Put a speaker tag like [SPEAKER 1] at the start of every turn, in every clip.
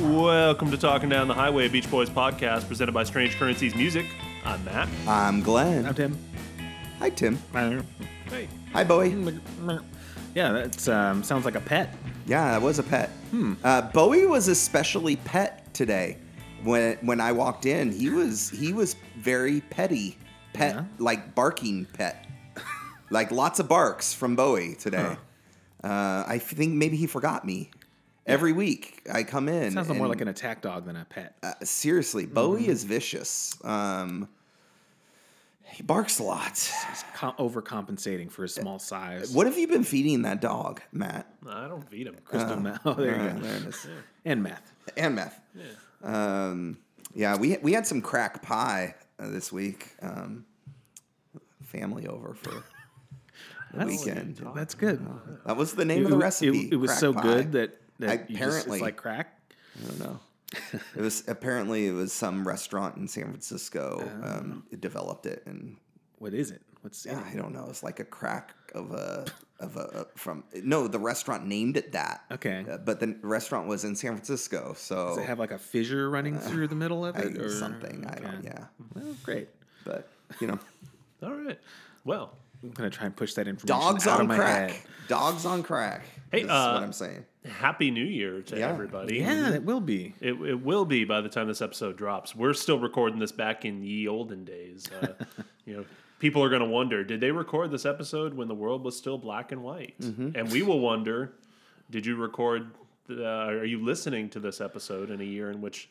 [SPEAKER 1] welcome to Talking Down the Highway, a Beach Boys podcast presented by Strange Currencies Music. I'm Matt.
[SPEAKER 2] I'm Glenn.
[SPEAKER 3] I'm Tim.
[SPEAKER 2] Hi, Tim.
[SPEAKER 1] Hey.
[SPEAKER 2] Hi,
[SPEAKER 3] Hmm.
[SPEAKER 2] Bowie.
[SPEAKER 3] Yeah, that um, sounds like a pet.
[SPEAKER 2] Yeah, that was a pet.
[SPEAKER 3] Hmm.
[SPEAKER 2] Uh, Bowie was especially pet today. When when I walked in, he was he was very petty, pet
[SPEAKER 3] Yeah.
[SPEAKER 2] like barking pet, like lots of barks from Bowie today. Uh, I think maybe he forgot me. Every week I come in.
[SPEAKER 3] sounds more
[SPEAKER 2] and-
[SPEAKER 3] like an attack dog than a Mm-hmm. pet.
[SPEAKER 2] Uh, seriously, Bowie is vicious. Um, he barks a lot.
[SPEAKER 3] He's com- overcompensating for his small size.
[SPEAKER 2] Uh, What have you been feeding that dog, Matt?
[SPEAKER 1] I don't feed him.
[SPEAKER 3] Crystal meth. Oh, there you
[SPEAKER 2] uh,
[SPEAKER 3] go.
[SPEAKER 2] there it is.
[SPEAKER 3] And meth.
[SPEAKER 2] and meth. Yeah. Um, yeah, we we had some crack pie uh, this week. Um, family over for the
[SPEAKER 3] That's-
[SPEAKER 2] weekend.
[SPEAKER 3] That's good.
[SPEAKER 2] That was the name
[SPEAKER 3] It-
[SPEAKER 2] of the
[SPEAKER 3] it-
[SPEAKER 2] recipe.
[SPEAKER 3] It, it was
[SPEAKER 2] crack
[SPEAKER 3] so
[SPEAKER 2] pie.
[SPEAKER 3] good that, that you just- it's
[SPEAKER 2] Apparently.
[SPEAKER 3] like crack.
[SPEAKER 2] I don't know. it was apparently it was some restaurant in San Francisco. Um,
[SPEAKER 3] Ah.
[SPEAKER 2] it developed it, and
[SPEAKER 3] What is it? What's in it?
[SPEAKER 2] I don't know. It's like a crack of a of a uh, from no. The restaurant named it that.
[SPEAKER 3] Okay.
[SPEAKER 2] Uh, but the restaurant was in San Francisco, so
[SPEAKER 3] Does it have like a fissure running through the middle of
[SPEAKER 2] I-
[SPEAKER 3] it or
[SPEAKER 2] something. I don't.
[SPEAKER 3] okay.
[SPEAKER 2] Yeah,
[SPEAKER 3] Well, great.
[SPEAKER 2] but you know.
[SPEAKER 1] All right. Well,
[SPEAKER 3] I'm gonna try and push that information
[SPEAKER 2] Dogs
[SPEAKER 3] out
[SPEAKER 2] on
[SPEAKER 3] of my
[SPEAKER 2] crack.
[SPEAKER 3] head.
[SPEAKER 2] Dogs on crack.
[SPEAKER 1] Hey,
[SPEAKER 2] is
[SPEAKER 1] uh,
[SPEAKER 2] what I'm saying.
[SPEAKER 1] happy New Year to
[SPEAKER 2] Yeah.
[SPEAKER 1] everybody.
[SPEAKER 3] Yeah,
[SPEAKER 2] Mm-hmm.
[SPEAKER 3] it will be.
[SPEAKER 1] It, it will be by the time this episode drops. We're still recording this back in ye olden days. Uh, you know, people are going to wonder: Did they record this episode when the world was still black and white? And we will wonder: Did you record? The, uh, are you listening to this episode in a year in which,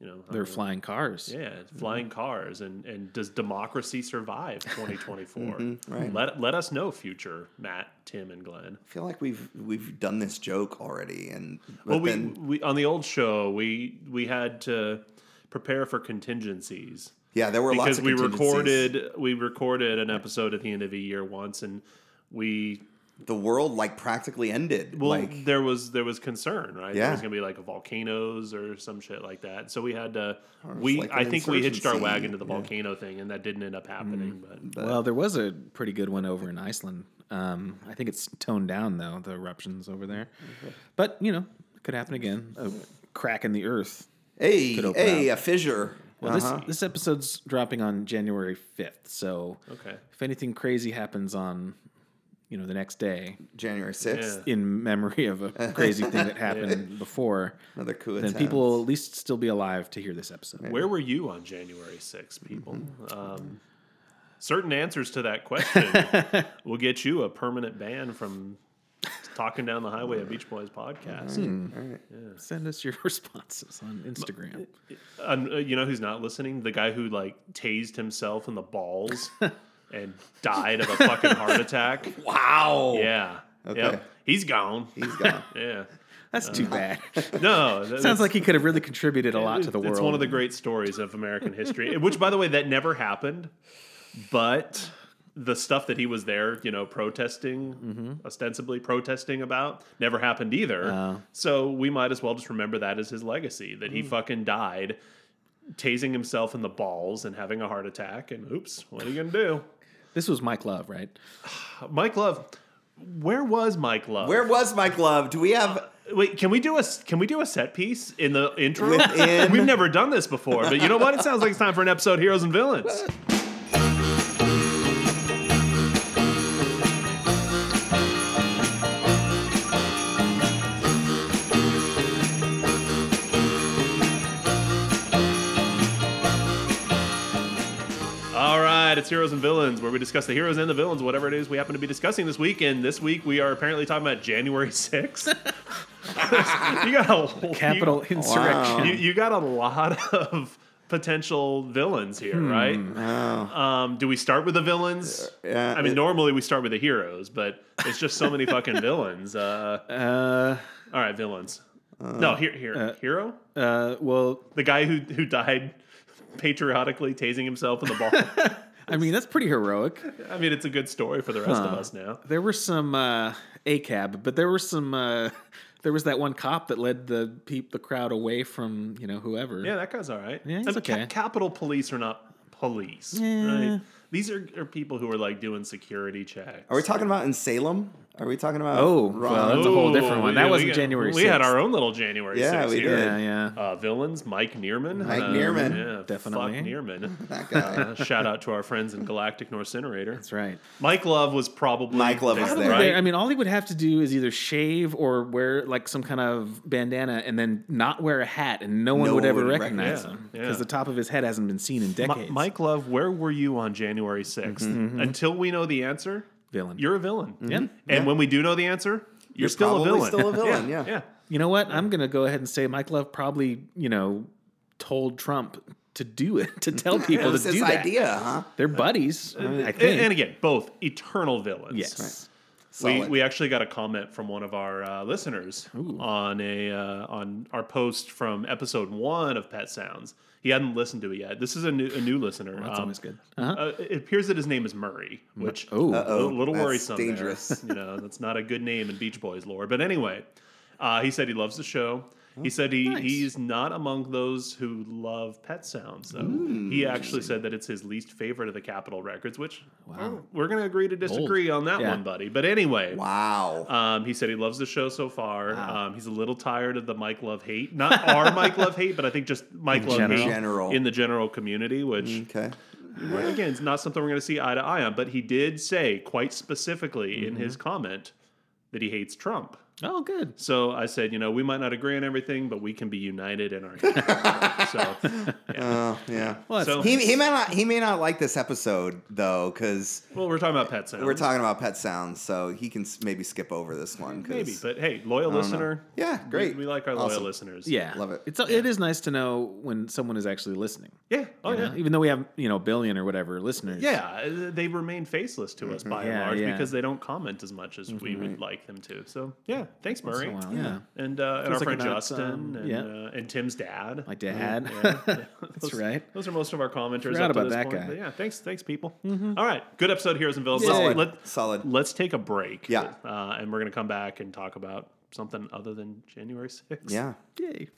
[SPEAKER 1] you know, I
[SPEAKER 3] They're
[SPEAKER 2] Uh,
[SPEAKER 1] don't know,
[SPEAKER 3] flying cars.
[SPEAKER 1] yeah,
[SPEAKER 2] Mm-hmm.
[SPEAKER 1] it's flying cars and and does democracy survive 2024?
[SPEAKER 2] Mm-hmm, right.
[SPEAKER 1] Let let us know, future Matt, Tim, and Glenn.
[SPEAKER 2] I feel like we've we've done this joke already, and but
[SPEAKER 1] Well, we,
[SPEAKER 2] then-
[SPEAKER 1] we on the old show we we had to prepare for contingencies
[SPEAKER 2] yeah, there were lots
[SPEAKER 1] because
[SPEAKER 2] of
[SPEAKER 1] we
[SPEAKER 2] contingencies.
[SPEAKER 1] recorded we recorded an episode at the end of a year once, and we
[SPEAKER 2] the world like practically ended.
[SPEAKER 1] well
[SPEAKER 2] like
[SPEAKER 1] there was there was concern right there
[SPEAKER 2] Yeah.
[SPEAKER 1] was gonna be like volcanoes or some shit like that. So we had to
[SPEAKER 2] it's
[SPEAKER 1] we
[SPEAKER 2] like
[SPEAKER 1] I
[SPEAKER 2] an
[SPEAKER 1] think we hitched our
[SPEAKER 2] insurgency,
[SPEAKER 1] wagon to the
[SPEAKER 2] yeah. Mm,
[SPEAKER 1] volcano thing, and that didn't end up happening. But
[SPEAKER 3] Well, there was a pretty good one over in Iceland. Um, I think it's toned down though the eruptions over there, but you know, it could happen again. A crack in the earth.
[SPEAKER 2] hey,
[SPEAKER 3] could open
[SPEAKER 2] hey, a fissure.
[SPEAKER 3] Well,
[SPEAKER 2] Uh-huh.
[SPEAKER 3] this this episode's dropping on January fifth, so
[SPEAKER 1] okay.
[SPEAKER 3] if anything crazy happens on, you know, the next day,
[SPEAKER 2] January sixth,
[SPEAKER 1] Yeah.
[SPEAKER 3] in memory of a crazy thing that happened before,
[SPEAKER 2] another coup
[SPEAKER 3] then
[SPEAKER 2] attempt.
[SPEAKER 3] people will at least still be alive to hear this episode.
[SPEAKER 1] Where were you on January 6th, people?
[SPEAKER 3] Mm-hmm.
[SPEAKER 1] Um, certain answers to that question will get you a permanent ban from talking down the highway of Beach Boys podcast.
[SPEAKER 3] Mm-hmm. Send us your responses on Instagram.
[SPEAKER 1] Um, uh, you know who's not listening? The guy who like tased himself in the balls and died of a fucking heart attack.
[SPEAKER 3] Wow,
[SPEAKER 1] Yeah.
[SPEAKER 2] Okay.
[SPEAKER 1] He's gone.
[SPEAKER 2] He's gone.
[SPEAKER 1] yeah.
[SPEAKER 3] that's too bad.
[SPEAKER 1] No. that-
[SPEAKER 3] Sounds like he could have really contributed a lot to the
[SPEAKER 1] it's
[SPEAKER 3] world.
[SPEAKER 1] one of the great stories of American history, which, by the way, that never happened. But the stuff that he was there, you know, protesting,
[SPEAKER 3] Mm-hmm.
[SPEAKER 1] ostensibly protesting about, never happened either. So we might as well just remember that as his legacy that
[SPEAKER 3] Mm.
[SPEAKER 1] he fucking died tasing himself in the balls and having a heart attack. And oops, what are you going to do?
[SPEAKER 3] This was Mike Love, right?
[SPEAKER 1] Mike Love. Where was Mike Love?
[SPEAKER 2] Where was Mike Love? Do we have?
[SPEAKER 1] Wait, can we do a can we do a set piece in the intro?
[SPEAKER 2] Within-
[SPEAKER 1] We've never done this before, but you know what? It sounds like it's time for an episode of Heroes and Villains. All right, it's Heroes and Villains, where we discuss the heroes and the villains, whatever it is we happen to be discussing this week. And this week we are apparently talking about January 6th. you got a whole-
[SPEAKER 3] Capital insurrection.
[SPEAKER 1] You, you got a lot of potential villains here,
[SPEAKER 3] Hmm.
[SPEAKER 1] right? Um, do we start with the
[SPEAKER 3] Uh,
[SPEAKER 1] villains?
[SPEAKER 2] Oh, yeah,
[SPEAKER 1] I mean,
[SPEAKER 2] it-
[SPEAKER 1] normally we start with the heroes, but there's just so many fucking villains. Uh,
[SPEAKER 3] Uh,
[SPEAKER 1] all right, villains. no, here, here, hero.
[SPEAKER 3] uh, well,
[SPEAKER 1] The guy who who died patriotically tasing himself in the ball.
[SPEAKER 3] I mean that's pretty heroic.
[SPEAKER 1] I mean, it's a good story for the rest of us now.
[SPEAKER 3] There were some uh, ACAB, but there were some. Uh, there was that one cop that led the peep the crowd away from you know whoever.
[SPEAKER 1] Yeah, that guy's all right.
[SPEAKER 3] Yeah, he's
[SPEAKER 1] I mean,
[SPEAKER 3] okay.
[SPEAKER 1] Capitol police are not police,
[SPEAKER 3] Yeah.
[SPEAKER 1] right? These are, are people who are like doing security checks.
[SPEAKER 2] Are we talking about in Salem? Are we talking about?
[SPEAKER 3] Oh,
[SPEAKER 2] Ron?
[SPEAKER 3] well, that's a whole different
[SPEAKER 1] Ooh,
[SPEAKER 3] one. That
[SPEAKER 1] we-
[SPEAKER 3] wasn't
[SPEAKER 1] we-
[SPEAKER 3] January
[SPEAKER 1] We had
[SPEAKER 3] 6th.
[SPEAKER 1] our own little January.
[SPEAKER 2] Yeah,
[SPEAKER 1] 6th
[SPEAKER 2] we
[SPEAKER 1] here.
[SPEAKER 2] did.
[SPEAKER 3] Yeah, yeah.
[SPEAKER 1] Uh, villains, Mike Neerman.
[SPEAKER 2] Mike
[SPEAKER 1] Uh,
[SPEAKER 2] Nierman.
[SPEAKER 1] yeah,
[SPEAKER 3] Definitely.
[SPEAKER 1] Fuck Neerman.
[SPEAKER 2] that guy.
[SPEAKER 1] Uh, shout out to our friends in Galactic Norcinerator.
[SPEAKER 3] That's right.
[SPEAKER 1] Mike Love was probably
[SPEAKER 2] Mike Love was there.
[SPEAKER 1] right?
[SPEAKER 3] I mean, all he would have to do is either shave or wear like some kind of bandana and then not wear a hat, and no one
[SPEAKER 2] No
[SPEAKER 3] would ever
[SPEAKER 2] one would
[SPEAKER 1] recognize
[SPEAKER 3] recognize him
[SPEAKER 1] him.
[SPEAKER 3] because
[SPEAKER 1] Yeah.
[SPEAKER 3] the top of his head hasn't been seen in
[SPEAKER 1] Mi-
[SPEAKER 3] decades.
[SPEAKER 1] Mike Love, where were you on January 6th?
[SPEAKER 2] Mm-hmm.
[SPEAKER 1] Until we know the answer,
[SPEAKER 3] villain.
[SPEAKER 1] you're a villain.
[SPEAKER 3] Yeah.
[SPEAKER 1] And when we do know the answer, you're,
[SPEAKER 2] You're
[SPEAKER 1] still a
[SPEAKER 2] probably
[SPEAKER 1] villain.
[SPEAKER 2] still a villain, yeah.
[SPEAKER 1] yeah.
[SPEAKER 3] You know what? I'm gonna go ahead and say Mike Love probably, you know, told Trump to do it to tell
[SPEAKER 2] It
[SPEAKER 3] people to
[SPEAKER 2] was
[SPEAKER 3] do
[SPEAKER 2] this
[SPEAKER 3] that.
[SPEAKER 2] idea, huh?
[SPEAKER 3] They're buddies, I
[SPEAKER 1] Uh, And,
[SPEAKER 3] think.
[SPEAKER 1] and again, both eternal villains.
[SPEAKER 3] yes.
[SPEAKER 1] We,
[SPEAKER 2] Solid.
[SPEAKER 1] we actually got a comment from one of our uh, listeners on a uh, on our post from episode one of Pet Sounds. He hadn't listened to it yet. This is a new a new listener.
[SPEAKER 3] That's
[SPEAKER 1] Um,
[SPEAKER 3] always good. Uh-huh.
[SPEAKER 1] uh, it appears that his name is Murray, which
[SPEAKER 3] Oh.
[SPEAKER 1] a little, little
[SPEAKER 2] that's
[SPEAKER 1] worrisome. there.
[SPEAKER 2] dangerous.
[SPEAKER 1] you know, that's not a good name in Beach Boys lore. But anyway, uh, he said he loves the show. He said he,
[SPEAKER 3] nice.
[SPEAKER 1] he's not among those who love Pet Sounds, though. he actually said that it's his least favorite of the Capitol records, which well, we're going to agree to disagree on that
[SPEAKER 3] Yeah.
[SPEAKER 1] one, buddy. But anyway,
[SPEAKER 2] Wow.
[SPEAKER 1] um, he said he loves the show so far. Um, he's a little tired of the Mike Love hate, not our Mike Love hate, but I think just Mike Love
[SPEAKER 3] general.
[SPEAKER 1] hate
[SPEAKER 2] General.
[SPEAKER 1] in the general community, which
[SPEAKER 2] okay.
[SPEAKER 1] well, again, it's not something we're going to see eye to eye on. But he did say quite specifically
[SPEAKER 2] Mm-hmm.
[SPEAKER 1] in his comment that he hates Trump.
[SPEAKER 3] Oh, good.
[SPEAKER 1] So I said, you know, we might not agree on everything, but we can be united in our. hate. so
[SPEAKER 2] Oh, yeah.
[SPEAKER 3] Well, that's
[SPEAKER 1] So-
[SPEAKER 2] He, he may not he may not like this episode though because
[SPEAKER 1] well, we're talking about pet sounds.
[SPEAKER 2] we're talking about pet sounds, so he can s- maybe skip over this one. 'cause-
[SPEAKER 1] maybe, but hey, loyal listener.
[SPEAKER 2] yeah,
[SPEAKER 1] we-
[SPEAKER 2] great.
[SPEAKER 1] We, like our loyal
[SPEAKER 2] Awesome.
[SPEAKER 1] listeners.
[SPEAKER 3] yeah,
[SPEAKER 2] Love it.
[SPEAKER 3] It's it is nice to know when someone is actually listening.
[SPEAKER 1] Yeah. Oh
[SPEAKER 3] you know?
[SPEAKER 1] yeah.
[SPEAKER 3] Even though we have you know a billion or whatever listeners.
[SPEAKER 1] Yeah, uh, they remain faceless to us by and
[SPEAKER 3] Mm-hmm. Yeah,
[SPEAKER 1] large
[SPEAKER 3] yeah.
[SPEAKER 1] because they don't comment as much as we would like them to. So yeah, thanks
[SPEAKER 3] Once
[SPEAKER 1] Murray
[SPEAKER 3] in a while,
[SPEAKER 2] Yeah.
[SPEAKER 3] yeah.
[SPEAKER 1] and uh, and our
[SPEAKER 3] Feels like
[SPEAKER 1] friend
[SPEAKER 3] we're not,
[SPEAKER 1] Justin
[SPEAKER 3] um,
[SPEAKER 1] and
[SPEAKER 3] yeah.
[SPEAKER 1] uh, and Tim's dad.
[SPEAKER 3] My dad.
[SPEAKER 1] Those-
[SPEAKER 3] that's right.
[SPEAKER 1] Those are most of our commenters.
[SPEAKER 3] Forgot
[SPEAKER 1] up to
[SPEAKER 3] about
[SPEAKER 1] this
[SPEAKER 3] that
[SPEAKER 1] point.
[SPEAKER 3] guy. Mm-hmm.
[SPEAKER 1] But yeah, thanks, thanks, people. All right, good episode, Heroes and Villains.
[SPEAKER 2] Solid.
[SPEAKER 1] Let, let,
[SPEAKER 2] Solid.
[SPEAKER 1] let's take a break.
[SPEAKER 2] Yeah.
[SPEAKER 1] uh, and we're gonna come back and talk about something other than January 6th.
[SPEAKER 2] yeah.
[SPEAKER 3] Yay.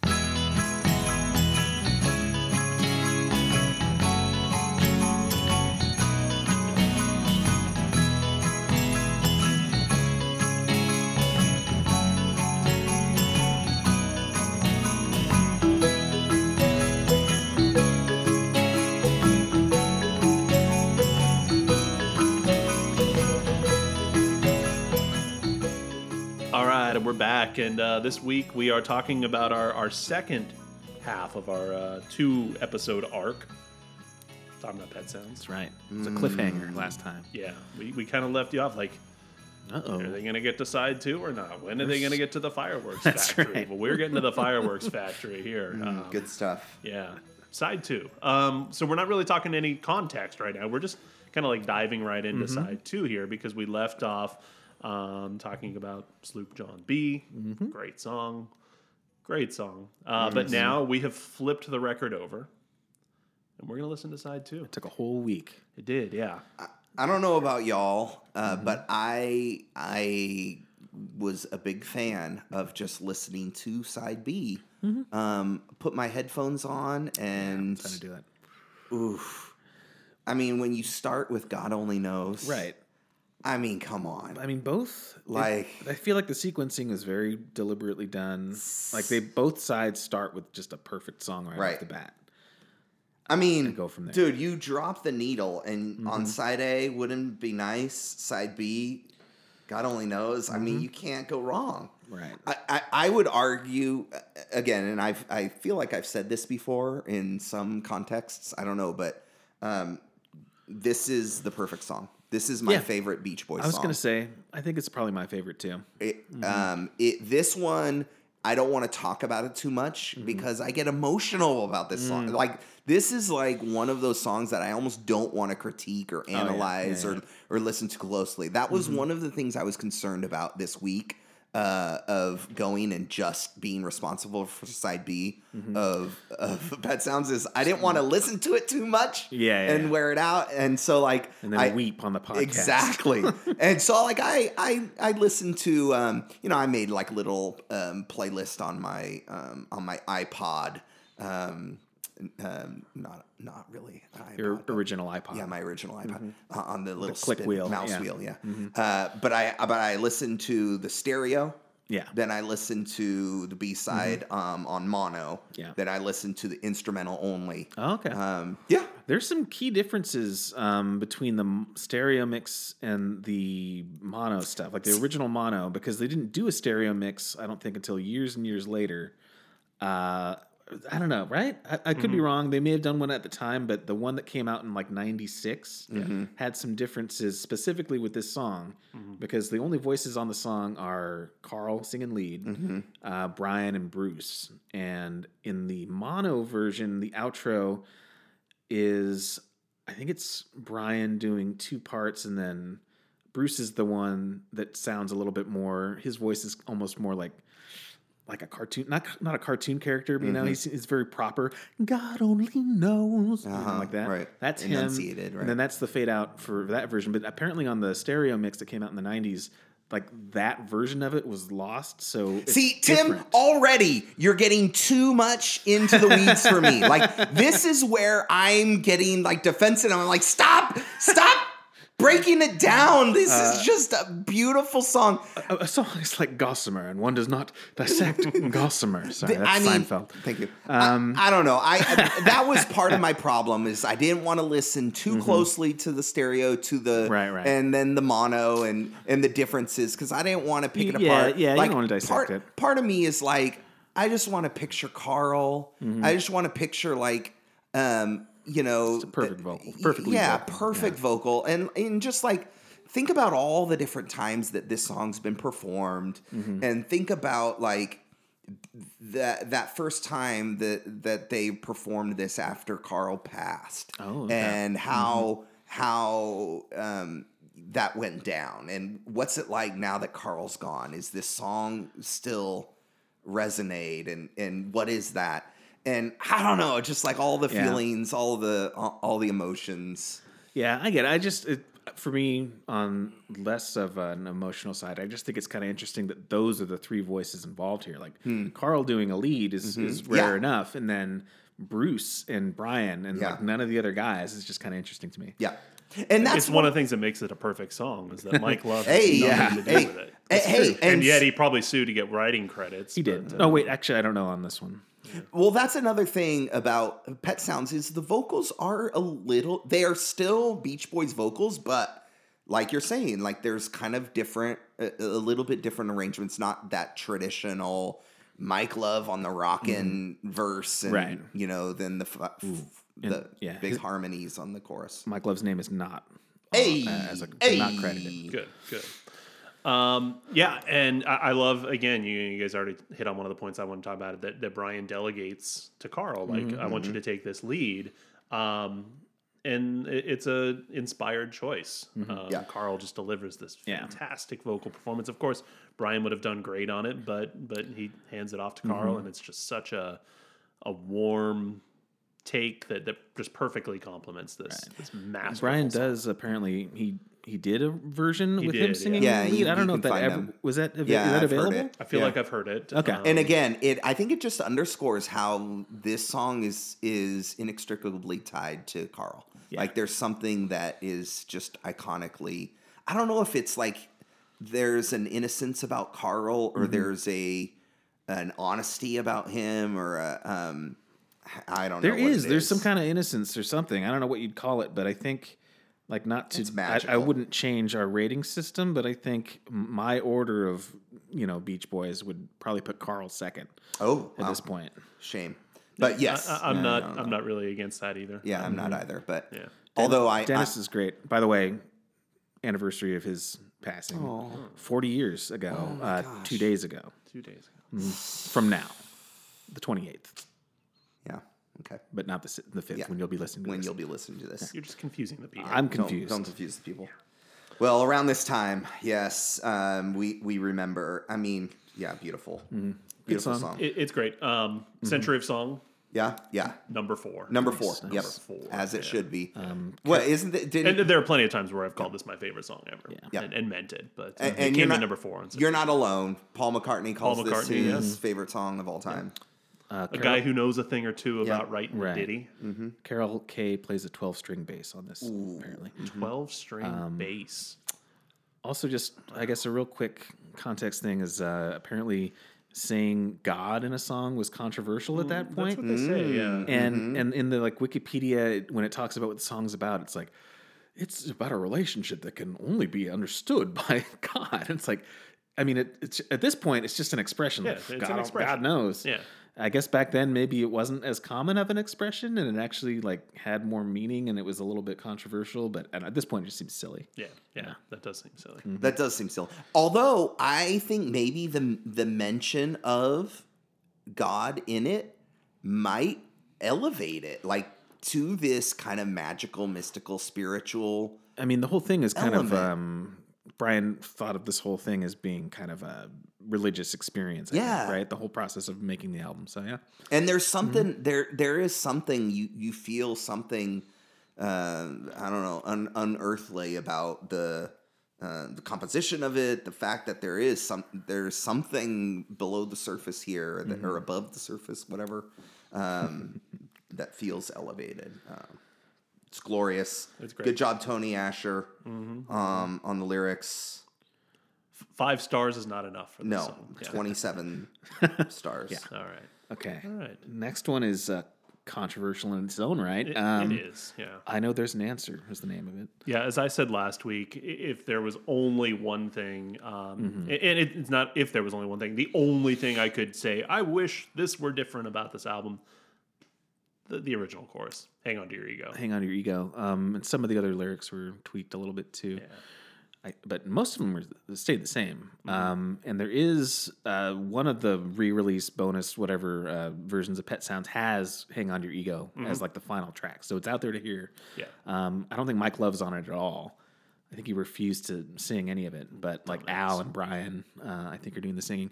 [SPEAKER 1] All right, and we're back. And uh, this week we are talking about our, our second half of our uh, two episode arc. Talking about pet sounds.
[SPEAKER 3] That's right. It's a
[SPEAKER 1] Mm.
[SPEAKER 3] cliffhanger last time.
[SPEAKER 1] Yeah, we, we kind of left you off like,
[SPEAKER 3] Uh
[SPEAKER 1] are they
[SPEAKER 3] oh.
[SPEAKER 1] going to get to side two or not? When are they going to get to the fireworks
[SPEAKER 3] That's
[SPEAKER 1] factory?
[SPEAKER 3] right. Mm-hmm.
[SPEAKER 1] Well, we're getting to the fireworks factory here. Um,
[SPEAKER 2] Good stuff.
[SPEAKER 1] Yeah, side two. Um, so we're not really talking any context right now. We're just kind of like diving right into side two here because we left off um, talking about Sloop John B. Great song, great song. Uh, But now we have flipped the record over, and we're gonna listen to side two.
[SPEAKER 3] Took a whole week.
[SPEAKER 1] It did, yeah.
[SPEAKER 2] I don't know about y'all, uh,
[SPEAKER 3] Mm-hmm.
[SPEAKER 2] but I I was a big fan of just listening to side B. Um, put my headphones on and
[SPEAKER 3] Trying to Mm-hmm. do that.
[SPEAKER 2] oof. I mean, when you start with God only knows,
[SPEAKER 3] Right.
[SPEAKER 2] I mean, come on,
[SPEAKER 3] I mean, both.
[SPEAKER 2] like
[SPEAKER 3] I feel like the sequencing is very deliberately done. Like they both sides start with just a perfect song right,
[SPEAKER 2] Right.
[SPEAKER 3] off the bat.
[SPEAKER 2] I mean,
[SPEAKER 3] go from there. Mm-hmm.
[SPEAKER 2] dude. You drop the needle, and on side A wouldn't be nice. Side B, God only knows. I mean, you can't go wrong.
[SPEAKER 3] Mm-hmm. Right.
[SPEAKER 2] I, I, I would argue uh, again, and I I feel like I've said this before in some contexts. I don't know, but um, this is the perfect song. This is my
[SPEAKER 3] Yeah.
[SPEAKER 2] favorite Beach Boys.
[SPEAKER 3] I was
[SPEAKER 2] song.
[SPEAKER 3] gonna say, I think it's probably my favorite too.
[SPEAKER 2] It,
[SPEAKER 3] Mm-hmm.
[SPEAKER 2] um, it, this one, I don't want to talk about it too much
[SPEAKER 3] Mm-hmm.
[SPEAKER 2] because I get emotional about this
[SPEAKER 3] Mm.
[SPEAKER 2] song. Like, this is like one of those songs that I almost don't want to critique or
[SPEAKER 3] Oh, yeah.
[SPEAKER 2] analyze
[SPEAKER 3] Yeah, Mm-hmm.
[SPEAKER 2] or, or listen to closely. That was one of the things I was concerned about this week. Uh, of going and just being responsible for side B
[SPEAKER 3] Mm-hmm.
[SPEAKER 2] of of Pet Sounds is I didn't want to listen to it too much
[SPEAKER 3] Mm. Yeah, yeah,
[SPEAKER 2] and
[SPEAKER 3] yeah.
[SPEAKER 2] wear it out and so like
[SPEAKER 3] And then
[SPEAKER 2] I,
[SPEAKER 3] weep on the podcast.
[SPEAKER 2] Exactly. and so like I I I listened to um you know I made like little um playlist on my um on my iPod um um, not not really an iPod.
[SPEAKER 3] Your original iPod.
[SPEAKER 2] Yeah, my original iPod uh, on the little
[SPEAKER 3] click
[SPEAKER 2] spin-
[SPEAKER 3] wheel,
[SPEAKER 2] mouse
[SPEAKER 3] yeah. Mm-hmm.
[SPEAKER 2] wheel. Yeah, uh, but I but I listened to the stereo.
[SPEAKER 3] Yeah.
[SPEAKER 2] Then I listened to the B side um, on mono.
[SPEAKER 3] Mm-hmm. Yeah.
[SPEAKER 2] Then I listened to the instrumental only.
[SPEAKER 3] Oh, okay.
[SPEAKER 2] Um, yeah.
[SPEAKER 3] There's some key differences um, between the m- stereo mix and the mono stuff, like the original mono, because they didn't do a stereo mix, I don't think, until years and years later. Uh, I don't know, right? I, I could be wrong. They may have done one at the time, but the one that came out in like '96 had some differences specifically with this song, because the only voices on the song are Carl singing lead,
[SPEAKER 2] Mm-hmm.
[SPEAKER 3] uh, Brian, and Bruce. And in the mono version, the outro is I think it's Brian doing two parts and then Bruce is the one that sounds a little bit more his voice is almost more like like a cartoon not not a cartoon character but you know
[SPEAKER 2] Mm-hmm.
[SPEAKER 3] he's, he's very proper God only knows you know,
[SPEAKER 2] Uh-huh,
[SPEAKER 3] like that
[SPEAKER 2] right.
[SPEAKER 3] that's
[SPEAKER 2] Enunciated,
[SPEAKER 3] him
[SPEAKER 2] right.
[SPEAKER 3] and then that's the fade out for that version but apparently on the stereo mix that came out in the 90s like that version of it was lost so it's
[SPEAKER 2] See, Tim, oh
[SPEAKER 3] different.
[SPEAKER 2] already you're getting too much into the weeds for me. Like this is where I'm getting like defensive. I'm like, stop, stop breaking it down. This
[SPEAKER 3] Uh,
[SPEAKER 2] is just a beautiful song.
[SPEAKER 3] a, a song is like Gossamer and one does not dissect Gossamer sorry that's
[SPEAKER 2] I mean,
[SPEAKER 3] Seinfeld
[SPEAKER 2] thank you. I-
[SPEAKER 3] um,
[SPEAKER 2] I, don't know. I that was part of my problem is I didn't want to listen too closely to the stereo, to the
[SPEAKER 3] Mm-hmm. Right, right.
[SPEAKER 2] and then the mono and and the differences because I didn't want to pick it
[SPEAKER 3] Yeah,
[SPEAKER 2] apart.
[SPEAKER 3] yeah, you don't wanna dissect
[SPEAKER 2] part,
[SPEAKER 3] it.
[SPEAKER 2] Part of me is like, I just want to picture Carl.
[SPEAKER 3] Mm-hmm.
[SPEAKER 2] I just want to picture like, um, you know,
[SPEAKER 3] a perfect vocal,
[SPEAKER 2] y-
[SPEAKER 3] perfectly
[SPEAKER 2] yeah,
[SPEAKER 3] vocal,
[SPEAKER 2] perfect vocal, and and just like think about all the different times that this song's been performed,
[SPEAKER 3] Mm-hmm.
[SPEAKER 2] and think about like that that first time that that they performed this after Carl passed,
[SPEAKER 3] Oh, okay.
[SPEAKER 2] and how how um, that went down, and what's it like now that Carl's gone? Is this song still resonate, and and what is that? And I don't know, just like all the
[SPEAKER 3] Yeah.
[SPEAKER 2] feelings, all the all, all the emotions.
[SPEAKER 3] Yeah, I get it. I just, it, for me, on less of an emotional side, I just think it's kind of interesting that those are the three voices involved here. Like Carl doing a lead is, is rare
[SPEAKER 2] Hmm. Mm-hmm. Yeah.
[SPEAKER 3] enough, and then Bruce and Brian and
[SPEAKER 2] Yeah.
[SPEAKER 3] like none of the other guys is just kind of interesting to me.
[SPEAKER 2] Yeah, and that's
[SPEAKER 1] it's one of the things that makes it a perfect song is that Mike Love has
[SPEAKER 2] hey
[SPEAKER 1] nothing
[SPEAKER 2] yeah
[SPEAKER 1] to do
[SPEAKER 2] hey
[SPEAKER 1] with it.
[SPEAKER 2] hey, hey
[SPEAKER 1] And, yet he probably sued to get writing credits. uh,
[SPEAKER 3] He did.
[SPEAKER 2] uh,
[SPEAKER 3] No, wait, actually, I don't know on this one.
[SPEAKER 2] Well, that's another thing about Pet Sounds is the vocals are a little they are still Beach Boys vocals, but like you're saying, like there's kind of different a, a little bit different arrangements, not that traditional Mike Love on the rockin' verse and
[SPEAKER 3] Mm-hmm. Right.
[SPEAKER 2] you know, then the f- f- the
[SPEAKER 3] yeah,
[SPEAKER 2] big
[SPEAKER 3] his-
[SPEAKER 2] harmonies on the chorus.
[SPEAKER 3] Mike Love's name is not. uh,
[SPEAKER 2] Hey,
[SPEAKER 3] as a-
[SPEAKER 2] hey.
[SPEAKER 3] not credited.
[SPEAKER 1] Good, good. Um, yeah, and I, I love again. You, you guys already hit on one of the points I want to talk about that that Brian delegates to Carl. Like, I want you to take this lead, um, and it, it's a inspired choice. Um,
[SPEAKER 2] Yeah.
[SPEAKER 1] Carl just delivers this
[SPEAKER 3] Yeah.
[SPEAKER 1] fantastic vocal performance. Of course, Brian would have done great on it, but but he hands it off to Carl, and it's just such a a warm take that that just perfectly complements this this masterful
[SPEAKER 3] Brian
[SPEAKER 1] song.
[SPEAKER 3] does apparently, he he did a version with him
[SPEAKER 1] did,
[SPEAKER 3] singing
[SPEAKER 2] yeah. Yeah,
[SPEAKER 3] lead.
[SPEAKER 2] you-
[SPEAKER 3] I don't
[SPEAKER 2] you
[SPEAKER 3] know if
[SPEAKER 2] can
[SPEAKER 3] that
[SPEAKER 2] find
[SPEAKER 3] ever,
[SPEAKER 2] them.
[SPEAKER 3] was that,
[SPEAKER 2] Yeah,
[SPEAKER 3] is that
[SPEAKER 2] I've heard
[SPEAKER 3] available?
[SPEAKER 2] it.
[SPEAKER 1] I feel
[SPEAKER 2] Yeah.
[SPEAKER 1] like I've heard it. um,
[SPEAKER 3] Okay.
[SPEAKER 2] And again, it I think it just underscores how this song is is inextricably tied to Carl. Like there's something that is just iconically I don't know if it's like there's an innocence about Carl
[SPEAKER 3] Mm-hmm.
[SPEAKER 2] or there's a an honesty about him or a, um I don't
[SPEAKER 3] There
[SPEAKER 2] know. what it
[SPEAKER 3] is. There's some kind of innocence or something. I don't know what you'd call it, but I think like not to.
[SPEAKER 2] It's
[SPEAKER 3] I, I
[SPEAKER 2] magical.
[SPEAKER 3] wouldn't change our rating system, but I think m- my order of you know Beach Boys would probably put Carl second
[SPEAKER 2] Oh,
[SPEAKER 3] at
[SPEAKER 2] wow.
[SPEAKER 3] this point.
[SPEAKER 2] shame. But yes.
[SPEAKER 1] I, I'm
[SPEAKER 2] yeah,
[SPEAKER 1] not.
[SPEAKER 2] I don't know.
[SPEAKER 1] I'm not really against that either.
[SPEAKER 2] Yeah, I'm not either, but
[SPEAKER 1] Yeah.
[SPEAKER 2] although I, I
[SPEAKER 3] Mm-hmm. Dennis is great, by the way. Anniversary of his passing,
[SPEAKER 2] Oh.
[SPEAKER 3] forty years ago, uh, two days ago
[SPEAKER 1] Two days ago.
[SPEAKER 3] from now, the twenty eighth,
[SPEAKER 2] yeah, okay.
[SPEAKER 3] but not the si- the fifth
[SPEAKER 2] Yeah.
[SPEAKER 3] when you'll be listening. To
[SPEAKER 2] When
[SPEAKER 3] this.
[SPEAKER 2] you'll be listening to this.
[SPEAKER 1] You're just confusing the people.
[SPEAKER 3] I'm
[SPEAKER 2] Don't-
[SPEAKER 3] confused.
[SPEAKER 2] Don't, confuse the people. Well, around this time, yes, um, we we remember. I mean, yeah, beautiful, beautiful
[SPEAKER 3] song.
[SPEAKER 2] song.
[SPEAKER 1] It- it's great. Um,
[SPEAKER 2] Mm-hmm.
[SPEAKER 1] Century of Song,
[SPEAKER 2] Yeah, yeah.
[SPEAKER 1] number four.
[SPEAKER 2] Number four.
[SPEAKER 3] nice.
[SPEAKER 2] Yep.
[SPEAKER 1] Number four,
[SPEAKER 2] As it
[SPEAKER 1] yeah.
[SPEAKER 2] should be. what isn't it? Didn't,
[SPEAKER 1] And there are plenty of times where I've called this my favorite song ever,
[SPEAKER 2] Yeah.
[SPEAKER 1] and, and meant it, but uh,
[SPEAKER 2] and
[SPEAKER 1] it
[SPEAKER 2] you're
[SPEAKER 1] came in
[SPEAKER 2] not-
[SPEAKER 1] number four. On
[SPEAKER 2] You're not alone. Paul McCartney calls this
[SPEAKER 1] McCartney,
[SPEAKER 2] his
[SPEAKER 1] yes.
[SPEAKER 2] favorite song of all time.
[SPEAKER 3] Uh,
[SPEAKER 1] A
[SPEAKER 3] Carol,
[SPEAKER 1] guy who knows a thing or two
[SPEAKER 2] Yeah. Mm-hmm.
[SPEAKER 1] about writing
[SPEAKER 3] Right.
[SPEAKER 1] ditty.
[SPEAKER 3] Carol Kay plays a 12 string bass on this, apparently.
[SPEAKER 1] 12 string
[SPEAKER 2] Um,
[SPEAKER 1] bass.
[SPEAKER 3] Also, just I guess a real quick context thing is uh, apparently saying God in a song was controversial
[SPEAKER 2] Mm,
[SPEAKER 3] at that
[SPEAKER 1] That's
[SPEAKER 3] point.
[SPEAKER 1] what they say, yeah.
[SPEAKER 3] and
[SPEAKER 2] Mm-hmm.
[SPEAKER 3] and in the like Wikipedia it- when it talks about what the song's about, it's like it's about a relationship that can only be understood by God. It's like, I mean, it, it's at this point it's just an expression.
[SPEAKER 1] Yeah,
[SPEAKER 3] like,
[SPEAKER 1] it's an
[SPEAKER 3] God,
[SPEAKER 1] expression.
[SPEAKER 3] God knows.
[SPEAKER 1] Yeah.
[SPEAKER 3] I guess back then maybe it wasn't as common of an expression, and it actually like had more meaning, and it was a little bit controversial. But and at this point, it just seems silly.
[SPEAKER 1] Yeah, yeah, that does seem silly.
[SPEAKER 2] That does seem silly. Although I think maybe the the mention of God in it might elevate it, like to this kind of magical, mystical, spiritual.
[SPEAKER 3] I mean, the whole thing is kind of
[SPEAKER 2] Element.
[SPEAKER 3] um, Brian thought of this whole thing as being kind of a religious experience. I think,
[SPEAKER 2] Yeah.
[SPEAKER 3] right. The whole process of making the album. So yeah.
[SPEAKER 2] And
[SPEAKER 1] Mm-hmm.
[SPEAKER 2] there's something there. There is something you you feel something. Uh, I don't know, un, unearthly about the. Uh, the composition of it, the fact that there is some, there's something below the surface here, that,
[SPEAKER 1] Mm-hmm.
[SPEAKER 2] or above the surface, whatever, um, that feels elevated. Um, it's glorious.
[SPEAKER 1] It's great. Mm-hmm.
[SPEAKER 2] Good job, Tony Asher, um, on the lyrics.
[SPEAKER 1] Five stars is not enough for this
[SPEAKER 2] No,
[SPEAKER 1] song. Yeah.
[SPEAKER 2] twenty-seven stars. Yeah.
[SPEAKER 1] All right.
[SPEAKER 3] Okay.
[SPEAKER 1] All right.
[SPEAKER 3] Next one is uh, controversial in its own right.
[SPEAKER 1] It,
[SPEAKER 3] um,
[SPEAKER 1] it is, yeah.
[SPEAKER 3] I know there's an answer. Is the name of it?
[SPEAKER 1] Yeah, as I said last week, i- if there was only one thing, um,
[SPEAKER 3] Mm-hmm.
[SPEAKER 1] a- and it- it's not if there was only one thing, the only thing I could say, I wish this were different about this album, the, the original chorus, Hang On To Your Ego.
[SPEAKER 3] Hang on to your ego. Um, and some of the other lyrics were tweaked a little bit too. I, but most of them were, stayed the same.
[SPEAKER 1] Mm-hmm.
[SPEAKER 3] Um, and there is uh, one of the re-release bonus whatever uh, versions of Pet Sounds has "Hang On to Your Ego"
[SPEAKER 1] Mm-hmm.
[SPEAKER 3] as like the final track, so it's out there to hear.
[SPEAKER 1] Yeah.
[SPEAKER 3] Um, I don't think Mike Love's on it at all. I think he refused to sing any of it, but like Al and Brian, uh, I think are doing the singing.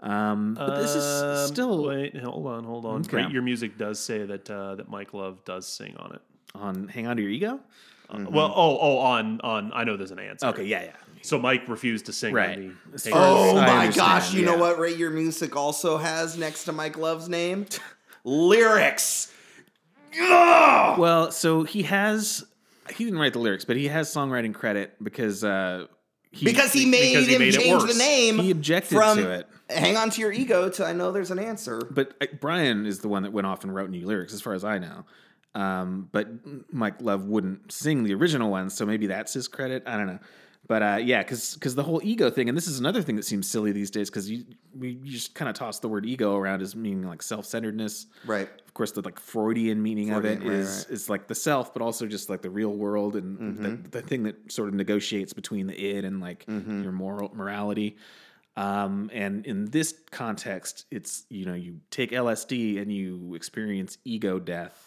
[SPEAKER 3] Um, but this is
[SPEAKER 1] Um,
[SPEAKER 3] still
[SPEAKER 1] Wait, hold on, hold on.
[SPEAKER 3] Okay.
[SPEAKER 1] Rate Your Music does say that uh, that Mike Love does sing on it.
[SPEAKER 3] on "Hang On to Your Ego."
[SPEAKER 1] Well, oh, oh, on on. I know there's an answer.
[SPEAKER 3] Okay, yeah, yeah.
[SPEAKER 1] So Mike refused to sing.
[SPEAKER 3] Right.
[SPEAKER 1] On the,
[SPEAKER 3] As
[SPEAKER 1] Hang
[SPEAKER 3] far
[SPEAKER 1] On-
[SPEAKER 2] Oh
[SPEAKER 3] I
[SPEAKER 2] my
[SPEAKER 3] understand,
[SPEAKER 2] gosh! You know
[SPEAKER 3] yeah.
[SPEAKER 2] what? Rate Your Music also has next to Mike Love's name lyrics. Ugh!
[SPEAKER 3] Well, so he has he didn't write the lyrics, but he has songwriting credit because uh he
[SPEAKER 2] Because he made
[SPEAKER 1] Because he
[SPEAKER 2] him
[SPEAKER 1] made it
[SPEAKER 2] change
[SPEAKER 1] worse.
[SPEAKER 2] the name.
[SPEAKER 3] he objected
[SPEAKER 2] from
[SPEAKER 3] to it.
[SPEAKER 2] "Hang On to Your Ego" to "I Know There's an Answer."
[SPEAKER 3] But uh, Brian is the one that went off and wrote new lyrics as far as I know. Um but Mike Love wouldn't sing the original ones, so maybe that's his credit. I don't know. But uh, yeah, because the whole ego thing, and this is another thing that seems silly these days, because you we you just kind of toss the word ego around as meaning like self centeredness,
[SPEAKER 2] Right.
[SPEAKER 3] of course the like freudian meaning of it
[SPEAKER 2] Freudian, right, Mm-hmm.
[SPEAKER 3] is is like the self but also just like the real world and the, the thing that sort of negotiates between the id and like your moral morality um, and in this context it's you know you take lsd and you experience ego death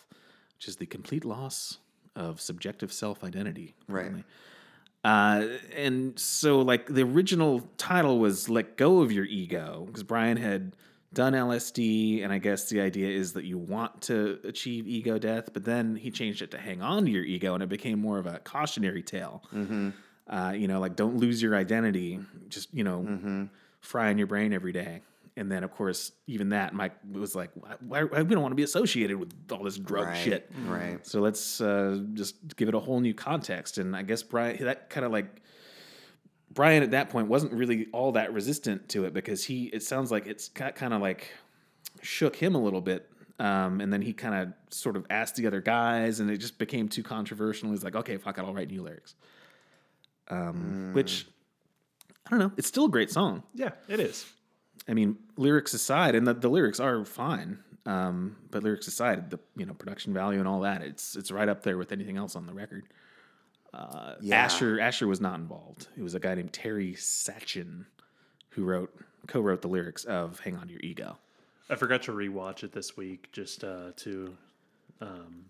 [SPEAKER 3] which is the complete loss of subjective self identity
[SPEAKER 2] Right.
[SPEAKER 3] uh, and so like the original title was let go of your ego because brian had done lsd and i guess the idea is that you want to achieve ego death but then he changed it to hang on to your ego and it became more of a cautionary tale uh, you know like don't lose your identity just you know frying your brain every day and then of course even that mike was like why, why, we don't want to be associated with all this drug
[SPEAKER 2] Right.
[SPEAKER 3] shit Mm.
[SPEAKER 2] Right.
[SPEAKER 3] so let's uh, just give it a whole new context. And I guess Brian, that kind of like Brian at that point wasn't really all that resistant to it because he, it sounds like it's kind of like shook him a little bit. Um, and then he kind of sort of asked the other guys, and it just became too controversial. He's like, okay, fuck it, I'll write new lyrics. Um, Which, I don't know, it's still a great song.
[SPEAKER 1] yeah, it is.
[SPEAKER 3] I mean, lyrics aside, and the, the lyrics are fine. Um, but lyrics aside, the you know production value and all that, it's it's right up there with anything else on the record. Uh,
[SPEAKER 2] Yeah.
[SPEAKER 3] Asher Asher was not involved. It was a guy named Terry Satchin who wrote co-wrote the lyrics of "Hang On to Your Ego."
[SPEAKER 1] I forgot to rewatch it this week just uh, to um,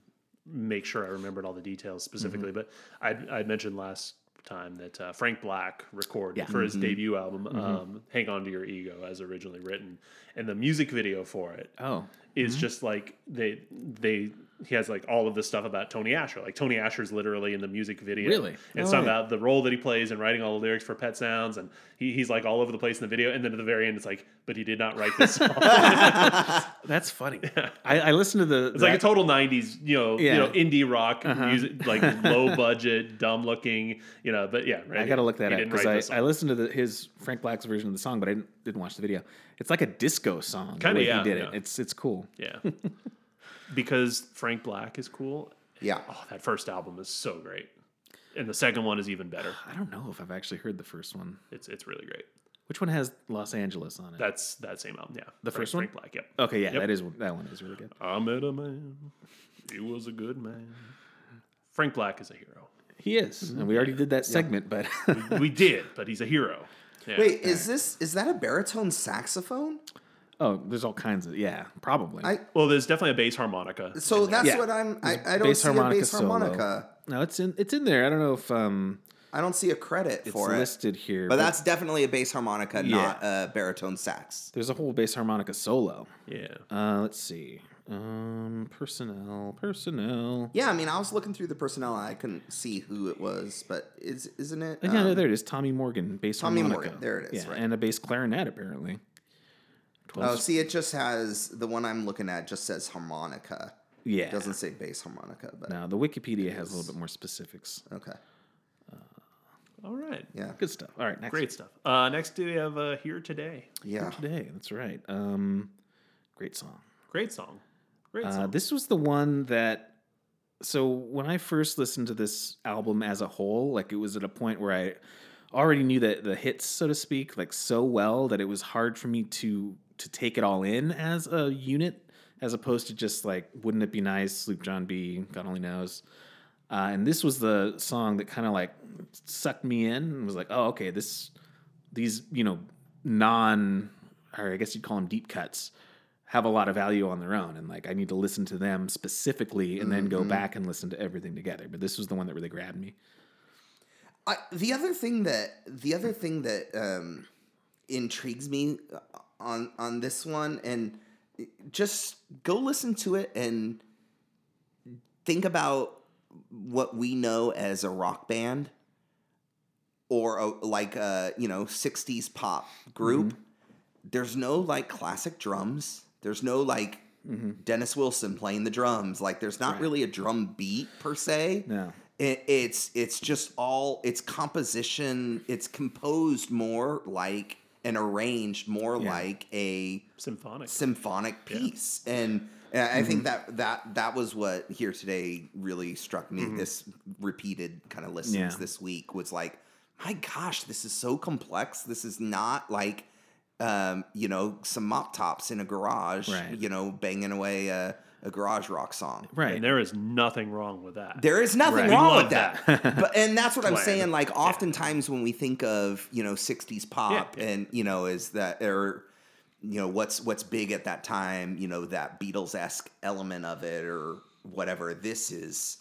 [SPEAKER 1] make sure I remembered all the details specifically. But
[SPEAKER 3] Mm-hmm.
[SPEAKER 1] I I mentioned last time that uh, Frank Black recorded
[SPEAKER 3] Yeah. Mm-hmm.
[SPEAKER 1] for his debut album um, "Hang On to Your Ego" as originally written, and the music video for it
[SPEAKER 3] Oh,
[SPEAKER 1] is just like they they he has like all of this stuff about Tony Asher. Like Tony Asher's literally in the music video.
[SPEAKER 3] Really?
[SPEAKER 1] And
[SPEAKER 2] Oh,
[SPEAKER 1] it's talking
[SPEAKER 2] yeah.
[SPEAKER 1] about the role that he plays and writing all the lyrics for Pet Sounds and he, he's like all over the place in the video. And then at the very end it's like, but he did not write this song.
[SPEAKER 3] That's funny. I, I listened to the.
[SPEAKER 1] It's like a total '90s, you know,
[SPEAKER 3] Yeah. Uh-huh.
[SPEAKER 1] you know, indie rock music, like low budget, dumb looking, you know. But yeah, right.
[SPEAKER 3] I gotta look that
[SPEAKER 1] He
[SPEAKER 3] up
[SPEAKER 1] didn't write this
[SPEAKER 3] because
[SPEAKER 1] song.
[SPEAKER 3] I, I listened to the, his Frank Black's version of the song, but I didn't, didn't watch the video. It's like a disco song. the
[SPEAKER 1] Kinda,
[SPEAKER 3] way
[SPEAKER 1] yeah,
[SPEAKER 3] He did
[SPEAKER 1] yeah.
[SPEAKER 3] it. It's it's cool.
[SPEAKER 1] yeah, because Frank Black is cool.
[SPEAKER 2] Yeah.
[SPEAKER 1] Oh, that first album is so great, and the second one is even better.
[SPEAKER 3] I don't know if I've actually heard the first one.
[SPEAKER 1] It's it's really great.
[SPEAKER 3] Which one has Los Angeles on it?
[SPEAKER 1] That's that same album. Yeah,
[SPEAKER 3] The
[SPEAKER 1] Frank-
[SPEAKER 3] first one?
[SPEAKER 1] Frank Black. Yep.
[SPEAKER 3] okay, yeah,
[SPEAKER 1] Yep.
[SPEAKER 3] that is that one is really good.
[SPEAKER 1] I met a man. He was a good man. Frank Black is a hero.
[SPEAKER 3] He is, and we already did that segment, but
[SPEAKER 1] we did, but he's a hero. Yeah.
[SPEAKER 2] Wait, is this is that a baritone saxophone?
[SPEAKER 3] oh, there's all kinds of yeah, probably.
[SPEAKER 2] I
[SPEAKER 1] Well, there's definitely a bass harmonica.
[SPEAKER 2] so that's
[SPEAKER 3] Yeah.
[SPEAKER 2] what I'm. I, I don't
[SPEAKER 3] bass
[SPEAKER 2] see
[SPEAKER 3] harmonica
[SPEAKER 2] a bass
[SPEAKER 3] solo.
[SPEAKER 2] harmonica.
[SPEAKER 3] no, it's in it's in there. I don't know if um
[SPEAKER 2] I don't see a credit
[SPEAKER 3] it's
[SPEAKER 2] for it.
[SPEAKER 3] listed here,
[SPEAKER 2] But that's definitely a bass harmonica,
[SPEAKER 3] Yeah.
[SPEAKER 2] not a baritone sax.
[SPEAKER 3] there's a whole bass harmonica solo.
[SPEAKER 1] Yeah.
[SPEAKER 3] Uh, let's see, um, personnel, personnel.
[SPEAKER 2] Yeah, I mean, I was looking through the personnel, and I couldn't see who it was, but is isn't it?
[SPEAKER 3] Yeah, no,
[SPEAKER 2] um,
[SPEAKER 3] there it is. Tommy Morgan, bass
[SPEAKER 2] Tommy
[SPEAKER 3] harmonica.
[SPEAKER 2] Morgan, there it is,
[SPEAKER 3] Yeah,
[SPEAKER 2] right.
[SPEAKER 3] and a bass clarinet apparently.
[SPEAKER 2] oh,
[SPEAKER 3] Twelve.
[SPEAKER 2] see, it just has the one I'm looking at just says harmonica.
[SPEAKER 3] yeah.
[SPEAKER 2] It doesn't say bass harmonica, but
[SPEAKER 3] Now the Wikipedia has a little bit more specifics.
[SPEAKER 2] okay,
[SPEAKER 1] All right.
[SPEAKER 2] yeah,
[SPEAKER 3] Good stuff. All right, next.
[SPEAKER 1] Great stuff. Uh, next, we have uh, Here Today.
[SPEAKER 2] yeah.
[SPEAKER 3] Today, that's right. Um, great song.
[SPEAKER 1] Great song. Great
[SPEAKER 3] Uh,
[SPEAKER 1] song.
[SPEAKER 3] this was the one that. So when I first listened to this album as a whole, like it was at a point where I already knew that the hits, so to speak, like so well that it was hard for me to to take it all in as a unit, as opposed to just like, wouldn't it be nice, Sloop John B, God only knows. Uh, and this was the song that kind of like sucked me in and was like, oh, okay, this these you know non or i guess you'd call them deep cuts have a lot of value on their own and like i need to listen to them specifically and then go back and listen to everything together but this was the one that really grabbed me
[SPEAKER 2] I, the other thing that the other thing that um, intrigues me uh, on on this one, and just go listen to it and think about what we know as a rock band or a, like a you know '60s pop group. There's no like classic drums. There's no like Dennis Wilson playing the drums. Like there's not really a drum beat per se
[SPEAKER 3] no
[SPEAKER 2] it, it's it's just all it's composition it's composed more like and arranged more like a
[SPEAKER 1] Symphonic.
[SPEAKER 2] symphonic piece and and I think
[SPEAKER 3] Mm-hmm.
[SPEAKER 2] that that that was what here today really struck me. This repeated kind of listens
[SPEAKER 3] Mm-hmm. Yeah.
[SPEAKER 2] this week was like, my gosh, this is so complex. This is not like, um, you know, some mop tops in a garage,
[SPEAKER 3] Right.
[SPEAKER 2] you know, banging away a, a garage rock song.
[SPEAKER 3] right
[SPEAKER 1] and there is nothing wrong with that.
[SPEAKER 2] There is nothing
[SPEAKER 1] Right.
[SPEAKER 2] wrong
[SPEAKER 1] We
[SPEAKER 2] with
[SPEAKER 1] love
[SPEAKER 2] that. but and that's what I'm
[SPEAKER 1] Plan.
[SPEAKER 2] saying. Like oftentimes when we think of you know 60s pop
[SPEAKER 1] Yeah, yeah.
[SPEAKER 2] and you know is that or you know what's what's big at that time. You know that Beatles esque element of it or whatever. This is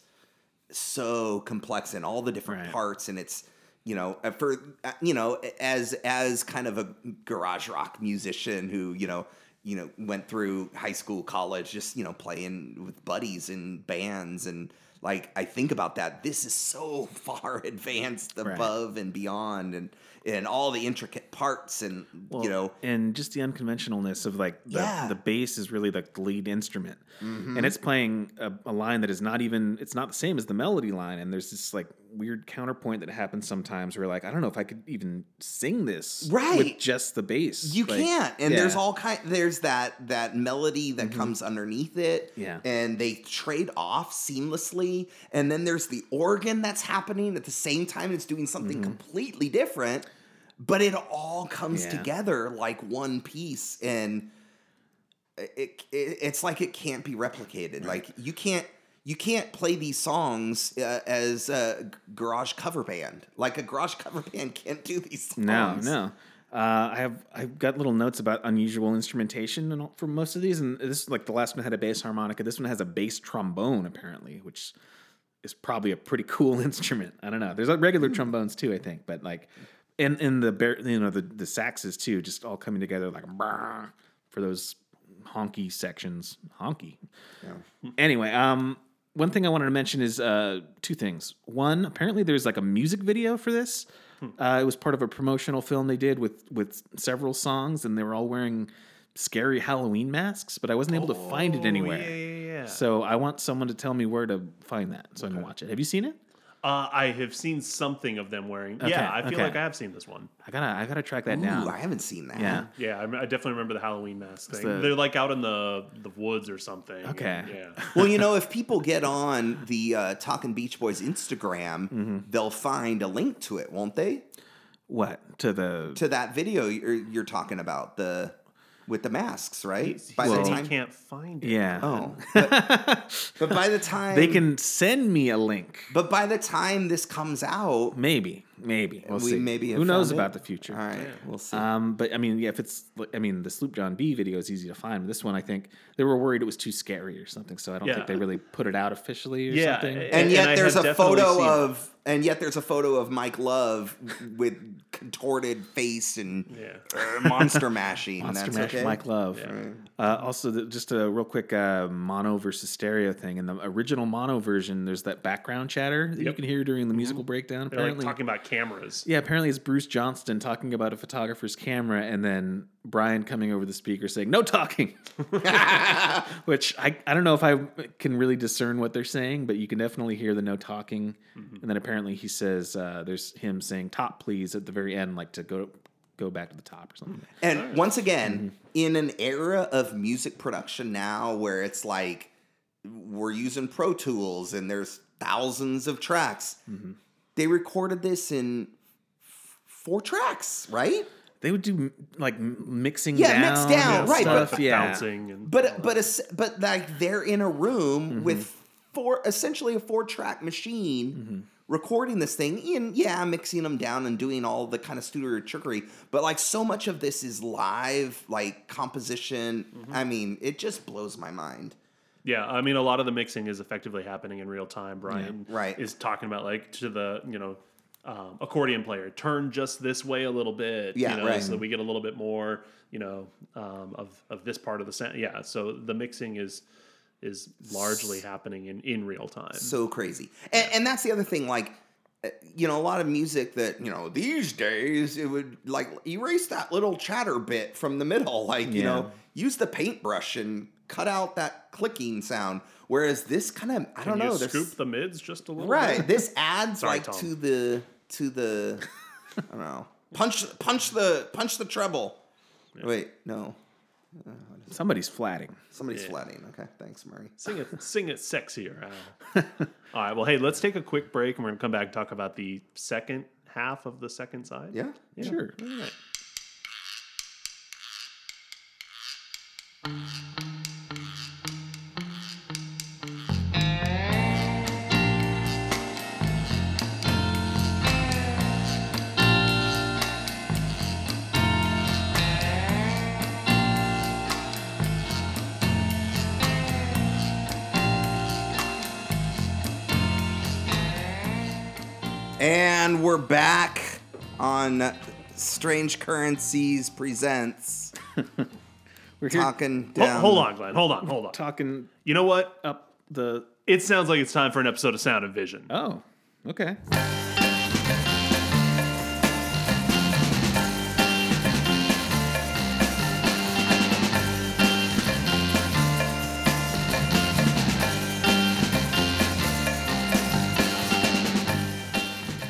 [SPEAKER 2] so complex and all the different
[SPEAKER 3] Right.
[SPEAKER 2] parts and it's you know uh, for uh, you know as as kind of a garage rock musician who you know you know went through high school college just you know playing with buddies in bands and like I think about that this is so far advanced above and beyond and and all the intricate parts and you know
[SPEAKER 3] and just the unconventionalness of like the,
[SPEAKER 2] Yeah. Mm-hmm.
[SPEAKER 3] the bass is really like the lead instrument and it's playing a, a line that is not even it's not the same as the melody line and there's this like weird counterpoint that happens sometimes where like i don't know if i could even sing this with
[SPEAKER 2] Right.
[SPEAKER 3] just the bass
[SPEAKER 2] You
[SPEAKER 3] Like,
[SPEAKER 2] can't. And there's
[SPEAKER 3] yeah. Mm-hmm.
[SPEAKER 2] all kind there's that that melody that comes underneath it.
[SPEAKER 3] Yeah.
[SPEAKER 2] And they trade off seamlessly. And then there's the organ that's happening at the same time it's doing something
[SPEAKER 3] Mm-hmm.
[SPEAKER 2] completely different. But it all comes
[SPEAKER 3] Yeah.
[SPEAKER 2] together like one piece and it, it it's like it can't be replicated. Like you can't you can't play these songs uh, as a garage cover band. Like a garage cover band can't do these songs.
[SPEAKER 3] No, no. Uh, I have I've got little notes about unusual instrumentation and all, for most of these, and this like the last one had a bass harmonica. This one has a bass trombone apparently, which is probably a pretty cool instrument. I don't know. There's like regular trombones too, I think, but like and and the bar, you know the the saxes too, just all coming together like brrr, for those honky sections. Honky. Anyway, um, one thing I wanted to mention is uh, two things. One, apparently there's like a music video for this.
[SPEAKER 2] Hmm.
[SPEAKER 3] Uh, it was part of a promotional film they did with with several songs, and they were all wearing scary Halloween masks. But I wasn't able to find it
[SPEAKER 2] Oh,
[SPEAKER 3] anywhere.
[SPEAKER 1] Oh, yeah, yeah, yeah.
[SPEAKER 3] So I want someone to tell me where to find that so I can watch it. Have you seen it?
[SPEAKER 1] Uh, I have seen something of them wearing.
[SPEAKER 3] Okay,
[SPEAKER 1] yeah, I feel
[SPEAKER 3] okay.
[SPEAKER 1] like I have seen this one.
[SPEAKER 3] I gotta I gotta track that
[SPEAKER 2] Ooh,
[SPEAKER 3] down.
[SPEAKER 2] I haven't seen that.
[SPEAKER 3] yeah.
[SPEAKER 1] Yeah, I, I definitely remember the Halloween mask thing.
[SPEAKER 3] the-
[SPEAKER 1] They're like out in the the woods or something.
[SPEAKER 3] Okay.
[SPEAKER 1] Yeah.
[SPEAKER 2] Well, you know, if people get on the uh, Talking Beach Boys Instagram,
[SPEAKER 3] Mm-hmm.
[SPEAKER 2] they'll find a link to it, won't they?
[SPEAKER 3] What to the
[SPEAKER 2] To that video you're, you're talking about the with the masks, right?
[SPEAKER 1] He
[SPEAKER 2] By
[SPEAKER 1] said
[SPEAKER 2] the
[SPEAKER 3] Well-
[SPEAKER 1] he
[SPEAKER 2] time,
[SPEAKER 1] can't find it.
[SPEAKER 3] yeah.
[SPEAKER 2] oh, but, but by the time
[SPEAKER 3] They can send me a link.
[SPEAKER 2] but by the time this comes out,
[SPEAKER 3] Maybe, maybe we'll
[SPEAKER 2] we
[SPEAKER 3] see.
[SPEAKER 2] maybe have
[SPEAKER 3] Who knows
[SPEAKER 2] found it.
[SPEAKER 3] about the future?
[SPEAKER 2] all right, we'll see.
[SPEAKER 3] Um, but I mean, yeah, if it's, I mean, the Sloop John B video is easy to find. But this one, I think they were worried it was too scary or something, so I don't
[SPEAKER 1] Yeah.
[SPEAKER 3] think they really put it out officially or
[SPEAKER 1] Yeah,
[SPEAKER 3] something.
[SPEAKER 1] it-
[SPEAKER 2] and,
[SPEAKER 1] and
[SPEAKER 2] yet
[SPEAKER 1] I
[SPEAKER 2] there's
[SPEAKER 1] had
[SPEAKER 2] a
[SPEAKER 1] definitely
[SPEAKER 2] photo
[SPEAKER 1] seen it.
[SPEAKER 2] of and yet there's a photo of Mike Love with contorted face and
[SPEAKER 1] Yeah.
[SPEAKER 2] uh, monster mashing. and
[SPEAKER 3] Monster
[SPEAKER 2] that's
[SPEAKER 3] Mash
[SPEAKER 2] okay.
[SPEAKER 3] Mike Love. Uh, also, the, just a real quick uh, mono versus stereo thing. In the original mono version, there's that background chatter that you
[SPEAKER 1] Yep.
[SPEAKER 3] can hear during the musical breakdown.
[SPEAKER 1] They're like
[SPEAKER 3] Apparently,
[SPEAKER 1] talking about cameras.
[SPEAKER 3] yeah, apparently it's Bruce Johnston talking about a photographer's camera, and then Brian coming over the speaker saying, "No talking." Which I, I don't know if I can really discern what they're saying, but you can definitely hear the no talking.
[SPEAKER 2] Mm-hmm.
[SPEAKER 3] And then apparently he says uh, there's him saying top please at the very end, like to go go back to the top or something.
[SPEAKER 2] And once again, in an era of music production now where it's like we're using Pro Tools and there's thousands of tracks, they recorded this in f- four tracks, right?
[SPEAKER 3] They would do m- like m- mixing
[SPEAKER 2] Yeah,
[SPEAKER 3] down,
[SPEAKER 2] mix down,
[SPEAKER 3] and
[SPEAKER 2] right, but-
[SPEAKER 3] Stuff. yeah,
[SPEAKER 1] Bouncing and
[SPEAKER 2] But but es- but like they're in a room with four essentially a four track machine recording this thing and yeah mixing them down and doing all the kind of studio trickery but like so much of this is live like composition I mean it just blows my mind
[SPEAKER 1] Yeah, I mean, a lot of the mixing is effectively happening in real time. Brian
[SPEAKER 2] Right.
[SPEAKER 1] is talking about like to the you know um, accordion player, turn just this way a little bit,
[SPEAKER 2] Yeah,
[SPEAKER 1] you know,
[SPEAKER 2] right.
[SPEAKER 1] so that we get a little bit more, you know, um, of of this part of the sound. Yeah, so the mixing is is largely happening in in real time.
[SPEAKER 2] so crazy and, and that's the other thing like uh, you know a lot of music that you know these days it would like erase that little chatter bit from the middle like you
[SPEAKER 3] Yeah.
[SPEAKER 2] know use the paintbrush and cut out that clicking sound whereas this kind of i
[SPEAKER 1] Can
[SPEAKER 2] don't
[SPEAKER 1] you
[SPEAKER 2] know this,
[SPEAKER 1] scoop the mids just a little,
[SPEAKER 2] right
[SPEAKER 1] Bit?
[SPEAKER 2] this adds
[SPEAKER 1] Sorry,
[SPEAKER 2] like
[SPEAKER 1] Tom.
[SPEAKER 2] to the to the i don't know punch punch the punch the treble wait no
[SPEAKER 3] somebody's flatting.
[SPEAKER 2] somebody's flatting okay thanks murray
[SPEAKER 1] Sing it, sing it sexier. Al. All right, well, hey, let's take a quick break, and we're gonna come back and talk about the second half of the second side.
[SPEAKER 2] yeah
[SPEAKER 3] Sure.
[SPEAKER 2] And we're back on Strange Currencies Presents.
[SPEAKER 3] We're here
[SPEAKER 2] Talking
[SPEAKER 1] Ho-
[SPEAKER 2] down.
[SPEAKER 1] hold on, Glenn. Hold on, hold on.
[SPEAKER 3] talking
[SPEAKER 1] You know what?
[SPEAKER 3] up the.
[SPEAKER 1] It sounds like it's time for an episode of Sound and Vision.
[SPEAKER 3] Oh, okay.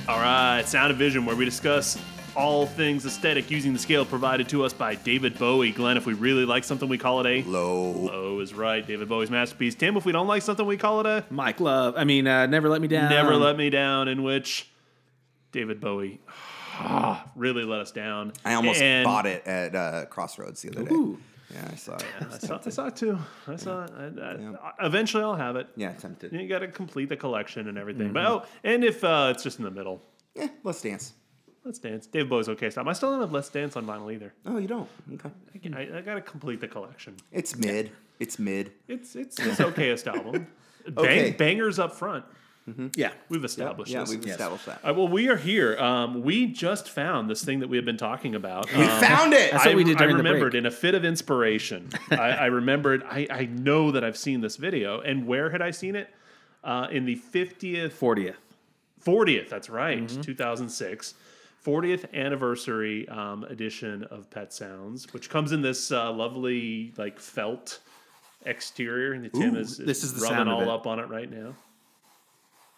[SPEAKER 1] All right, Sound and Vision, where we discuss all things aesthetic using the scale provided to us by David Bowie. Glenn, if we really like something, we call it a.
[SPEAKER 2] Low.
[SPEAKER 1] Low is right. David Bowie's masterpiece. Tim, if we don't like something, we call it a.
[SPEAKER 3] Mike Love. I mean, uh, never let me down.
[SPEAKER 1] Never Let Me Down, in which David Bowie ah, really let us down.
[SPEAKER 2] I almost
[SPEAKER 1] And-
[SPEAKER 2] bought it at uh, Crossroads the other day.
[SPEAKER 3] Ooh.
[SPEAKER 2] Yeah, I saw it.
[SPEAKER 1] I saw, I saw it too. I saw it. I, I, Eventually, I'll have it.
[SPEAKER 2] Yeah, tempted.
[SPEAKER 1] You got to complete the collection and everything. But oh, and if uh, it's just in the middle,
[SPEAKER 2] Yeah, let's dance.
[SPEAKER 1] Let's Dance. Dave Bowie's okay stop. I still don't have Let's Dance on vinyl either.
[SPEAKER 2] Oh, you don't? Okay.
[SPEAKER 1] I, can- I, I gotta complete the collection.
[SPEAKER 2] It's mid. It's mid.
[SPEAKER 1] It's it's it's okayest album. Bang,
[SPEAKER 2] Okay.
[SPEAKER 1] Bangers up front.
[SPEAKER 3] Yeah.
[SPEAKER 1] We've established
[SPEAKER 2] Yeah,
[SPEAKER 1] this.
[SPEAKER 2] we've established that.
[SPEAKER 1] Uh, well, we are here. Um, we just found this thing that we have been talking about.
[SPEAKER 2] we
[SPEAKER 1] Um,
[SPEAKER 2] found it.
[SPEAKER 3] That's what
[SPEAKER 1] I,
[SPEAKER 3] we did
[SPEAKER 1] I
[SPEAKER 3] during the
[SPEAKER 1] remembered
[SPEAKER 3] break.
[SPEAKER 1] in a fit of inspiration. I, I remembered. I, I know that I've seen this video, and where had I seen it? Uh, in the fiftieth,
[SPEAKER 3] 40th.
[SPEAKER 1] fortieth. That's right,
[SPEAKER 3] Mm-hmm.
[SPEAKER 1] thousand six. 40th anniversary um, edition of Pet Sounds, which comes in this uh, lovely like felt exterior, and the Tim
[SPEAKER 3] Ooh,
[SPEAKER 1] is, is
[SPEAKER 3] this is the
[SPEAKER 1] rubbing
[SPEAKER 3] sound of
[SPEAKER 1] all
[SPEAKER 3] it. Mm.
[SPEAKER 1] up on it right now.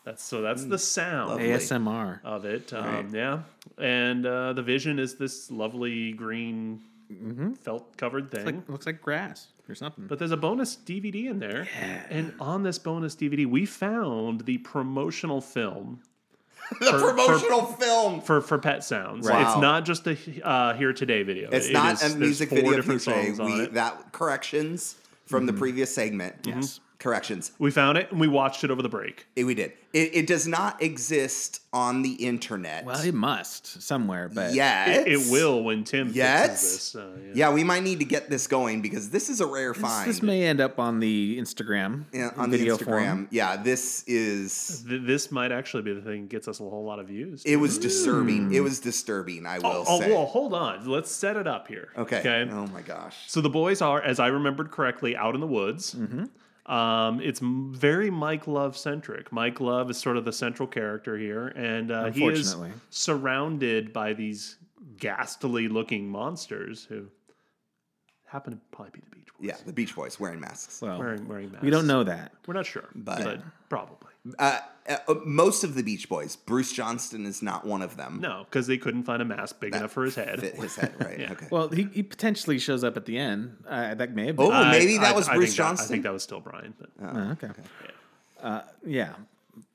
[SPEAKER 1] That's so. That's the sound
[SPEAKER 2] lovely.
[SPEAKER 3] ASMR.
[SPEAKER 1] of it. Um,
[SPEAKER 2] Right.
[SPEAKER 1] Yeah, and uh, the vision is this lovely green felt covered thing.
[SPEAKER 3] Mm-hmm. Like, looks like grass or something.
[SPEAKER 1] but there's a bonus DVD in there, and on this bonus DVD, we found the promotional film
[SPEAKER 2] the
[SPEAKER 1] for-
[SPEAKER 2] promotional film.
[SPEAKER 1] for for Pet Sounds.
[SPEAKER 2] Right.
[SPEAKER 1] It's
[SPEAKER 2] Wow.
[SPEAKER 1] not just a uh, Here Today video.
[SPEAKER 2] It's
[SPEAKER 1] It
[SPEAKER 2] not
[SPEAKER 1] is-
[SPEAKER 2] a
[SPEAKER 1] there's
[SPEAKER 2] music
[SPEAKER 1] four
[SPEAKER 2] video
[SPEAKER 1] different
[SPEAKER 2] Pinche.
[SPEAKER 1] songs on
[SPEAKER 2] We
[SPEAKER 1] it. Mm-hmm.
[SPEAKER 2] that corrections from the previous segment.
[SPEAKER 3] Yes.
[SPEAKER 2] Corrections.
[SPEAKER 1] We found it and we watched it over the break.
[SPEAKER 2] It, we did. It, it does not exist on the internet.
[SPEAKER 3] well, it must somewhere, but
[SPEAKER 2] yet.
[SPEAKER 1] It, it will when Tim
[SPEAKER 2] Yet?
[SPEAKER 1] fixes this. Uh, yeah.
[SPEAKER 2] Yeah, we might need to get this going because this is a rare
[SPEAKER 3] this,
[SPEAKER 2] find.
[SPEAKER 3] this may end up on the Instagram.
[SPEAKER 2] Yeah, on
[SPEAKER 3] video
[SPEAKER 2] the Instagram.
[SPEAKER 3] form.
[SPEAKER 2] Yeah, this is.
[SPEAKER 1] Th- this might actually be the thing that gets us a whole lot of views.
[SPEAKER 2] It was disturbing. It was disturbing. I will
[SPEAKER 1] Hmm. Oh, oh,
[SPEAKER 2] say.
[SPEAKER 1] well, hold on. Let's set it up here.
[SPEAKER 2] okay.
[SPEAKER 1] Okay.
[SPEAKER 2] Oh my gosh.
[SPEAKER 1] So the boys are, as I remembered correctly, out in the woods. Um, it's m- very Mike Love centric. Mike Love is sort of the central character here, and uh, he is
[SPEAKER 3] Unfortunately.
[SPEAKER 1] surrounded by these ghastly looking monsters who happen to probably be the Beach Boys
[SPEAKER 2] Yeah, the Beach Boys wearing masks.
[SPEAKER 3] Well,
[SPEAKER 1] wearing wearing masks.
[SPEAKER 3] we don't know that.
[SPEAKER 1] We're not sure,
[SPEAKER 2] But-
[SPEAKER 1] but, probably
[SPEAKER 2] Uh, uh, uh, most of the Beach Boys. Bruce Johnston is not one of them.
[SPEAKER 1] no, because they couldn't find a mask big enough for his head.
[SPEAKER 2] Fit his head right. Okay.
[SPEAKER 3] Well, he, he potentially shows up at the end. Uh, that may have been.
[SPEAKER 2] Oh, maybe that was Bruce
[SPEAKER 1] think I
[SPEAKER 2] Johnston?
[SPEAKER 1] think that was still Brian. But uh,
[SPEAKER 3] Oh, okay. Uh, yeah.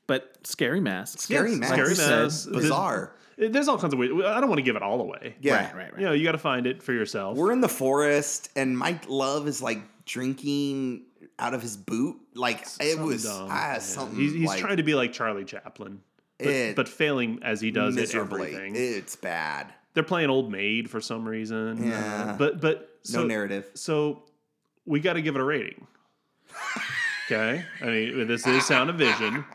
[SPEAKER 3] But scary masks.
[SPEAKER 2] scary
[SPEAKER 3] Yes,
[SPEAKER 2] masks.
[SPEAKER 3] like we
[SPEAKER 1] Scary
[SPEAKER 3] said.
[SPEAKER 1] masks.
[SPEAKER 2] Bizarre.
[SPEAKER 1] It- there's all kinds of weird. I don't want to give it all away.
[SPEAKER 2] Yeah.
[SPEAKER 3] Right, right, right.
[SPEAKER 1] You know, you got to find it for yourself.
[SPEAKER 2] We're in the forest, and Mike Love is like drinking out of his boot. Like it
[SPEAKER 1] Something
[SPEAKER 2] was
[SPEAKER 1] dumb,
[SPEAKER 2] ah,
[SPEAKER 1] yeah.
[SPEAKER 2] something.
[SPEAKER 1] He's, he's
[SPEAKER 2] like,
[SPEAKER 1] trying to be like Charlie Chaplin, but,
[SPEAKER 2] It-
[SPEAKER 1] but failing as he does at
[SPEAKER 2] miserably.
[SPEAKER 1] everything.
[SPEAKER 2] It's bad.
[SPEAKER 1] They're playing old maid for some reason.
[SPEAKER 2] Yeah.
[SPEAKER 1] But but so,
[SPEAKER 2] no narrative.
[SPEAKER 1] So we got to give it a rating. okay. I mean, this is Sound of Vision.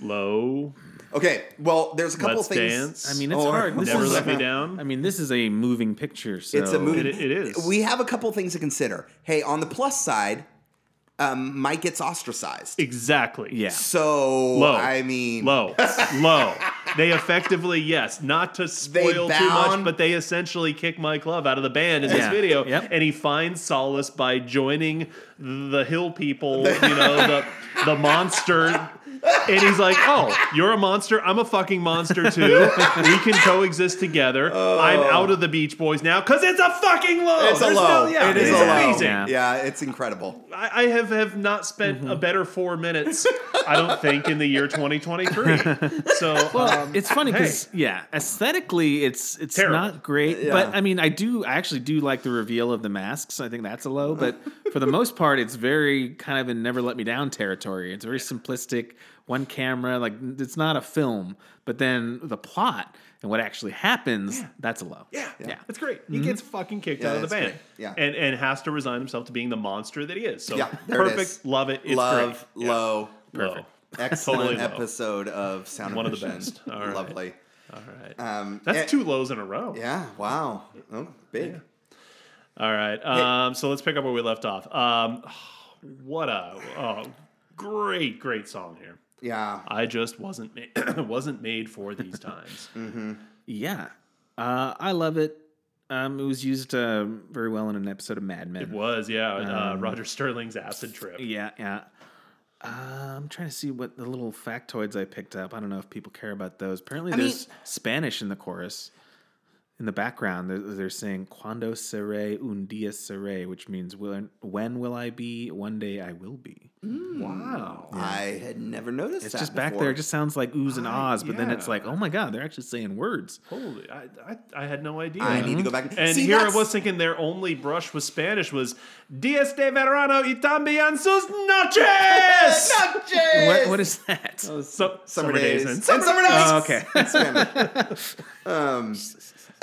[SPEAKER 1] Low.
[SPEAKER 2] Okay. Well, there's a couple
[SPEAKER 1] Let's
[SPEAKER 2] things.
[SPEAKER 1] dance.
[SPEAKER 3] I mean, it's
[SPEAKER 2] Oh,
[SPEAKER 3] hard. This
[SPEAKER 1] Never
[SPEAKER 3] is,
[SPEAKER 1] let me down.
[SPEAKER 3] I mean, this is a moving picture. So
[SPEAKER 2] It's a movie.
[SPEAKER 1] It- it is.
[SPEAKER 2] We have a couple things to consider. Hey, on the plus side, um, Mike gets ostracized.
[SPEAKER 1] exactly.
[SPEAKER 3] Yeah.
[SPEAKER 2] So
[SPEAKER 1] Low.
[SPEAKER 2] I mean,
[SPEAKER 1] low, low. They effectively, yes, not to spoil too
[SPEAKER 2] bound-
[SPEAKER 1] much, but they essentially kick Mike Love out of the band in this
[SPEAKER 3] Yeah.
[SPEAKER 1] video,
[SPEAKER 3] Yep.
[SPEAKER 1] and he finds solace by joining the hill people, you know, the the monster. And he's like, "Oh, you're a monster. I'm a fucking monster too. We can coexist together. I'm out of the Beach Boys now because it's a fucking low.
[SPEAKER 2] Oh. It's a
[SPEAKER 1] There's
[SPEAKER 2] low.
[SPEAKER 1] no- yeah,
[SPEAKER 2] it is
[SPEAKER 1] it's
[SPEAKER 2] a low.
[SPEAKER 1] amazing.
[SPEAKER 2] Yeah. yeah, it's incredible.
[SPEAKER 1] I, I have, have not spent
[SPEAKER 3] Mm-hmm.
[SPEAKER 1] a better four minutes, I don't think, in the year 2023. So, um,
[SPEAKER 3] it's funny because yeah, aesthetically it's it's
[SPEAKER 1] Terrible.
[SPEAKER 3] not great.
[SPEAKER 2] Yeah.
[SPEAKER 3] But I mean, I do I actually do like the reveal of the masks. I think that's a low. But for the most part, it's very kind of in never let me down territory. It's very simplistic, one camera. Like it's not a film. But then the plot and what actually happens, that's a low.
[SPEAKER 1] yeah,
[SPEAKER 3] yeah.
[SPEAKER 1] it's great. He gets fucking kicked
[SPEAKER 2] Mm-hmm. Yeah,
[SPEAKER 1] out of the
[SPEAKER 2] that's
[SPEAKER 1] band.
[SPEAKER 2] great. Yeah.
[SPEAKER 1] And, and has to resign himself to being the monster that he is. So,
[SPEAKER 2] Yeah, there it
[SPEAKER 1] perfect.
[SPEAKER 2] is.
[SPEAKER 1] Love it. It's
[SPEAKER 2] Love,
[SPEAKER 1] great. Yeah.
[SPEAKER 2] low,
[SPEAKER 1] Low.
[SPEAKER 2] excellent
[SPEAKER 1] Totally low.
[SPEAKER 2] episode of Sound
[SPEAKER 1] One of the
[SPEAKER 2] Vision.
[SPEAKER 1] best. All right.
[SPEAKER 2] Lovely.
[SPEAKER 1] All right.
[SPEAKER 2] Um,
[SPEAKER 1] That's
[SPEAKER 2] eh,
[SPEAKER 1] two lows in a row.
[SPEAKER 2] Yeah. Wow. Oh, big.
[SPEAKER 1] All right. Um, so, let's pick up where we left off. Um, what a oh, great, great song here.
[SPEAKER 2] Yeah.
[SPEAKER 1] I just wasn't ma- wasn't made for these times.
[SPEAKER 2] Mm-hmm.
[SPEAKER 3] Yeah, uh, I love it. Um, it was used uh, very well in an episode of Mad Men.
[SPEAKER 1] It was, yeah.
[SPEAKER 2] Um,
[SPEAKER 1] uh, Roger Sterling's acid trip.
[SPEAKER 3] Yeah, yeah. Uh, I'm trying to see what the little factoids I picked up. I don't know if people care about those. Apparently, there's Spanish in the chorus. In the background, they're, they're saying "Cuando seré un día seré," which means when, when will I be? One day I will be.
[SPEAKER 1] Wow.
[SPEAKER 2] I had never noticed
[SPEAKER 3] It's
[SPEAKER 2] that.
[SPEAKER 3] just back
[SPEAKER 2] before.
[SPEAKER 3] there. It just sounds like oohs and
[SPEAKER 1] Ah,
[SPEAKER 3] ahs, but then it's
[SPEAKER 1] yeah.
[SPEAKER 3] like, oh my god, they're actually saying words.
[SPEAKER 1] Holy, I, I, I had no idea.
[SPEAKER 2] I need to go back.
[SPEAKER 1] and
[SPEAKER 2] See,
[SPEAKER 1] here I
[SPEAKER 2] that's-
[SPEAKER 1] was thinking their only brush with Spanish was Dias de Verano y también sus noches.
[SPEAKER 2] Not
[SPEAKER 3] What,
[SPEAKER 2] Jays!
[SPEAKER 3] what is that?
[SPEAKER 1] So,
[SPEAKER 2] summer days
[SPEAKER 1] and
[SPEAKER 2] and
[SPEAKER 1] summer-
[SPEAKER 2] summer nights?
[SPEAKER 3] Oh, okay.
[SPEAKER 2] Spanish. um,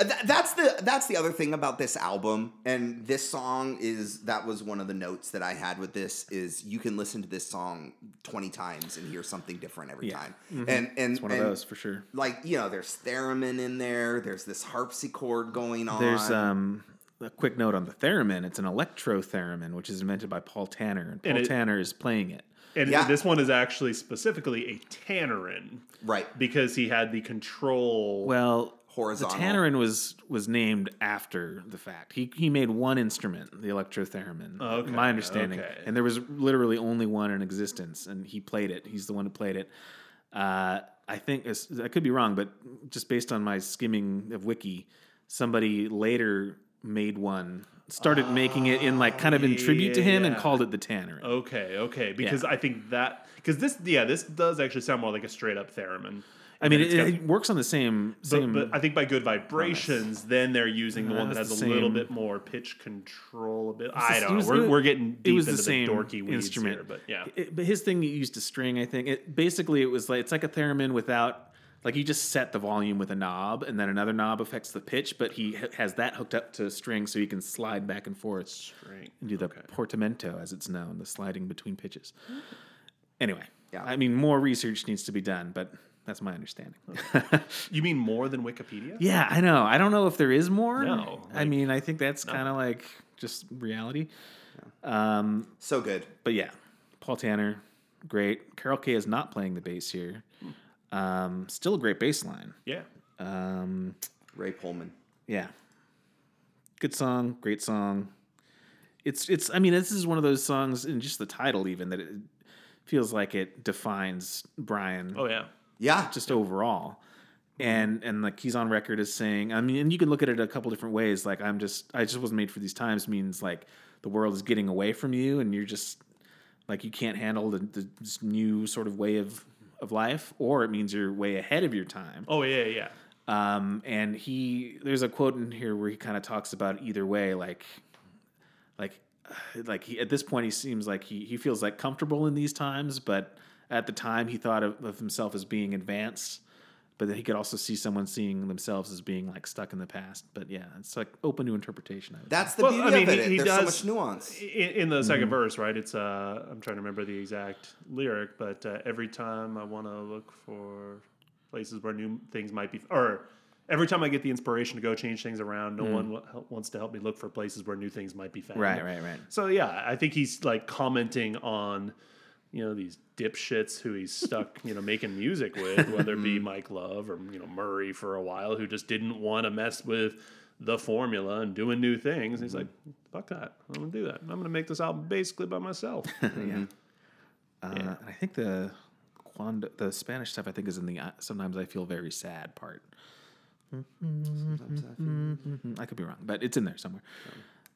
[SPEAKER 2] Th- that's the that's the other thing about this album and this song is that was one of the notes that I had with this is you can listen to this song 20 times and hear something different every
[SPEAKER 3] Yeah.
[SPEAKER 2] time. And and
[SPEAKER 3] It's one of
[SPEAKER 2] and,
[SPEAKER 3] those for sure.
[SPEAKER 2] like you know there's theremin in there, there's this harpsichord going on.
[SPEAKER 3] There's
[SPEAKER 1] uh,
[SPEAKER 3] um, a quick note on the theremin. It's an electro theremin, which is invented by Paul Tanner, and Paul
[SPEAKER 1] And it-
[SPEAKER 3] Tanner is playing it.
[SPEAKER 1] And
[SPEAKER 2] Yeah.
[SPEAKER 1] this one is actually specifically a Tannerin
[SPEAKER 2] right.
[SPEAKER 1] because he had the control.
[SPEAKER 3] Well,
[SPEAKER 2] Horizontal.
[SPEAKER 3] the Tannerin was was named after the fact. He he made one instrument, the electro theremin.
[SPEAKER 1] Okay,
[SPEAKER 3] my understanding,
[SPEAKER 1] okay.
[SPEAKER 3] and there was literally only one in existence, and he played it. He's the one who played it. Uh, I think it's- I could be wrong, but just based on my skimming of wiki, somebody later made one, started making it in like kind of in tribute to him, and
[SPEAKER 1] Ah, yeah. Oh,
[SPEAKER 3] called it the Tannerin.
[SPEAKER 1] okay, okay, because I think that because this yeah this does actually sound more like a straight up theremin.
[SPEAKER 3] I mean, it,
[SPEAKER 1] it's got-
[SPEAKER 3] it works on the same
[SPEAKER 1] But,
[SPEAKER 3] same.
[SPEAKER 1] but I think by good vibrations, then they're using the
[SPEAKER 3] No,
[SPEAKER 1] one that
[SPEAKER 3] that's
[SPEAKER 1] has a
[SPEAKER 3] the
[SPEAKER 1] little
[SPEAKER 3] same-
[SPEAKER 1] bit more pitch control. A bit,
[SPEAKER 3] the-
[SPEAKER 1] I
[SPEAKER 3] it
[SPEAKER 1] don't
[SPEAKER 3] was-
[SPEAKER 1] know. We're,
[SPEAKER 3] it-
[SPEAKER 1] we're getting
[SPEAKER 3] it
[SPEAKER 1] deep
[SPEAKER 3] was
[SPEAKER 1] into
[SPEAKER 3] the same
[SPEAKER 1] dorky weeds
[SPEAKER 3] instrument,
[SPEAKER 1] here, but yeah,
[SPEAKER 3] It- but his thing he used a string, I think. It basically it was like it's like a theremin without like you just set the volume with a knob, and then another knob affects the pitch. But he h- has that hooked up to a string, so he can slide back and forth
[SPEAKER 1] String.
[SPEAKER 3] and do the portamento, as it's known, the sliding between pitches. Anyway,
[SPEAKER 2] Yeah.
[SPEAKER 3] I mean, more research needs to be done, but that's my understanding.
[SPEAKER 1] You mean more than Wikipedia?
[SPEAKER 3] Yeah, I know. I don't know if there is more.
[SPEAKER 1] No,
[SPEAKER 3] I mean, I think that's kind of like just reality.
[SPEAKER 2] so good.
[SPEAKER 3] But yeah, Paul Tanner, great. Carol Kay is not playing the bass here. Um, still a great bass line.
[SPEAKER 1] Yeah.
[SPEAKER 3] Um,
[SPEAKER 2] Ray Pullman.
[SPEAKER 3] yeah, good song, great song. It's it's. I mean, this is one of those songs, and just the title even that it feels like it defines Brian
[SPEAKER 1] Oh yeah.
[SPEAKER 2] Yeah.
[SPEAKER 3] just overall. And and like he's on record as saying, I mean, and you can look at it a couple different ways. Like I'm just, I just wasn't made for these times. Means like the world is getting away from you, and you're just like you can't handle the, the this new sort of way of of life, or it means you're way ahead of your time.
[SPEAKER 1] Oh yeah. Yeah.
[SPEAKER 3] Um, and he, there's a quote in here where he kind of talks about either way, like, like, like he, at this point, he seems like he, he feels like comfortable in these times, but at the time he thought of, of himself as being advanced, but then he could also see someone seeing themselves as being like stuck in the past. But yeah, it's like open to interpretation. I would
[SPEAKER 2] That's the
[SPEAKER 1] Well,
[SPEAKER 2] beauty
[SPEAKER 1] I mean,
[SPEAKER 2] of it.
[SPEAKER 1] he- he
[SPEAKER 2] There's so
[SPEAKER 1] does-
[SPEAKER 2] much nuance.
[SPEAKER 1] In, in the
[SPEAKER 3] Mm-hmm.
[SPEAKER 1] second verse, right? It's uh, I'm trying to remember the exact lyric, but uh, every time I want to look for places where new things might be, or every time I get the inspiration to go change things around, no one wa- hel- wants to help me look for places where new things might be found.
[SPEAKER 3] say. Mm. Right, right, right.
[SPEAKER 1] So yeah, I think he's like commenting on, you know, these dipshits who he's stuck, you know, making music with, whether it be
[SPEAKER 3] Mm-hmm.
[SPEAKER 1] Mike Love or you know Murray for a while, who just didn't want to mess with the formula and doing new things. he's like,
[SPEAKER 3] Mm-hmm.
[SPEAKER 1] fuck that, I'm gonna do that. I'm gonna make this album basically by myself.
[SPEAKER 3] Uh, and I think the quando, the Spanish stuff, I think is in the uh, sometimes I feel very sad part. Mm-hmm. Mm, I could be wrong, but it's in there somewhere.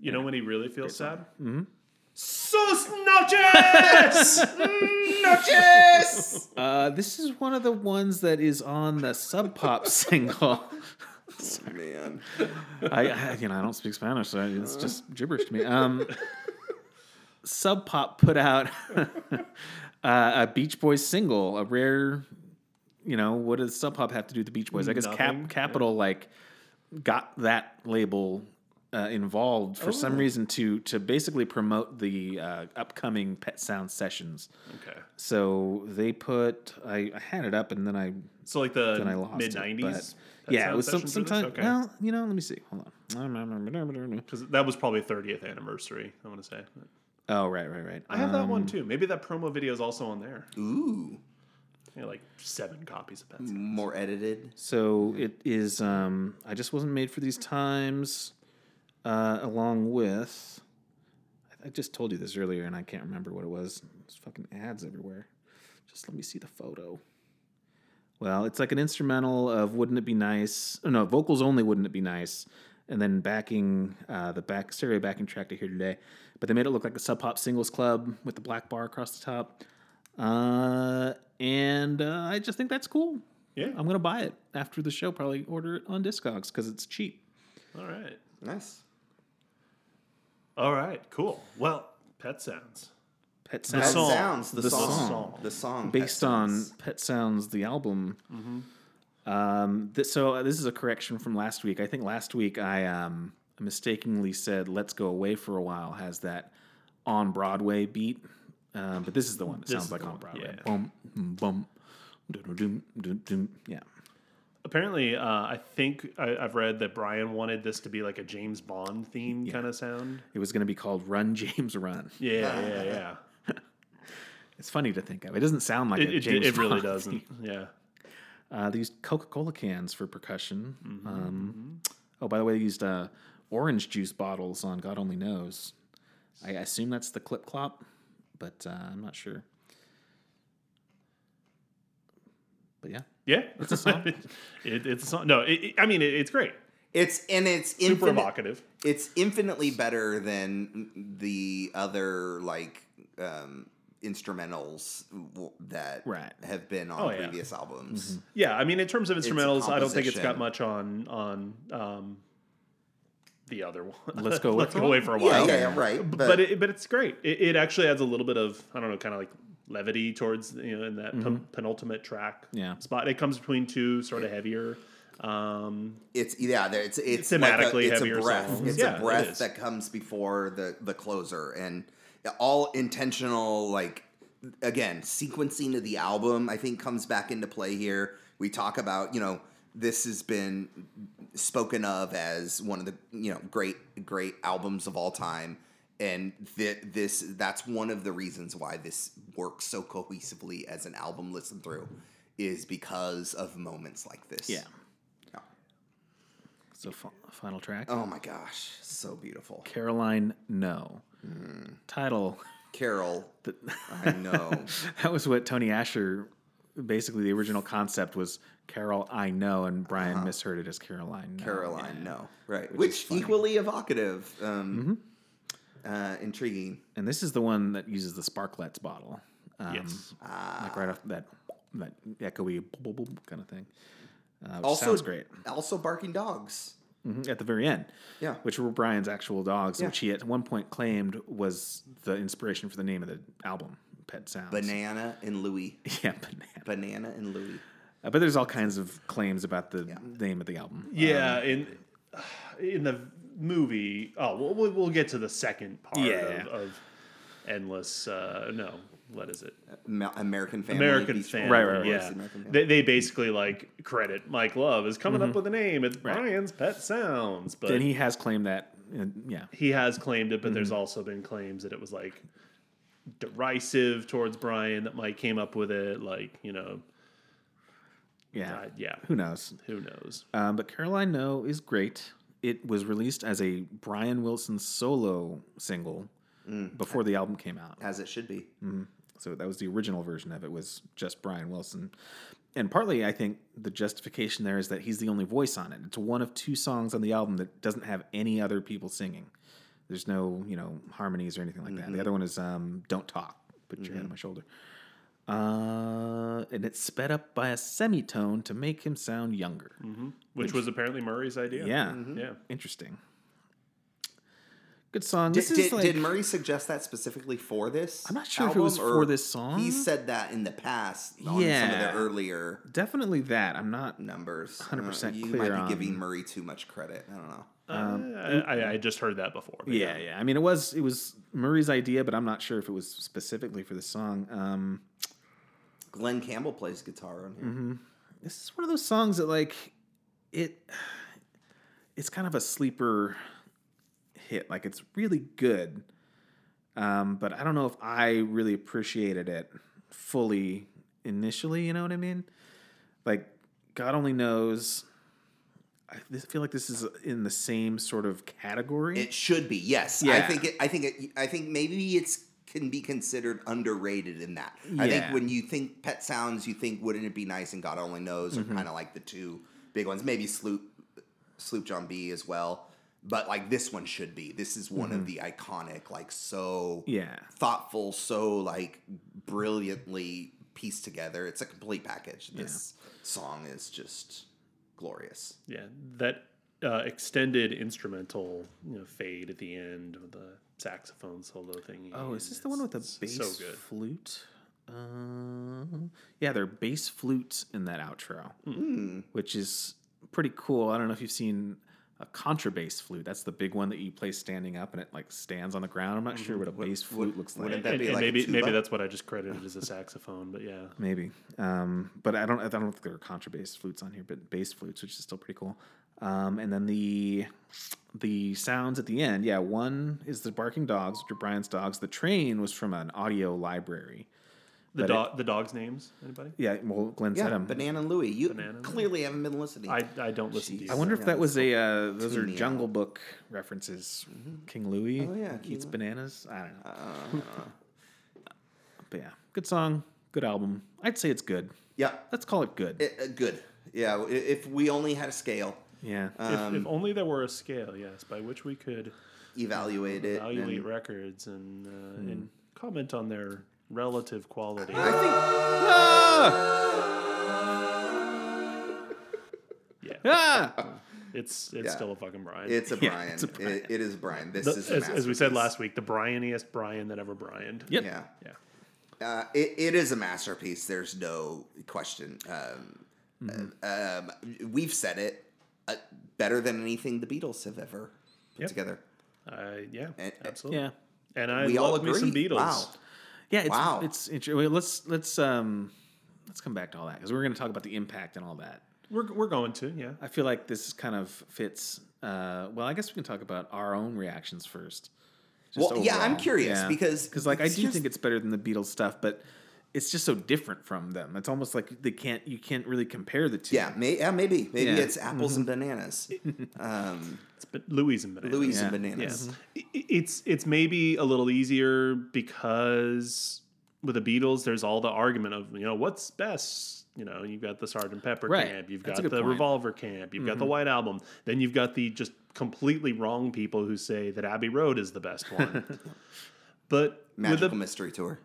[SPEAKER 1] you know when he really feels sad?
[SPEAKER 3] Mm-hmm.
[SPEAKER 2] Sus noches! noches!
[SPEAKER 3] Uh, this is one of the ones that is on the Sub Pop single.
[SPEAKER 2] Man.
[SPEAKER 3] I, I, you know, I don't speak Spanish, so it's just gibberish to me. Um, Sub Pop put out uh, a Beach Boys single, a rare. You know, what does Sub Pop have to do with the Beach Boys? I guess
[SPEAKER 1] Nothing,
[SPEAKER 3] Cap, Capital like got that label uh, involved for some reason to to basically promote the uh, upcoming Pet Sound sessions.
[SPEAKER 1] Okay.
[SPEAKER 3] So they put I, I had it up and then I
[SPEAKER 1] So like the
[SPEAKER 3] then I lost
[SPEAKER 1] mid
[SPEAKER 3] nineties.
[SPEAKER 1] '90s.
[SPEAKER 3] Yeah, it was some,
[SPEAKER 1] sometimes.
[SPEAKER 3] sometime. Well, you know, let me see. Hold on.
[SPEAKER 1] because that was probably 30th anniversary. I want to say.
[SPEAKER 3] Oh right, right, right.
[SPEAKER 1] I have that
[SPEAKER 3] Um,
[SPEAKER 1] one too. Maybe that promo video is also on there.
[SPEAKER 2] Ooh.
[SPEAKER 1] Yeah, like seven copies of Pets.
[SPEAKER 2] More edited.
[SPEAKER 3] So it is. Um, I just wasn't made for these times. Uh, along with, I, I just told you this earlier, and I can't remember what it was. There's fucking ads everywhere. Just let me see the photo. Well, it's like an instrumental of "Wouldn't It Be Nice." Oh, no, vocals only. "Wouldn't It Be Nice," and then backing uh, the back stereo backing track to "Here Today." But they made it look like the Sub Pop Singles Club with the black bar across the top. Uh, and uh, I just think that's cool.
[SPEAKER 1] Yeah.
[SPEAKER 3] I'm gonna buy it after the show. Probably order it on Discogs because it's cheap.
[SPEAKER 1] All right.
[SPEAKER 2] Nice.
[SPEAKER 1] All right. Cool. Well, Pet Sounds.
[SPEAKER 3] Pet
[SPEAKER 2] That
[SPEAKER 3] Sounds,
[SPEAKER 1] song.
[SPEAKER 2] sounds the,
[SPEAKER 3] The
[SPEAKER 2] song.
[SPEAKER 1] song.
[SPEAKER 2] The song.
[SPEAKER 3] based
[SPEAKER 2] that
[SPEAKER 3] on
[SPEAKER 2] sounds.
[SPEAKER 3] Pet Sounds, the album.
[SPEAKER 1] Mm-hmm.
[SPEAKER 3] Um, th- so uh, this is a correction from last week. I think last week I um, mistakenly said "Let's Go Away for a While" has that on Broadway beat, um, but this is the one that sounds
[SPEAKER 1] is
[SPEAKER 3] like
[SPEAKER 1] the
[SPEAKER 3] on
[SPEAKER 1] one,
[SPEAKER 3] Broadway.
[SPEAKER 1] yeah.
[SPEAKER 3] Bum, mm, bum, doo-doo-doom, doo-doo-doom. Yeah.
[SPEAKER 1] Apparently, uh, I think I, I've read that Brian wanted this to be like a James Bond theme kind of sound.
[SPEAKER 3] It was going to be called "Run James Run."
[SPEAKER 1] Yeah, yeah, yeah.
[SPEAKER 3] It's funny to think of. It doesn't sound like
[SPEAKER 1] It,
[SPEAKER 3] a
[SPEAKER 1] it,
[SPEAKER 3] James
[SPEAKER 1] it really
[SPEAKER 3] Bond
[SPEAKER 1] doesn't. Yeah.
[SPEAKER 3] Uh, they used Coca Cola cans for percussion. Um, oh, by the way, they used uh, orange juice bottles on God Only Knows. I assume that's the clip clop, but uh, I'm not sure. But yeah,
[SPEAKER 1] Yeah, it's
[SPEAKER 3] a song.
[SPEAKER 1] it, it's a song. No, it, it- I mean it, it's great.
[SPEAKER 2] It's and it's
[SPEAKER 1] Super
[SPEAKER 2] infinite,
[SPEAKER 1] evocative.
[SPEAKER 2] It's infinitely better than the other like um, instrumentals w- that
[SPEAKER 3] Right.
[SPEAKER 2] have been on
[SPEAKER 1] Oh, yeah. Mm-hmm.
[SPEAKER 2] previous albums.
[SPEAKER 1] Yeah, I mean in terms of
[SPEAKER 2] a
[SPEAKER 1] instrumentals, I don't think it's got
[SPEAKER 2] composition.
[SPEAKER 1] much on on um, the other one.
[SPEAKER 3] Let's go
[SPEAKER 1] Let's
[SPEAKER 3] away
[SPEAKER 1] go
[SPEAKER 3] for a
[SPEAKER 1] away for a
[SPEAKER 2] Yeah,
[SPEAKER 1] while.
[SPEAKER 2] yeah, yeah, right. But,
[SPEAKER 1] But it, but it's great. It, it actually adds a little bit of I don't know, kind of like levity towards you know in that pen- penultimate track
[SPEAKER 3] Mm-hmm. Yeah.
[SPEAKER 1] spot. It comes between two sort of heavier. Um,
[SPEAKER 2] it's yeah, there- it's it's
[SPEAKER 1] Thematically
[SPEAKER 2] like a, it's
[SPEAKER 1] heavier
[SPEAKER 2] a breath.
[SPEAKER 1] songs.
[SPEAKER 2] It's
[SPEAKER 1] Yeah,
[SPEAKER 2] a
[SPEAKER 1] it
[SPEAKER 2] breath
[SPEAKER 1] is.
[SPEAKER 2] that comes before the the closer and all intentional like again sequencing of the album I think comes back into play here. We talk about you know this has been spoken of as one of the you know great great albums of all time and th- this that's one of the reasons why this works so cohesively as an album listened through is because of moments like this
[SPEAKER 3] yeah.
[SPEAKER 2] Yeah.
[SPEAKER 3] So fi- final track,
[SPEAKER 2] Oh my gosh, so beautiful.
[SPEAKER 3] Caroline No Hmm. title.
[SPEAKER 2] Carol, I know.
[SPEAKER 3] That was what Tony Asher. Basically, the original concept was Carol I know, and Brian misheard it as Uh-huh. Caroline. No.
[SPEAKER 2] Caroline, no. Right.
[SPEAKER 3] Which is
[SPEAKER 2] Which,
[SPEAKER 3] funny. Mm-hmm.
[SPEAKER 2] equally evocative, um, uh, intriguing.
[SPEAKER 3] And this is the one that uses the sparklets bottle. Um,
[SPEAKER 1] yes,
[SPEAKER 3] Like right off that that echoey boop, boop, boop kind of thing. Uh, which
[SPEAKER 2] Also
[SPEAKER 3] sounds great.
[SPEAKER 2] Also barking dogs.
[SPEAKER 3] Mhm, At the very end.
[SPEAKER 2] Yeah.
[SPEAKER 3] Which were Brian's actual dogs,
[SPEAKER 2] Yeah.
[SPEAKER 3] which he at one point claimed was the inspiration for the name of the album, Pet Sounds.
[SPEAKER 2] Banana and Louie.
[SPEAKER 3] Yeah, banana.
[SPEAKER 2] Banana and Louie.
[SPEAKER 3] Uh, but there's all kinds of claims about the name of the album.
[SPEAKER 1] yeah. in in the movie, oh, we'll- we'll, we'll get to the second part
[SPEAKER 3] Yeah.
[SPEAKER 1] of, of endless. Uh, no, what is it?
[SPEAKER 2] Ma- American Family.
[SPEAKER 1] American
[SPEAKER 2] Beach
[SPEAKER 1] fan,
[SPEAKER 2] Boys,
[SPEAKER 3] Right, right, right.
[SPEAKER 1] yeah.
[SPEAKER 2] American Family.
[SPEAKER 1] They, they basically like credit Mike Love as coming up with a name. It's Brian's Pet Sounds, but
[SPEAKER 3] And
[SPEAKER 1] he,
[SPEAKER 3] Mm-hmm. he has claimed that. And yeah.
[SPEAKER 1] has claimed it. But there's
[SPEAKER 3] Mm-hmm.
[SPEAKER 1] also been claims that it was like derisive towards Brian that Mike came up with it. Like you know,
[SPEAKER 3] Yeah.
[SPEAKER 1] uh, yeah,
[SPEAKER 3] Who knows?
[SPEAKER 1] who knows?
[SPEAKER 3] Um, but Caroline No is great. It was released as a Brian Wilson solo single before the album came out.
[SPEAKER 2] As it should be.
[SPEAKER 3] Mm-hmm. So that was the original version of it was just Brian Wilson. And partly I think the justification there is that he's the only voice on it. It's one of two songs on the album that doesn't have any other people singing. There's no, you know, harmonies or anything like that. The other one is um, Don't Talk, Put Your Head on My Shoulder. Uh, and it's sped up by a semitone to make him sound younger.
[SPEAKER 1] Mm-hmm. Which was apparently Murray's idea.
[SPEAKER 3] Yeah.
[SPEAKER 1] yeah.
[SPEAKER 3] Interesting. Good song.
[SPEAKER 2] Did,
[SPEAKER 3] This is
[SPEAKER 2] did,
[SPEAKER 3] like,
[SPEAKER 2] did Murray suggest that specifically for this?
[SPEAKER 3] I'm not sure if it was
[SPEAKER 2] album,
[SPEAKER 3] for
[SPEAKER 2] or
[SPEAKER 3] this song.
[SPEAKER 2] He said that in the past on some of
[SPEAKER 3] Yeah.
[SPEAKER 2] the earlier
[SPEAKER 3] definitely that. I'm not.
[SPEAKER 2] numbers. I don't know,
[SPEAKER 3] 100%
[SPEAKER 2] You
[SPEAKER 3] clear
[SPEAKER 2] might be
[SPEAKER 3] on-
[SPEAKER 2] giving Murray too much credit. I don't know.
[SPEAKER 1] Uh, I, I- I just heard that before. but
[SPEAKER 3] Um, Yeah, yeah. I mean, it was it was Murray's idea, but I'm not sure if it was specifically for the song. Um,
[SPEAKER 2] Glenn Campbell plays guitar on here.
[SPEAKER 3] Mm-hmm. this is one of those songs that like it. It's kind of a sleeper hit. Like it's really good, um, but I don't know if I really appreciated it fully initially. You know what I mean? Like God only knows. I th- feel like this is in the same sort of category.
[SPEAKER 2] It should be. Yes, I
[SPEAKER 3] Yeah.
[SPEAKER 2] think. It, I think. It, I think maybe it's can be considered underrated in that. I
[SPEAKER 3] Yeah.
[SPEAKER 2] think when you think Pet Sounds, you think wouldn't it be nice and God only knows
[SPEAKER 3] Mm-hmm.
[SPEAKER 2] are kind of like the two big ones. Maybe Sloop, Sloop John B as well. But like this one should be. This is one
[SPEAKER 3] Mm-hmm.
[SPEAKER 2] of the iconic, like so
[SPEAKER 3] yeah.
[SPEAKER 2] thoughtful, so like brilliantly pieced together. It's a complete package. This song is just glorious.
[SPEAKER 1] Yeah, that uh, extended instrumental you know, fade at the end with the saxophone solo thing.
[SPEAKER 3] Oh, is this the one with the bass
[SPEAKER 1] So good.
[SPEAKER 3] flute? Uh, yeah, they're bass flutes in that outro, which is pretty cool. I don't know if you've seen a contrabass flute. That's the big one that you play standing up and it like stands on the ground. I'm not sure what a bass flute looks like.
[SPEAKER 2] wouldn't that
[SPEAKER 1] And-
[SPEAKER 2] be
[SPEAKER 1] and
[SPEAKER 2] like a
[SPEAKER 1] maybe
[SPEAKER 2] tuba?
[SPEAKER 1] maybe that's what I just credited as a saxophone, but yeah.
[SPEAKER 3] Maybe, um, but I don't. I don't think there are contrabass flutes on here, but bass flutes, which is still pretty cool. Um, and then the the sounds at the end. Yeah, one is the barking dogs, which are Brian's dogs. The train was from an audio library.
[SPEAKER 1] The
[SPEAKER 3] But
[SPEAKER 1] dog the dog's names, anybody?
[SPEAKER 3] Yeah, well, Glenn said
[SPEAKER 2] Yeah,
[SPEAKER 3] 'em.
[SPEAKER 2] Banana Louie. You
[SPEAKER 1] Banana
[SPEAKER 2] clearly haven't been listening.
[SPEAKER 1] I, I don't listen to you.
[SPEAKER 3] I wonder if that was a uh, those are
[SPEAKER 2] Tune me
[SPEAKER 3] Jungle Book references. King Louis.
[SPEAKER 2] Oh, yeah, King Uh.
[SPEAKER 3] eats
[SPEAKER 2] Louis.
[SPEAKER 3] bananas. I don't know,
[SPEAKER 2] Uh,
[SPEAKER 3] but yeah, good song, good album. I'd say it's good.
[SPEAKER 2] yeah,
[SPEAKER 3] Let's call it good.
[SPEAKER 2] it- uh, good. Yeah, i- if we only had a scale,
[SPEAKER 3] yeah,
[SPEAKER 2] uh.
[SPEAKER 1] if,
[SPEAKER 2] Um,
[SPEAKER 1] if only there were a scale, yes, by which we could
[SPEAKER 2] evaluate it.
[SPEAKER 1] evaluate
[SPEAKER 2] and- Hmm.
[SPEAKER 1] records and uh, and comment on their relative quality.
[SPEAKER 2] I think
[SPEAKER 1] yeah,
[SPEAKER 3] ah!
[SPEAKER 1] it's it's
[SPEAKER 2] Yeah.
[SPEAKER 1] still a fucking Brian.
[SPEAKER 2] it's a
[SPEAKER 3] Yeah,
[SPEAKER 2] Brian.
[SPEAKER 3] it's a
[SPEAKER 2] It-
[SPEAKER 3] Brian.
[SPEAKER 2] it is Brian. This
[SPEAKER 1] The-
[SPEAKER 2] is a
[SPEAKER 1] as, as we said
[SPEAKER 2] masterpiece.
[SPEAKER 1] last week, the Brianiest Brian that ever Brianed.
[SPEAKER 3] Yep.
[SPEAKER 2] Yeah.
[SPEAKER 1] Yeah.
[SPEAKER 2] Uh, it, it is a masterpiece. There's no question. Um,
[SPEAKER 1] Mm-hmm.
[SPEAKER 2] um, we've said it uh, better than anything the Beatles have ever put
[SPEAKER 1] Yep.
[SPEAKER 2] together.
[SPEAKER 1] Uh, yeah.
[SPEAKER 2] And-
[SPEAKER 1] absolutely.
[SPEAKER 3] yeah.
[SPEAKER 1] And I
[SPEAKER 2] we
[SPEAKER 1] love
[SPEAKER 2] all
[SPEAKER 1] me
[SPEAKER 2] agree.
[SPEAKER 1] some Beatles.
[SPEAKER 2] Wow.
[SPEAKER 3] Yeah, it's,
[SPEAKER 2] Wow.
[SPEAKER 3] it's interesting. Let's let's um let's come back to all that because we're going to talk about the impact and all that.
[SPEAKER 1] We're we're going to yeah.
[SPEAKER 3] I feel like this kind of fits. Uh, well, I guess we can talk about our own reactions first.
[SPEAKER 2] Well, yeah, I'm curious because-
[SPEAKER 3] because like I do
[SPEAKER 2] here's-
[SPEAKER 3] think it's better than the Beatles stuff, but it's just so different from them. It's almost like they can't you can't really compare the two.
[SPEAKER 2] Yeah, may, yeah, maybe, maybe
[SPEAKER 3] Yeah.
[SPEAKER 2] it's apples and
[SPEAKER 1] Mm-hmm.
[SPEAKER 2] bananas, um,
[SPEAKER 1] It's been Louis and Bananas.
[SPEAKER 2] Louis
[SPEAKER 3] Yeah.
[SPEAKER 2] and bananas.
[SPEAKER 3] Mm-hmm.
[SPEAKER 1] Yes. It's it's maybe a little easier because with the Beatles, there's all the argument of you know what's best. You know, you've got the Sgt. Pepper
[SPEAKER 3] Right.
[SPEAKER 1] camp, you've
[SPEAKER 3] That's a
[SPEAKER 1] got the
[SPEAKER 3] good point. Mm-hmm.
[SPEAKER 1] Revolver camp, you've got the White Album, then you've got the just completely wrong people who say that Abbey Road is the best one. but
[SPEAKER 2] Magical
[SPEAKER 1] with the
[SPEAKER 2] Mystery Tour.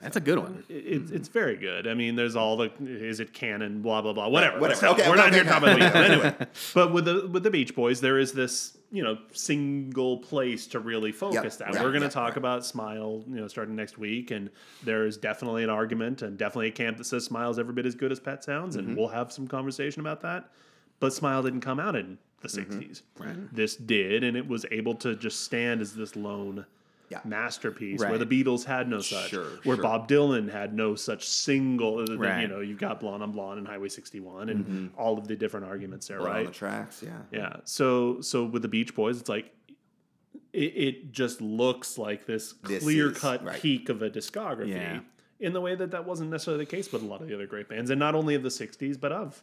[SPEAKER 3] that's a good one.
[SPEAKER 1] it's, it's very good. I mean, there's all the is it canon, blah blah blah, whatever.
[SPEAKER 2] Whatever.
[SPEAKER 1] Let's not-
[SPEAKER 2] Okay,
[SPEAKER 1] we're not
[SPEAKER 2] okay,
[SPEAKER 1] here
[SPEAKER 2] okay.
[SPEAKER 1] talking about Beatles. anyway. But with the with the Beach Boys, there is this you know single place to really focus.
[SPEAKER 2] Yep,
[SPEAKER 1] at.
[SPEAKER 2] right,
[SPEAKER 1] we're going to
[SPEAKER 2] right,
[SPEAKER 1] talk
[SPEAKER 2] right.
[SPEAKER 1] about Smile, you know, starting next week, and there is definitely an argument and definitely a camp that says Smile's every bit as good as Pet Sounds,
[SPEAKER 2] Mm-hmm.
[SPEAKER 1] and we'll have some conversation about that. But Smile didn't come out in the
[SPEAKER 2] Mm-hmm.
[SPEAKER 1] '60s. Right. This did, and it was able to just stand as this lone
[SPEAKER 2] Yeah.
[SPEAKER 1] masterpiece
[SPEAKER 3] Right.
[SPEAKER 1] where the Beatles had no such,
[SPEAKER 2] Sure,
[SPEAKER 1] where
[SPEAKER 2] sure.
[SPEAKER 1] Bob Dylan had no such single. Other than,
[SPEAKER 3] Right.
[SPEAKER 1] You know, you've got Blonde on Blonde and Highway 61 and all of the different arguments there,
[SPEAKER 2] Right. Mm-hmm. On the
[SPEAKER 1] right?
[SPEAKER 2] tracks, yeah.
[SPEAKER 1] Yeah. So, so with the Beach Boys, it's like it, it just looks like this
[SPEAKER 2] This
[SPEAKER 1] clear
[SPEAKER 2] is-
[SPEAKER 1] cut
[SPEAKER 2] right.
[SPEAKER 1] peak of a discography.
[SPEAKER 3] Yeah.
[SPEAKER 1] In the way that that wasn't necessarily the case with a lot of the other great bands, and not only of the '60s, but of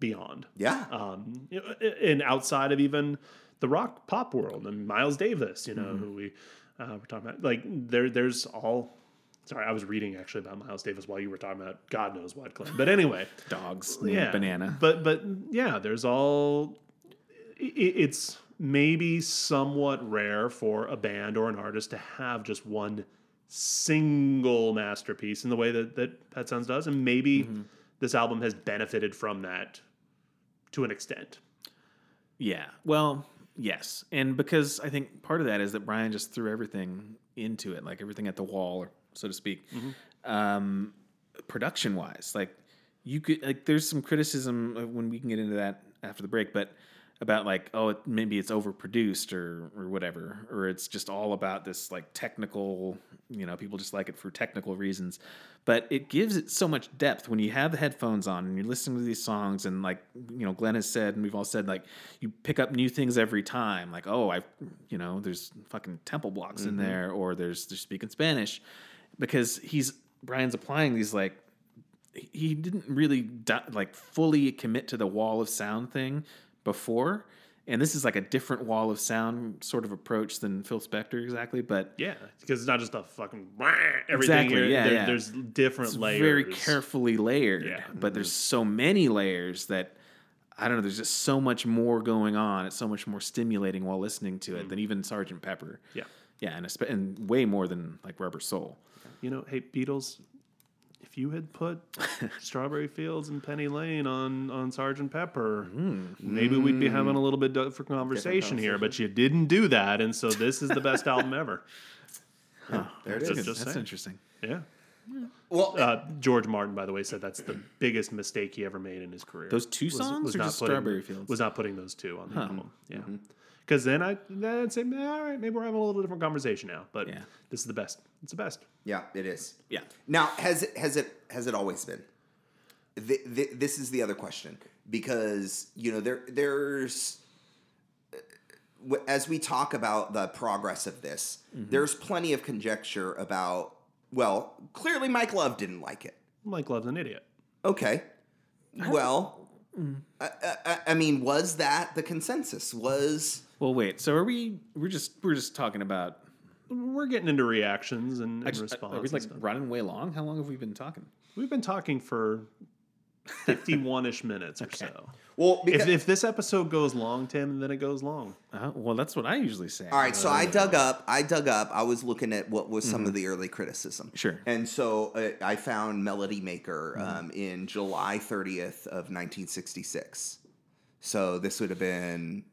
[SPEAKER 1] beyond
[SPEAKER 2] Yeah.
[SPEAKER 1] um, you know, and outside of even the rock pop world and Miles Davis, you know, who we uh, were talking about. Like there, there's all. Sorry, I was reading actually about Miles Davis while you were talking about God knows what, Glenn. But anyway,
[SPEAKER 3] Dogs,
[SPEAKER 1] yeah,
[SPEAKER 3] banana.
[SPEAKER 1] But but yeah, there's all. i- i it's maybe somewhat rare for a band or an artist to have just one single masterpiece in the way that that Pet Sounds does, and maybe this album has benefited from that to an extent.
[SPEAKER 3] Yeah. Well, yes. And because I think part of that is that Brian just threw everything into it, like everything at the wall, so to speak.
[SPEAKER 2] Mm-hmm.
[SPEAKER 3] Um, production wise, like you could, like, there's some criticism of when we can get into that after the break, but about like, oh, it, maybe it's overproduced or, or whatever, or it's just all about this like technical, you know, people just like it for technical reasons. But it gives it so much depth when you have the headphones on and you're listening to these songs and like, you know, Glenn has said, and we've all said, like, you pick up new things every time. Like, oh, I, you know, there's fucking temple blocks in there or there's, they're speaking Spanish because he's, Brian's applying these like he didn't really di- like fully commit to the wall of sound thing before and this is like a different wall of sound sort of approach than phil spector exactly but
[SPEAKER 1] Yeah, because it's not just a fucking everything.
[SPEAKER 3] Exactly,
[SPEAKER 1] here.
[SPEAKER 3] yeah,
[SPEAKER 1] There-
[SPEAKER 3] yeah.
[SPEAKER 1] There's different
[SPEAKER 3] it's
[SPEAKER 1] layers.
[SPEAKER 3] very carefully layered
[SPEAKER 1] Yeah. Mm-hmm.
[SPEAKER 3] but there's so many layers that i don't know there's just so much more going on it's so much more stimulating while listening to it than even sergeant pepper
[SPEAKER 1] Mm. Yeah,
[SPEAKER 3] yeah and, espe- and way more than like rubber soul
[SPEAKER 1] you know, hey Beatles, if you had put Strawberry Fields and Penny Lane on on Sergeant Pepper,
[SPEAKER 3] Mm-hmm.
[SPEAKER 1] maybe we'd be having a
[SPEAKER 3] Mm.
[SPEAKER 1] little bit different conversation here. But you didn't do that, and so this is the best album ever.
[SPEAKER 2] There it
[SPEAKER 1] That's
[SPEAKER 2] is.
[SPEAKER 1] just
[SPEAKER 3] that's
[SPEAKER 1] saying.
[SPEAKER 3] interesting
[SPEAKER 1] Yeah,
[SPEAKER 2] Well,
[SPEAKER 1] Uh, George Martin, by the way, said that's the biggest mistake he ever made in his career.
[SPEAKER 3] Those two songs or just
[SPEAKER 1] putting,
[SPEAKER 3] Strawberry Fields? Mm-hmm.
[SPEAKER 1] Was not putting those two on the album. Yeah. Because then I then I'd say, "Nah, all right, maybe we're having a little different conversation now. But
[SPEAKER 3] Yeah.
[SPEAKER 1] this is the best. It's the best.
[SPEAKER 2] yeah, it is.
[SPEAKER 3] yeah.
[SPEAKER 2] Now, has it has it has it always been? Th- th- this is the other question because you know there there's w- as we talk about the progress of this, there's plenty of conjecture about. Well, clearly Mike Love didn't like it.
[SPEAKER 1] Mike Love's an idiot.
[SPEAKER 2] Okay, well, I, I, I- I mean, was that the consensus? Was
[SPEAKER 3] Well, wait. So are we? We're just we're just talking about.
[SPEAKER 1] We're getting into reactions and, and
[SPEAKER 3] Just,
[SPEAKER 1] response.
[SPEAKER 3] are we
[SPEAKER 1] and
[SPEAKER 3] like
[SPEAKER 1] stuff.
[SPEAKER 3] running way long? How long have we been talking?
[SPEAKER 1] We've been talking for 51 ish minutes or so.
[SPEAKER 2] well because
[SPEAKER 1] If, if this episode goes long, Tim, then it goes long.
[SPEAKER 3] Uh, well, that's what I usually say. Uh,
[SPEAKER 2] All right, so I
[SPEAKER 1] Um,
[SPEAKER 2] dug up. I dug up. I was looking at what was some
[SPEAKER 1] Mm-hmm.
[SPEAKER 2] of the early criticism.
[SPEAKER 3] Sure.
[SPEAKER 2] And so uh, I found Melody Maker
[SPEAKER 1] Mm-hmm.
[SPEAKER 2] um, in July 30th of 1966. So this would have been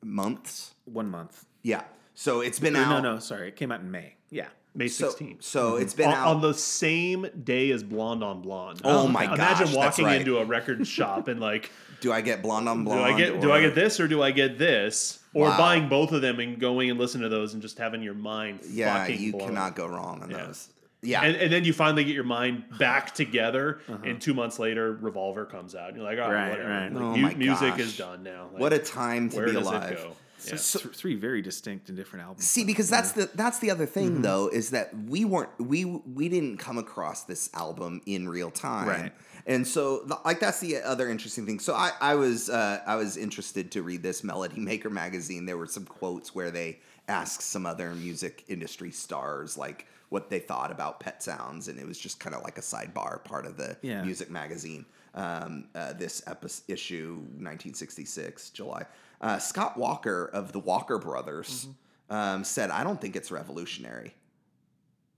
[SPEAKER 2] months.
[SPEAKER 3] One month.
[SPEAKER 2] Yeah. So it's been
[SPEAKER 3] No,
[SPEAKER 2] out.
[SPEAKER 3] no, sorry. It came out in May. Yeah.
[SPEAKER 1] May
[SPEAKER 2] So,
[SPEAKER 1] 16th.
[SPEAKER 2] so it's been
[SPEAKER 1] on,
[SPEAKER 2] out.
[SPEAKER 1] Mm-hmm. on the same day as Blonde on Blonde.
[SPEAKER 2] Oh my
[SPEAKER 1] Imagine
[SPEAKER 2] gosh, that's
[SPEAKER 1] walking
[SPEAKER 2] right.
[SPEAKER 1] into a record shop and like,
[SPEAKER 2] do I get blonde on
[SPEAKER 1] do
[SPEAKER 2] blonde?
[SPEAKER 1] I get do
[SPEAKER 2] or-
[SPEAKER 1] I get this or do I get this? Or
[SPEAKER 2] Wow.
[SPEAKER 1] buying both of them and going and listening to those and just having your mind
[SPEAKER 2] Yeah,
[SPEAKER 1] fucking
[SPEAKER 2] you
[SPEAKER 1] blown.
[SPEAKER 2] cannot go wrong on
[SPEAKER 1] Yeah.
[SPEAKER 2] those. Yeah. Uh-huh.
[SPEAKER 1] And, and then you finally get your mind back together, and two months later, Revolver comes out, and you're like, "All right,
[SPEAKER 3] Right,
[SPEAKER 1] whatever.
[SPEAKER 3] right.
[SPEAKER 1] Like,
[SPEAKER 2] Oh
[SPEAKER 1] mu-
[SPEAKER 2] my
[SPEAKER 1] music
[SPEAKER 2] gosh.
[SPEAKER 1] is done now." Like,
[SPEAKER 2] what a time to
[SPEAKER 1] where
[SPEAKER 2] be
[SPEAKER 1] does
[SPEAKER 2] alive.
[SPEAKER 1] it go? Yeah.
[SPEAKER 3] So th- three very distinct and different albums.
[SPEAKER 2] See, because that's the that's the other thing though is that we weren't we we didn't come across this album in real time,
[SPEAKER 3] Right.
[SPEAKER 2] And so, the- like, that's the other interesting thing. So, I I was uh, I was interested to read this Melody Maker magazine. There were some quotes where they asked some other music industry stars like what they thought about Pet Sounds, and it was just kind of like a sidebar part of the
[SPEAKER 3] Yeah.
[SPEAKER 2] music magazine. Um, uh, this epi- issue, 1966, July. Uh, Scott Walker of the Walker Brothers um, said, I don't think it's revolutionary.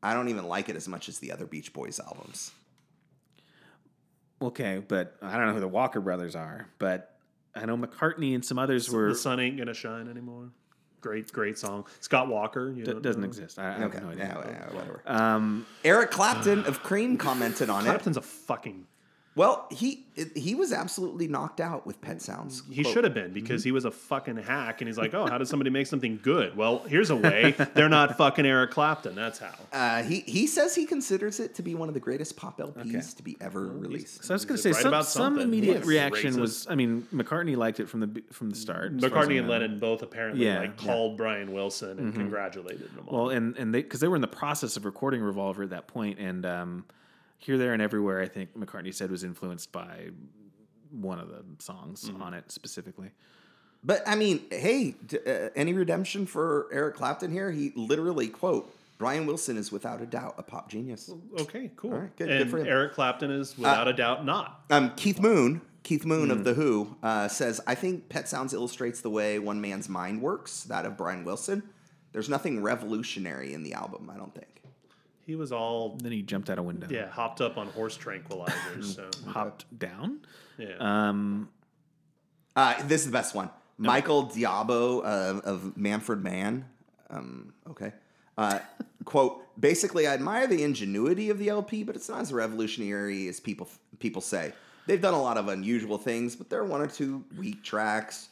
[SPEAKER 2] I don't even like it as much as the other Beach Boys albums.
[SPEAKER 3] okay, but I don't know who the Walker brothers are, but I know McCartney and some others were
[SPEAKER 1] the sun ain't gonna shine anymore. Great, great song. Scott Walker, you
[SPEAKER 3] d-
[SPEAKER 1] don't
[SPEAKER 3] doesn't
[SPEAKER 1] know?
[SPEAKER 3] exist. I, I
[SPEAKER 2] Okay.
[SPEAKER 3] have no
[SPEAKER 2] yeah,
[SPEAKER 3] idea.
[SPEAKER 2] yeah, whatever.
[SPEAKER 3] Um,
[SPEAKER 2] Eric Clapton of Cream commented on it.
[SPEAKER 1] Clapton's a fucking.
[SPEAKER 2] Well, he he was absolutely knocked out with Pet Sounds.
[SPEAKER 1] He should have been because
[SPEAKER 2] Mm-hmm.
[SPEAKER 1] he was a fucking hack, and he's like, "Oh, how does somebody make something good? Well, here's a way. They're not fucking Eric Clapton. That's how."
[SPEAKER 2] Uh, he he says he considers it to be one of the greatest pop LPs
[SPEAKER 3] Okay.
[SPEAKER 2] to be ever released.
[SPEAKER 3] so I was going to
[SPEAKER 1] He's
[SPEAKER 3] say
[SPEAKER 1] right
[SPEAKER 3] some,
[SPEAKER 1] about
[SPEAKER 3] some
[SPEAKER 1] something.
[SPEAKER 3] immediate
[SPEAKER 1] Yes.
[SPEAKER 3] reaction
[SPEAKER 1] Racist.
[SPEAKER 3] was. I mean, McCartney liked it from the be- from the start. as far as I
[SPEAKER 1] McCartney and
[SPEAKER 3] know.
[SPEAKER 1] Lennon both apparently
[SPEAKER 3] Yeah,
[SPEAKER 1] like
[SPEAKER 3] yeah.
[SPEAKER 1] called Brian Wilson
[SPEAKER 2] Mm-hmm.
[SPEAKER 1] and congratulated him. on
[SPEAKER 3] Well, and and they because they were in the process of recording Revolver at that point, and um, here, there, and everywhere. I think McCartney said was influenced by one of the songs on it specifically.
[SPEAKER 2] But I mean, hey, d- uh, any redemption for Eric Clapton here? He literally quote Brian Wilson is without a doubt a pop genius.
[SPEAKER 1] Okay, cool.
[SPEAKER 2] right, good- good
[SPEAKER 1] and
[SPEAKER 2] for him. Uh,
[SPEAKER 1] Eric Clapton is without a doubt not.
[SPEAKER 2] Um, Keith Moon, Keith Moon of the Who, uh, says I think Pet Sounds illustrates the way one man's mind works, that of Brian Wilson. There's nothing revolutionary in the album, I don't think.
[SPEAKER 1] He was all
[SPEAKER 3] Then he jumped out a window.
[SPEAKER 1] yeah hopped up on horse tranquilizers. so
[SPEAKER 3] hopped down.
[SPEAKER 1] yeah,
[SPEAKER 3] Um,
[SPEAKER 2] Uh, this is the best one. Michael Diabo uh, of Manfred Mann. Um, okay. Uh, quote: Basically, I admire the ingenuity of the LP, but it's not as revolutionary as people people say. They've done a lot of unusual things, but there are one or two weak tracks.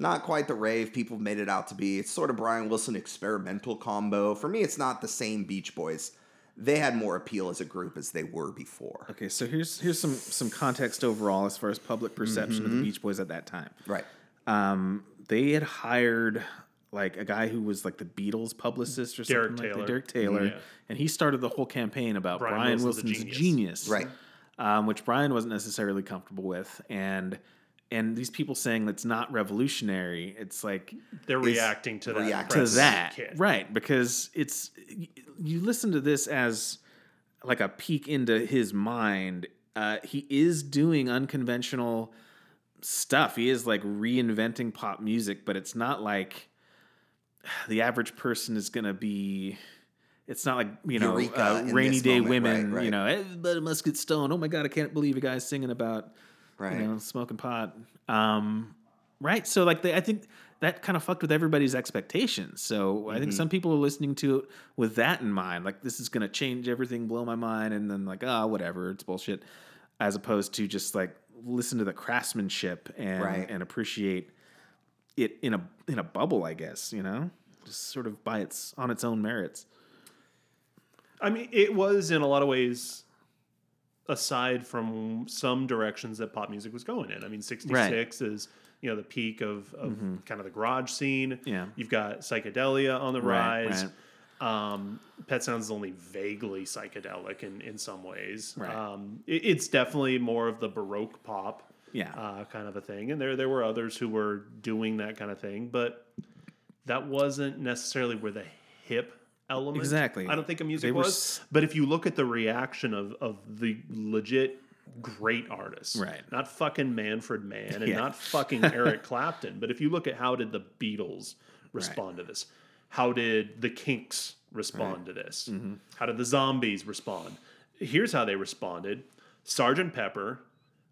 [SPEAKER 2] Not quite the rave people have made it out to be. It's sort of Brian Wilson experimental combo. For me, it's not the same Beach Boys. They had more appeal as a group as they were before.
[SPEAKER 3] okay, so here's here's some some context overall as far as public perception of the Beach Boys at that time.
[SPEAKER 2] Right.
[SPEAKER 3] Um, they had hired like a guy who was like the Beatles publicist or
[SPEAKER 1] Derek
[SPEAKER 3] something
[SPEAKER 1] Taylor.
[SPEAKER 3] like
[SPEAKER 1] Mm-hmm.
[SPEAKER 3] that, Derek Taylor,
[SPEAKER 1] Yeah.
[SPEAKER 3] and he started the whole campaign about Brian,
[SPEAKER 1] Brian
[SPEAKER 3] Wilson's,
[SPEAKER 1] Wilson's a
[SPEAKER 3] genius.
[SPEAKER 1] genius.
[SPEAKER 2] Right.
[SPEAKER 3] um, which Brian wasn't necessarily comfortable with, and and these people saying that's not revolutionary. It's like
[SPEAKER 1] they're reacting to that.
[SPEAKER 2] react to
[SPEAKER 3] to
[SPEAKER 1] press
[SPEAKER 3] that,
[SPEAKER 1] kit.
[SPEAKER 3] right? Because it's y- you listen to this as like a peek into his mind. Uh, he is doing unconventional stuff. He is like reinventing pop music, but it's not like the average person is gonna be. It's not like you know,
[SPEAKER 2] Eureka
[SPEAKER 3] uh,
[SPEAKER 2] in this
[SPEAKER 3] rainy day
[SPEAKER 2] moment, right,
[SPEAKER 3] women. You
[SPEAKER 2] right.
[SPEAKER 3] know, everybody must get stoned. Oh my god, I can't believe a guy's singing about
[SPEAKER 2] Right.
[SPEAKER 3] you know, smoking pot. Um, right. So like, they, I think that kind of fucked with everybody's expectations. So I think some people are listening to it with that in mind, like this is going to change everything, blow my mind, and then like ah whatever, it's bullshit, as opposed to just like listen to the craftsmanship and
[SPEAKER 2] Right.
[SPEAKER 3] and appreciate it in a in a bubble, I guess you know, just sort of by its on its own merits.
[SPEAKER 1] I mean, it was in a lot of ways, aside from some directions that pop music was going in. I mean, '66 is you know the peak of, of kind of the garage scene.
[SPEAKER 3] Mm-hmm. Yeah.
[SPEAKER 1] you've got psychedelia on the
[SPEAKER 3] Right,
[SPEAKER 1] rise.
[SPEAKER 3] right.
[SPEAKER 1] Um, Pet Sounds is only vaguely psychedelic in, in some ways.
[SPEAKER 3] Right.
[SPEAKER 1] Um, it- it's definitely more of the baroque pop
[SPEAKER 3] Yeah.
[SPEAKER 1] uh, kind of a thing, and there there were others who were doing that kind of thing, but that wasn't necessarily where the hip element
[SPEAKER 3] Exactly.
[SPEAKER 1] I don't think a music
[SPEAKER 3] They were
[SPEAKER 1] was,
[SPEAKER 3] s-
[SPEAKER 1] but if you look at the reaction of of the legit great artists,
[SPEAKER 3] Right.
[SPEAKER 1] Not fucking Manfred Mann and
[SPEAKER 3] Yeah.
[SPEAKER 1] not fucking Eric Clapton, but if you look at how did the Beatles respond to this, how did the Kinks respond to this, how did the Zombies respond? Here's how they responded: Sergeant Pepper,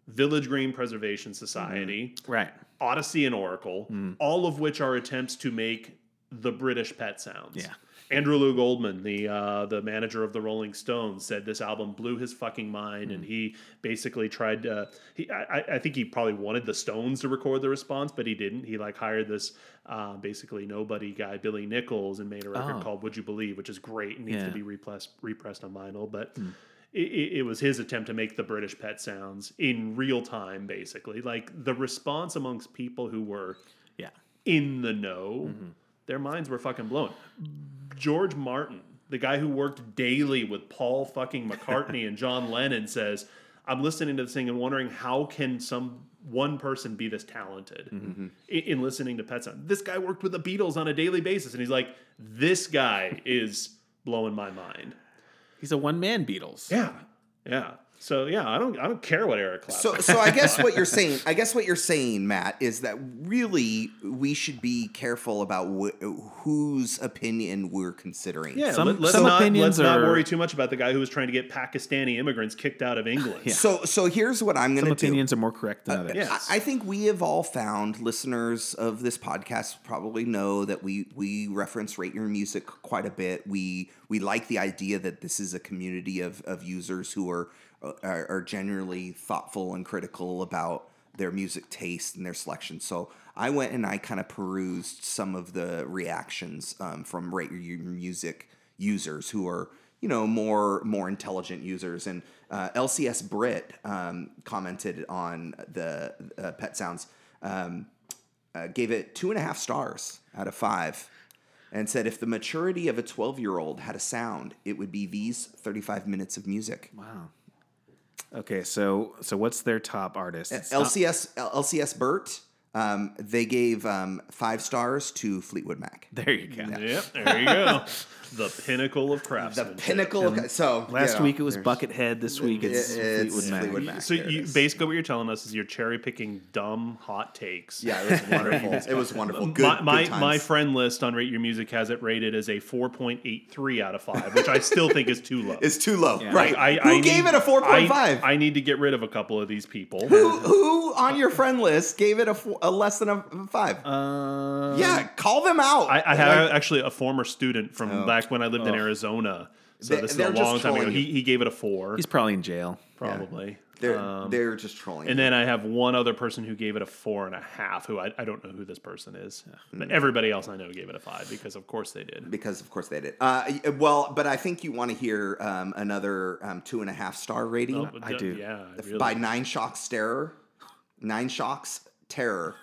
[SPEAKER 1] Village Green Preservation Society.
[SPEAKER 3] right.
[SPEAKER 1] Odyssey and Oracle,
[SPEAKER 3] Hmm.
[SPEAKER 1] all of which are attempts to make the British pet sounds.
[SPEAKER 3] Yeah.
[SPEAKER 1] Andrew Lou Goldman, the uh, the manager of the Rolling Stones, said this album blew his fucking mind,
[SPEAKER 3] Hmm.
[SPEAKER 1] and he basically tried to. He, I, I- I think he probably wanted the Stones to record the response, but he didn't. He like hired this uh, basically nobody guy, Billy Nichols, and made a record
[SPEAKER 3] Oh.
[SPEAKER 1] called "Would You Believe," which is great and needs to
[SPEAKER 3] Yeah.
[SPEAKER 1] be repressed repressed on vinyl, but. It, it, it was his attempt to make the British pet sounds in real time, basically. Like the response amongst people who were
[SPEAKER 3] Yeah.
[SPEAKER 1] in the know, their minds were fucking blown. George Martin, the guy who worked daily with Paul fucking McCartney and John Lennon, says, "I'm listening to this thing and wondering how can some one person be this talented i- in, listening to Pet Sounds." This guy worked with the Beatles on a daily basis, and he's like, "This guy is blowing my mind."
[SPEAKER 3] He's a one man Beatles.
[SPEAKER 1] Yeah, yeah. So yeah, I don't I don't care what Eric Clapton.
[SPEAKER 2] So, so I guess what you're saying, I guess what you're saying, Matt, is that really we should be careful about wh- whose opinion we're considering.
[SPEAKER 1] yeah,
[SPEAKER 3] Some-
[SPEAKER 1] let, us
[SPEAKER 3] some
[SPEAKER 1] not, let's
[SPEAKER 3] opinions
[SPEAKER 1] not
[SPEAKER 3] are-
[SPEAKER 1] worry too much about the guy who was trying to get Pakistani immigrants kicked out of England.
[SPEAKER 2] So, so here's what I'm
[SPEAKER 3] Some
[SPEAKER 2] going to do.
[SPEAKER 3] opinions are more correct than others.
[SPEAKER 1] yeah.
[SPEAKER 2] I I think we have all found listeners of this podcast probably know that we we reference rate your music quite a bit. We we like the idea that this is a community of of users who are are, are generally thoughtful and critical about their music taste and their selection. So I went and I kind of perused some of the reactions um, from rate your music users who are you know more more intelligent users and uh, lcs brit um, commented on the uh, pet sounds um, uh, gave it two and a half stars out of five and said if the maturity of a 12 year old had a sound it would be these 35 minutes of music
[SPEAKER 3] Wow. Okay, so so what's their top artist? It's not-
[SPEAKER 2] lcs lcs burt um, they gave um, five stars to fleetwood mac
[SPEAKER 3] there you go.
[SPEAKER 1] Yep, there you go. the pinnacle of
[SPEAKER 2] the
[SPEAKER 1] craftsmanship.
[SPEAKER 2] pinnacle of so
[SPEAKER 3] Last
[SPEAKER 2] you know,
[SPEAKER 3] week it was Buckethead. This week it's,
[SPEAKER 2] it's
[SPEAKER 3] Fleetwood Mac.
[SPEAKER 2] Fleetwood Mac.
[SPEAKER 1] So
[SPEAKER 2] There it
[SPEAKER 1] you,
[SPEAKER 2] is.
[SPEAKER 1] basically, what you're telling us is you're cherry picking dumb hot takes.
[SPEAKER 2] yeah it was wonderful it was wonderful good,
[SPEAKER 1] my my,
[SPEAKER 2] good times.
[SPEAKER 1] my friend list on Rate Your Music has it rated as a 4.83 out of five, which I still think is too low.
[SPEAKER 2] It's too low.
[SPEAKER 1] Like,
[SPEAKER 2] Right. who
[SPEAKER 1] need-
[SPEAKER 2] gave it a 4.5?
[SPEAKER 1] I, I need to get rid of a couple of these people.
[SPEAKER 2] who, who on your friend list gave it a, four, a less than a five?
[SPEAKER 3] Um,
[SPEAKER 2] yeah, call them out.
[SPEAKER 1] I, I have actually a former student from back when I lived in
[SPEAKER 3] Oh.
[SPEAKER 1] Arizona. So
[SPEAKER 2] They-
[SPEAKER 1] this is
[SPEAKER 2] they're
[SPEAKER 1] a
[SPEAKER 2] just
[SPEAKER 1] long time ago.
[SPEAKER 2] trolling you.
[SPEAKER 1] He, he gave it a four,
[SPEAKER 3] he's probably in jail.
[SPEAKER 1] probably.
[SPEAKER 2] they're, they're just trolling.
[SPEAKER 1] um, And then I have one other person who gave it a four and a half, who I, I don't know who this person is. But everybody else I know gave it a five because, of course, they did.
[SPEAKER 2] because of course they did. Uh, y- well, but I think you want to hear um, another um, two and a half star rating
[SPEAKER 1] Oh, but
[SPEAKER 3] I
[SPEAKER 1] d-
[SPEAKER 3] do.
[SPEAKER 1] Yeah, I really-
[SPEAKER 2] by Nine Shocks Terror. Nine Shocks Terror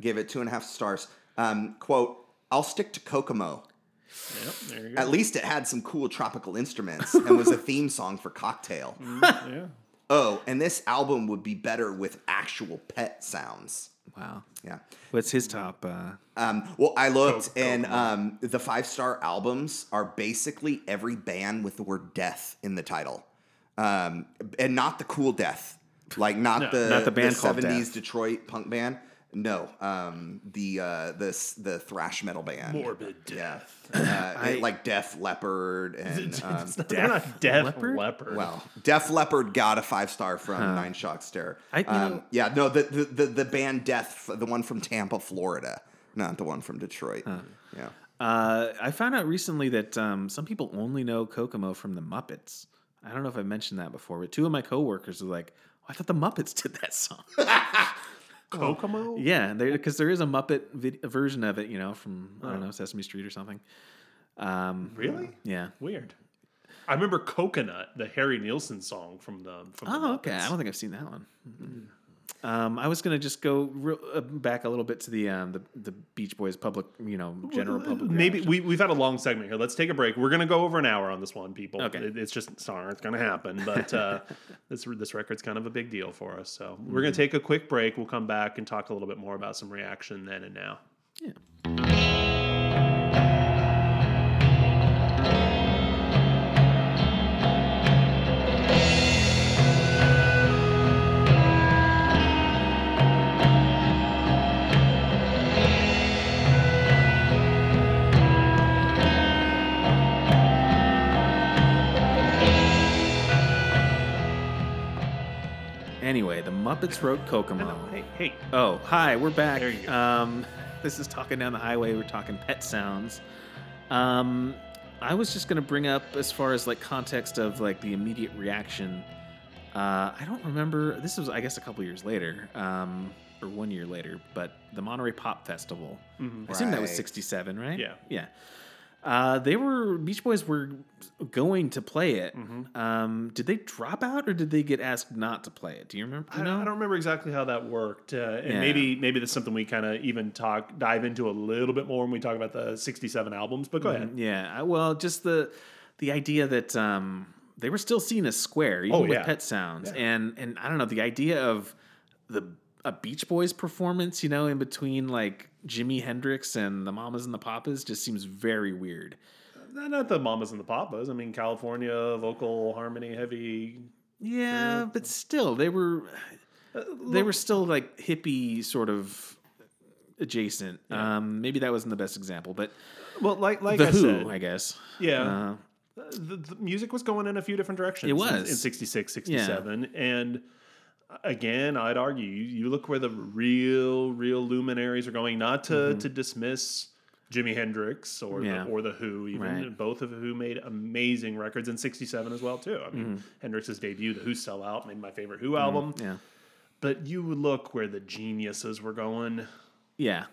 [SPEAKER 2] gave it two and a half stars. Um, quote, I'll stick to Kokomo.
[SPEAKER 1] Yep, there you go.
[SPEAKER 2] At least it had some cool tropical instruments and was a theme song for Cocktail.
[SPEAKER 1] yeah.
[SPEAKER 2] Oh, and this album would be better with actual pet sounds.
[SPEAKER 3] Wow.
[SPEAKER 2] Yeah.
[SPEAKER 3] What's his top? Uh,
[SPEAKER 2] Um, well, I looked, and um, the five star albums are basically every band with the word death in the title, um, and not the cool death, like not the
[SPEAKER 3] not the band called
[SPEAKER 2] seventies
[SPEAKER 3] Death.
[SPEAKER 2] Detroit punk band. No, um, the uh, this the thrash metal band.
[SPEAKER 1] Morbid
[SPEAKER 2] Yeah, uh, it- like Def Leppard and um,
[SPEAKER 1] They're not Death
[SPEAKER 3] Leopard?
[SPEAKER 1] Leopard.
[SPEAKER 2] Well, Def Leppard got a five star from Nine Shock Stare.
[SPEAKER 3] I- you
[SPEAKER 2] um,
[SPEAKER 3] know-
[SPEAKER 2] yeah, no, the, the the the band Death, the one from Tampa, Florida, not the one from Detroit. Yeah.
[SPEAKER 3] Uh, I found out recently that um, some people only know Kokomo from the Muppets. I don't know if I mentioned that before, but two of my coworkers were like, oh, "I thought the Muppets did that song."
[SPEAKER 1] Kokomo?
[SPEAKER 3] yeah, because there is a Muppet vid- version of it, you know, from I don't know Sesame Street or something. Um,
[SPEAKER 1] Really?
[SPEAKER 3] yeah.
[SPEAKER 1] Weird. I remember Coconut, the Harry Nielsen song from the from the
[SPEAKER 3] Oh, okay.
[SPEAKER 1] Muppets.
[SPEAKER 3] I don't think I've seen that one. Um, I was gonna just go real, uh, back a little bit to the um, the the Beach Boys public, you know, general public.
[SPEAKER 1] uh, Maybe
[SPEAKER 3] reaction.
[SPEAKER 1] we, we've had a long segment here. Let's take a break. We're going to go over an hour on this one, people.
[SPEAKER 3] Okay.
[SPEAKER 1] It- it's just sorry, it's going to happen, but uh, this this record's kind of a big deal for us. So we're
[SPEAKER 3] Mm-hmm.
[SPEAKER 1] going to take a quick break. We'll come back and talk a little bit more about some reaction then and now.
[SPEAKER 3] Yeah. Anyway, the Muppets wrote Kokomo.
[SPEAKER 1] Hey, hey,
[SPEAKER 3] Oh, hi, we're back.
[SPEAKER 1] There you go.
[SPEAKER 3] Um, this is Talking Down the Highway. We're talking pet sounds. Um, I was just going to bring up, as far as like context of like the immediate reaction, uh, I don't remember. This was, I guess, a couple years later, um, or one year later, but the Monterey Pop Festival.
[SPEAKER 1] Mhm.
[SPEAKER 3] I assume that was
[SPEAKER 2] Right.
[SPEAKER 3] 67, right?
[SPEAKER 1] Yeah.
[SPEAKER 3] Yeah. Uh, they were, Beach Boys were going to play it.
[SPEAKER 1] Mhm.
[SPEAKER 3] Um, did they drop out or did they get asked not to play it? Do you remember?
[SPEAKER 1] I,
[SPEAKER 3] you know?
[SPEAKER 1] I don't remember exactly how that worked, uh, and
[SPEAKER 3] Yeah.
[SPEAKER 1] maybe maybe that's something we kind of even talk dive into a little bit more when we talk about the '67 albums. But go
[SPEAKER 3] Mm-hmm.
[SPEAKER 1] ahead.
[SPEAKER 3] Mm, Yeah. I- Well, just the the idea that um, they were still seen as square, even
[SPEAKER 1] Oh,
[SPEAKER 3] with
[SPEAKER 1] yeah.
[SPEAKER 3] Pet Sounds,
[SPEAKER 1] Yeah.
[SPEAKER 3] and and I don't know the idea of the a Beach Boys performance, you know, in between like Jimi Hendrix and the Mamas and the Papas, just seems very weird.
[SPEAKER 1] Not- Not the Mamas and the Papas. I mean, California vocal harmony heavy.
[SPEAKER 3] Yeah, but still, they were
[SPEAKER 1] uh,
[SPEAKER 3] they were still like hippie sort of adjacent. Um, maybe that wasn't the best example, but
[SPEAKER 1] Well, like like
[SPEAKER 3] the
[SPEAKER 1] I
[SPEAKER 3] Who,
[SPEAKER 1] said,
[SPEAKER 3] I guess.
[SPEAKER 1] yeah.
[SPEAKER 3] Uh,
[SPEAKER 1] the, the music was going in a few different directions.
[SPEAKER 3] It
[SPEAKER 1] in-
[SPEAKER 3] was.
[SPEAKER 1] in 66, 67. And uh, again, I'd argue you, you look where the real, real luminaries are going, not to, to dismiss Jimi Hendrix or
[SPEAKER 3] Mm-hmm. Yeah.
[SPEAKER 1] the, or the Who, even
[SPEAKER 3] Right.
[SPEAKER 1] both of who made amazing records in 67 as well, too. I
[SPEAKER 3] Mm-hmm.
[SPEAKER 1] mean, Hendrix's debut, The Who Sell Out, made my favorite Who album.
[SPEAKER 3] yeah.
[SPEAKER 1] But you would look where the geniuses were going.
[SPEAKER 3] Yeah.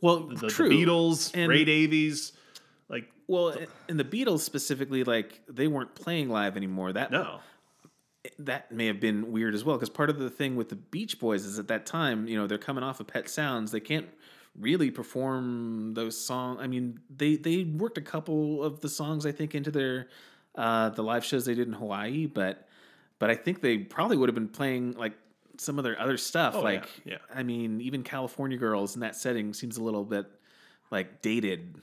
[SPEAKER 3] Well,
[SPEAKER 1] The, the
[SPEAKER 3] true.
[SPEAKER 1] Beatles,
[SPEAKER 3] And-
[SPEAKER 1] Ray Davies, like,
[SPEAKER 3] Well, and the Beatles specifically, like they weren't playing live anymore. That
[SPEAKER 1] no.
[SPEAKER 3] that may have been weird as well, because part of the thing with the Beach Boys is at that time, you know, they're coming off of Pet Sounds. They can't really perform those songs. I mean, they they worked a couple of the songs I think into their uh, the live shows they did in Hawaii, but but I think they probably would have been playing like some of their other stuff.
[SPEAKER 1] Oh, yeah,
[SPEAKER 3] like,
[SPEAKER 1] yeah.
[SPEAKER 3] I mean, even California Girls in that setting seems a little bit like dated.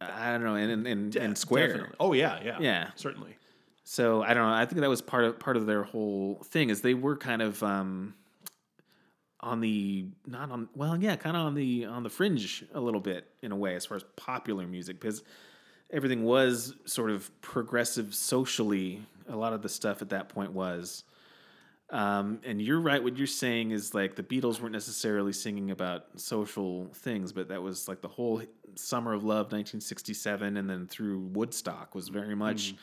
[SPEAKER 3] I don't know, and and and, and square.
[SPEAKER 1] Definitely. Oh, yeah, yeah.
[SPEAKER 3] Yeah.
[SPEAKER 1] Certainly.
[SPEAKER 3] So I don't know. I think that was part of part of their whole thing is they were kind of um, on the not on well yeah kind of on the on the fringe a little bit in a way as far as popular music because everything was sort of progressive socially. A lot of the stuff at that point was. Um, and you're right. What you're saying is like the Beatles weren't necessarily singing about social things, but that was like the whole summer of love, 1967, and then through Woodstock was very much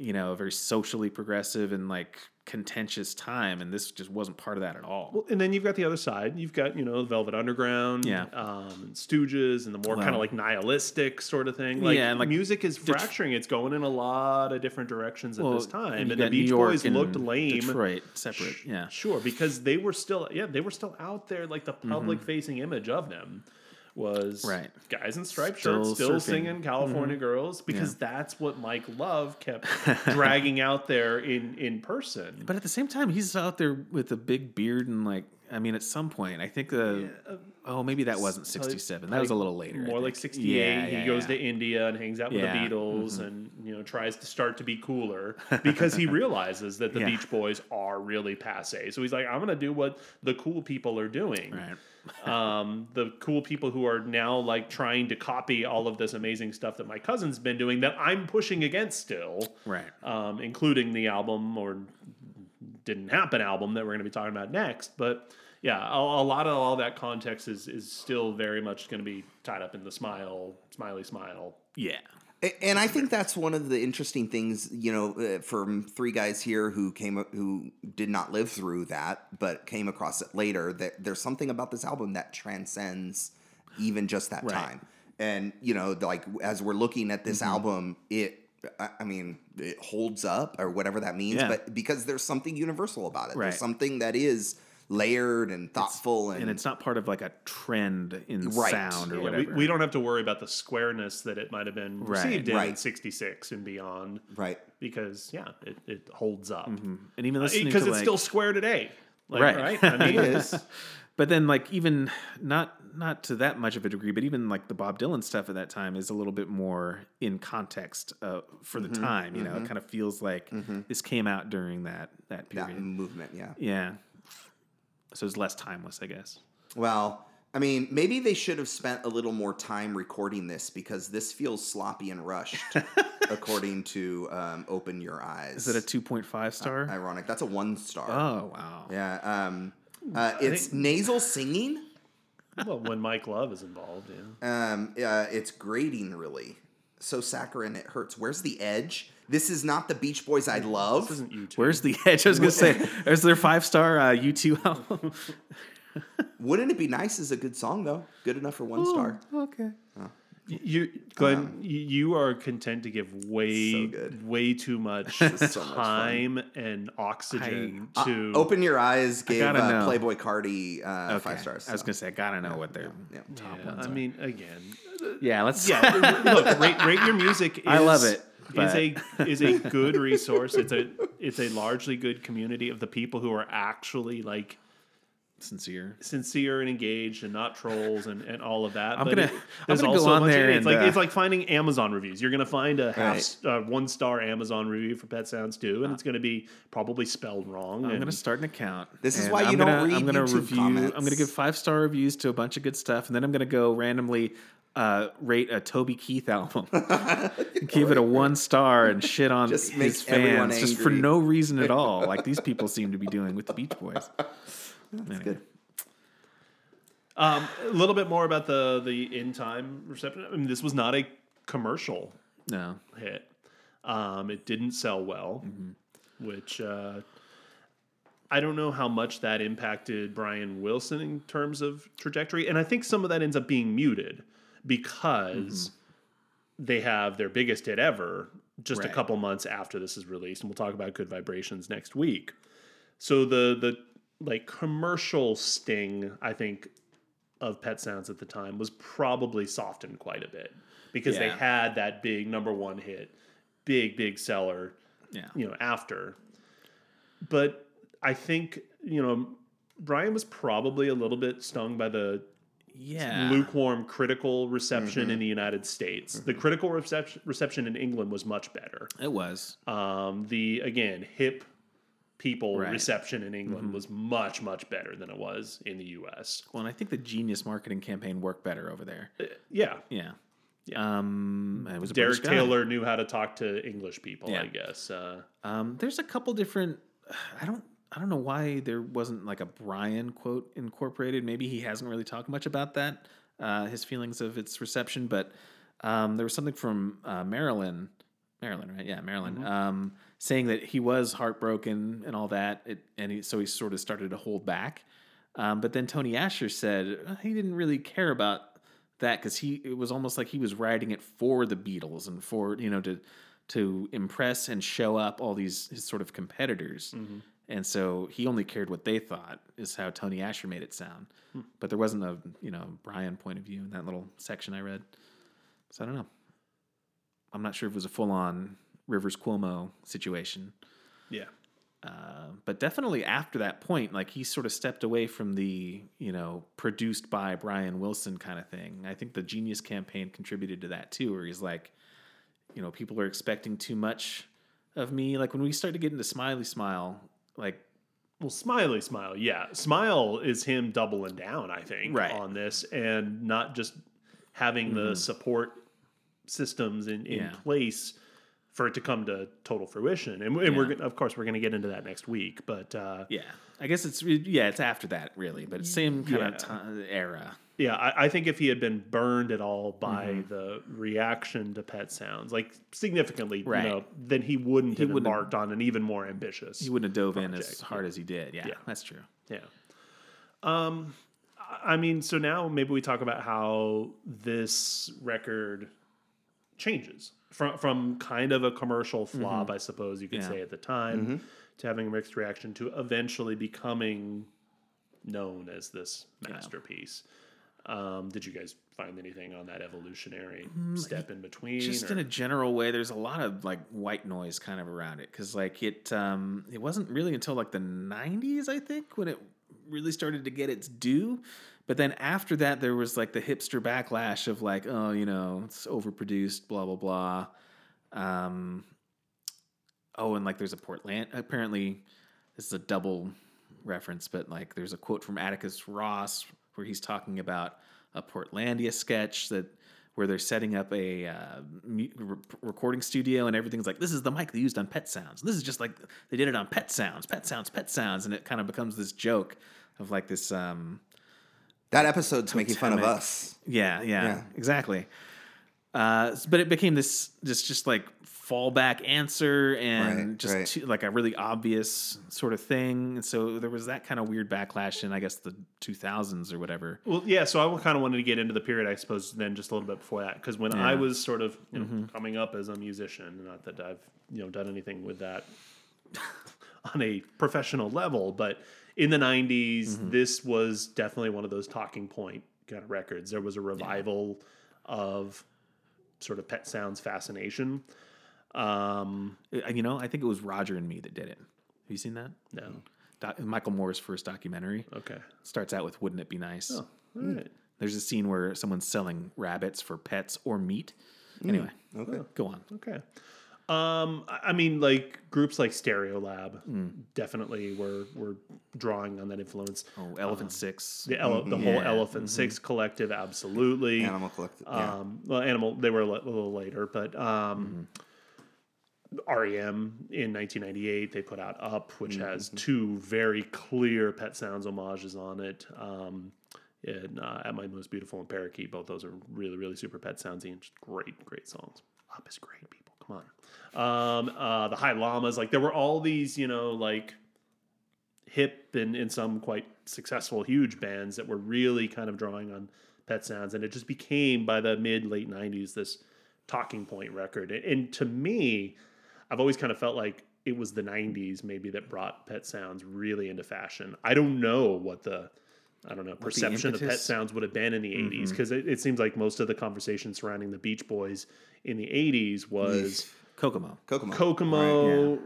[SPEAKER 3] you know, a very socially progressive and like contentious time, and this just wasn't part of that at all.
[SPEAKER 1] Well, and then you've got the other side. You've got you know Velvet Underground,
[SPEAKER 3] Yeah.
[SPEAKER 1] um, and Stooges, and the more kind of
[SPEAKER 3] Wow.
[SPEAKER 1] like nihilistic sort of thing. Like,
[SPEAKER 3] Yeah, and, like,
[SPEAKER 1] music is
[SPEAKER 3] Det-
[SPEAKER 1] fracturing. It's going in a lot of different directions at
[SPEAKER 3] Well,
[SPEAKER 1] this time,
[SPEAKER 3] you
[SPEAKER 1] and the
[SPEAKER 3] got New
[SPEAKER 1] Beach
[SPEAKER 3] York
[SPEAKER 1] Boys
[SPEAKER 3] and
[SPEAKER 1] looked lame.
[SPEAKER 3] Detroit separate, yeah.
[SPEAKER 1] Sure, because they were still yeah they were still out there. Like the public facing image of them was
[SPEAKER 3] Mm-hmm. Right.
[SPEAKER 1] guys in striped
[SPEAKER 3] Still
[SPEAKER 1] shirts still
[SPEAKER 3] surfing. Mm-hmm.
[SPEAKER 1] singing California Girls because that's what Mike Love kept dragging out there in in person.
[SPEAKER 3] But at the same time, he's out there with a big beard and like, I mean, at some point, I think the oh maybe that wasn't '67. That was a little later. I
[SPEAKER 1] more um, like
[SPEAKER 3] think.
[SPEAKER 1] 68
[SPEAKER 3] Yeah,
[SPEAKER 1] he
[SPEAKER 3] yeah,
[SPEAKER 1] goes
[SPEAKER 3] yeah.
[SPEAKER 1] to india and hangs out with
[SPEAKER 3] Yeah, mm-hmm.
[SPEAKER 1] the beatles and you know tries to start to be cooler because he realizes that the
[SPEAKER 3] Yeah.
[SPEAKER 1] beach boys are really passe so he's like i'm gonna do what the cool people are doing
[SPEAKER 3] right.
[SPEAKER 1] um, the cool people who are now like trying to copy all of this amazing stuff that my cousin's been doing that i'm pushing against still
[SPEAKER 3] Right.
[SPEAKER 1] um, including the album or didn't happen album that we're going to be talking about next. But yeah, a, a lot of all that context is is still very much going to be tied up in the smile, smiley smile.
[SPEAKER 3] Yeah.
[SPEAKER 2] A- And I think that's one of the interesting things, you know, uh, from three guys here who came who did not live through that, but came across it later. That there's something about this album that transcends even just that
[SPEAKER 3] Right. Mm-hmm.
[SPEAKER 2] time. And you know, like as we're looking at this album, it, I I mean, it holds up or whatever that means.
[SPEAKER 3] Yeah.
[SPEAKER 2] But because there's something universal about it,
[SPEAKER 3] Right.
[SPEAKER 2] there's something that is layered and thoughtful, and,
[SPEAKER 3] And it's not part of like a trend in
[SPEAKER 2] Right.
[SPEAKER 3] sound
[SPEAKER 1] mm. Yeah,
[SPEAKER 3] or
[SPEAKER 1] we,
[SPEAKER 3] whatever.
[SPEAKER 1] we don't have to worry about the squareness that it might have been
[SPEAKER 3] Right.
[SPEAKER 1] received in in
[SPEAKER 2] Right.
[SPEAKER 1] '66 and beyond,
[SPEAKER 2] right.
[SPEAKER 1] because yeah, it, it holds up because
[SPEAKER 3] and even Mm-hmm. listening to
[SPEAKER 1] it's
[SPEAKER 3] like,
[SPEAKER 1] still square today, like,
[SPEAKER 3] Right.
[SPEAKER 1] right? I mean,
[SPEAKER 2] It
[SPEAKER 1] it's-
[SPEAKER 3] but then like even not not to that much of a degree, but even like the Bob Dylan stuff at that time is a little bit more in context uh, for
[SPEAKER 2] Mm-hmm.
[SPEAKER 3] the time. You know, it kind of feels like this came out during that
[SPEAKER 2] That
[SPEAKER 3] that period.
[SPEAKER 2] movement, Mm-hmm. yeah.
[SPEAKER 3] yeah. So it's less timeless, I guess.
[SPEAKER 2] Well, I mean, maybe they should have spent a little more time recording this because this feels sloppy and rushed, according to um, Open Your Eyes.
[SPEAKER 3] Is it a two point five star?
[SPEAKER 2] ironic? That's a one star.
[SPEAKER 3] oh wow.
[SPEAKER 2] Yeah. Um, uh, it's nasal singing.
[SPEAKER 1] well, when Mike Love is involved, yeah.
[SPEAKER 2] Um, uh, it's grating really. So saccharine it hurts. Where's the edge? This is not the Beach Boys I love.
[SPEAKER 1] This isn't you two.
[SPEAKER 3] Where's the edge? I was gonna say, is their five star uh, U two album?
[SPEAKER 2] Wouldn't it be nice? Is a good song though. Good enough for one star.
[SPEAKER 3] okay.
[SPEAKER 1] You, Glenn, you are content to give
[SPEAKER 2] Um, So
[SPEAKER 1] way,
[SPEAKER 2] good.
[SPEAKER 1] way too much
[SPEAKER 2] is so much
[SPEAKER 1] time and oxygen
[SPEAKER 2] Uh,
[SPEAKER 1] to
[SPEAKER 2] Open Your Eyes gave
[SPEAKER 3] gotta
[SPEAKER 2] uh,
[SPEAKER 3] know.
[SPEAKER 2] Playboy Cardi uh,
[SPEAKER 3] Okay.
[SPEAKER 2] five stars.
[SPEAKER 3] I was
[SPEAKER 2] so,
[SPEAKER 3] gonna say, I gotta know what they're. Yeah,
[SPEAKER 2] yeah.
[SPEAKER 1] Yeah, I mean, again,
[SPEAKER 3] let's.
[SPEAKER 1] yeah. look, rate, rate your music. Is,
[SPEAKER 3] I love it,
[SPEAKER 1] Is
[SPEAKER 3] but-
[SPEAKER 1] a is a good resource. It's a it's a largely good community of the people who are actually like
[SPEAKER 3] sincere.
[SPEAKER 1] sincere and engaged and not trolls and, and all of that.
[SPEAKER 3] I'm
[SPEAKER 1] but
[SPEAKER 3] gonna-
[SPEAKER 1] it-
[SPEAKER 3] I'm
[SPEAKER 1] there's
[SPEAKER 3] gonna go
[SPEAKER 1] also
[SPEAKER 3] on
[SPEAKER 1] a bunch of-
[SPEAKER 3] there
[SPEAKER 1] it's
[SPEAKER 3] and,
[SPEAKER 1] like
[SPEAKER 3] uh,
[SPEAKER 1] it's like finding Amazon reviews. You're gonna find a half
[SPEAKER 2] Right.
[SPEAKER 1] s- uh, one star Amazon review for Pet Sounds too, and it's gonna be probably spelled wrong.
[SPEAKER 3] Uh, I'm
[SPEAKER 1] and
[SPEAKER 3] gonna start an account.
[SPEAKER 2] This is
[SPEAKER 3] and
[SPEAKER 2] why you
[SPEAKER 3] I'm
[SPEAKER 2] don't
[SPEAKER 3] gonna,
[SPEAKER 2] read
[SPEAKER 3] I'm gonna
[SPEAKER 2] YouTube
[SPEAKER 3] review. I'm
[SPEAKER 2] comments.
[SPEAKER 3] gonna give five star reviews to a bunch of good stuff, and then I'm gonna go randomly uh, rate a Toby Keith album, give it a one star, and shit on
[SPEAKER 2] Just make
[SPEAKER 3] his
[SPEAKER 2] everyone
[SPEAKER 3] fans just for
[SPEAKER 2] angry.
[SPEAKER 3] no reason at all, like these people seem to be doing with the Beach Boys. Anyway.
[SPEAKER 2] good.
[SPEAKER 1] Um, a little bit more about the the in time reception. I mean, this was not a commercial
[SPEAKER 3] No,
[SPEAKER 1] hit. Um, it didn't sell well, which uh, I don't know how much that impacted Brian Wilson in terms of trajectory. And I think some of that ends up being muted because they have their biggest hit ever just a
[SPEAKER 3] Right.
[SPEAKER 1] couple months after this is released. And we'll talk about Good Vibrations next week. So the the like commercial sting, I think, of Pet Sounds at the time was probably softened quite a bit because they
[SPEAKER 3] Yeah.
[SPEAKER 1] had that big number one hit, big big seller,
[SPEAKER 3] yeah,
[SPEAKER 1] you know, after. But I think you know Brian was probably a little bit stung by the
[SPEAKER 3] yeah. Mm-hmm.
[SPEAKER 1] lukewarm critical reception in the United States. The critical reception reception in England was much better
[SPEAKER 3] It was.
[SPEAKER 1] um, the again hip people
[SPEAKER 3] Right. Mm-hmm.
[SPEAKER 1] reception in England was much much better than it was in the U.S.
[SPEAKER 3] Well, and I think the genius marketing campaign worked better over there.
[SPEAKER 1] Yeah,
[SPEAKER 3] Yeah. Um, and it was a
[SPEAKER 1] Derek
[SPEAKER 3] British guy.
[SPEAKER 1] Taylor knew how to talk to English people. I
[SPEAKER 3] Yeah.
[SPEAKER 1] guess uh,
[SPEAKER 3] Um, there's a couple different. I don't. I don't know why there wasn't like a Brian quote incorporated. Maybe he hasn't really talked much about that. Uh, his feelings of its reception, but um, there was something from uh, Marilyn, Marilyn, right? Yeah, Marilyn, um, saying that he was heartbroken and all that, it, and he, so he sort of started to hold back. Um, but then Tony Asher said uh, he didn't really care about that because he it was almost like he was writing it for the Beatles and for you know to to impress and show up all these his sort of competitors. And so he only cared what they thought is how Tony Asher made it sound. But there wasn't a you know Brian point of view in that little section I read. So I don't know. I'm not sure if it was a full on Rivers Cuomo situation.
[SPEAKER 1] yeah,
[SPEAKER 3] Uh, but definitely after that point, like he sort of stepped away from the, you know, produced by Brian Wilson kind of thing. I think the Genius campaign contributed to that too, where he's like, you know, people are expecting too much of me. Like when we started to get into Smiley Smile, like,
[SPEAKER 1] Well, Smiley Smile, yeah. Smile is him doubling down, I think,
[SPEAKER 3] Right. Mm-hmm.
[SPEAKER 1] on this and not just having the support systems in, in
[SPEAKER 3] Yeah.
[SPEAKER 1] place for it to come to total fruition. And, and we're of course we're going to get into that next week, but uh,
[SPEAKER 3] Yeah, I guess it's yeah, it's after that really, but it's same kind
[SPEAKER 1] Yeah.
[SPEAKER 3] of time, era.
[SPEAKER 1] yeah, I, I think if he had been burned at all by
[SPEAKER 3] Mm-hmm.
[SPEAKER 1] the reaction to Pet Sounds, like significantly,
[SPEAKER 3] Right.
[SPEAKER 1] you know, then he wouldn't have
[SPEAKER 3] wouldn't-
[SPEAKER 1] embarked on an even more ambitious.
[SPEAKER 3] He wouldn't have dove in as
[SPEAKER 1] Project,
[SPEAKER 3] hard as he did. Yeah,
[SPEAKER 1] Yeah.
[SPEAKER 3] that's true.
[SPEAKER 1] Yeah. Um, I- I mean, so now maybe we talk about how this record changes from from kind of a commercial flop, I suppose you could
[SPEAKER 3] Mm-hmm. Yeah. Mm-hmm.
[SPEAKER 1] say at the time, to having a mixed reaction to eventually becoming known as this masterpiece. Um, did you guys find anything on that evolutionary step in between?
[SPEAKER 3] Mm, Just
[SPEAKER 1] or-
[SPEAKER 3] in a general way, there's a lot of like white noise kind of around it because like it um it wasn't really until like the 90s I think when it really started to get its due. But then after that, there was like the hipster backlash of like, oh, you know, it's overproduced, blah blah blah. Um, oh, and like there's a Portland. Apparently, this is a double reference, but like there's a quote from Atticus Ross where he's talking about a Portlandia sketch that where they're setting up a uh, mu- re- recording studio and everything's like this is the mic they used on Pet Sounds. This is just like they did it on Pet Sounds, Pet Sounds, Pet Sounds, and it kind of becomes this joke of like this. Um,
[SPEAKER 2] That episode's making fun of
[SPEAKER 3] Totemic.
[SPEAKER 2] us.
[SPEAKER 3] yeah, yeah,
[SPEAKER 2] Yeah.
[SPEAKER 3] exactly. Uh, s- but it became this just just like fallback answer and
[SPEAKER 2] Right,
[SPEAKER 3] just
[SPEAKER 2] right.
[SPEAKER 3] too, like a really obvious sort of thing. And so there was that kind of weird backlash in I guess the 2000s or whatever.
[SPEAKER 1] Well, yeah. So I kind of wanted to get into the period, I suppose, then just a little bit before that, because when I
[SPEAKER 3] Yeah.
[SPEAKER 1] was sort of you know, coming up as a musician, not that I've you know done anything with that on a professional level, but in the '90s, this was definitely one of those talking point kind of records. There was a revival of sort of Pet Sounds fascination. Um,
[SPEAKER 3] Uh, You know, I think it was Roger and Me that did it. Have you seen that?
[SPEAKER 1] no,
[SPEAKER 3] Doc, Michael Moore's first documentary
[SPEAKER 1] okay,
[SPEAKER 3] starts out with "Wouldn't it be nice?"
[SPEAKER 1] oh, all right.
[SPEAKER 3] There's a scene where someone's selling rabbits for pets or meat.
[SPEAKER 2] Hmm.
[SPEAKER 3] Anyway,
[SPEAKER 1] Oh.
[SPEAKER 2] Okay.
[SPEAKER 3] go on.
[SPEAKER 1] Okay. Um, I I mean, like groups like Stereo Lab definitely were were drawing on that influence.
[SPEAKER 3] Oh, Elephant
[SPEAKER 2] Uh-huh.
[SPEAKER 3] Six.
[SPEAKER 1] The ele- the whole
[SPEAKER 3] Yeah.
[SPEAKER 1] Elephant Six collective, absolutely.
[SPEAKER 2] Animal collective. Yeah.
[SPEAKER 1] Um, well, Animal. They were a li- a little later, but um, REM in 1998 they put out Up, which has two very clear Pet Sounds homages on it. Um, and uh, At My Most Beautiful and Parakeet, both those are really really super Pet Soundsy and just great great songs. Up is great, people. Come on. Um, uh, the High Llamas, like there were all these, you know, like hip and in some quite successful huge bands that were really kind of drawing on pet sounds and it just became by the mid late 90s this talking point record and, and to me i've always kind of felt like it was the 90s maybe that brought pet sounds really into fashion i don't know what the i don't know perception of pet
[SPEAKER 3] impetus?
[SPEAKER 1] sounds would have been in the 80s because it, it seems like most of the conversation surrounding the beach boys in the 80s was
[SPEAKER 3] Kokomo.
[SPEAKER 2] Kokomo.
[SPEAKER 1] Kokomo,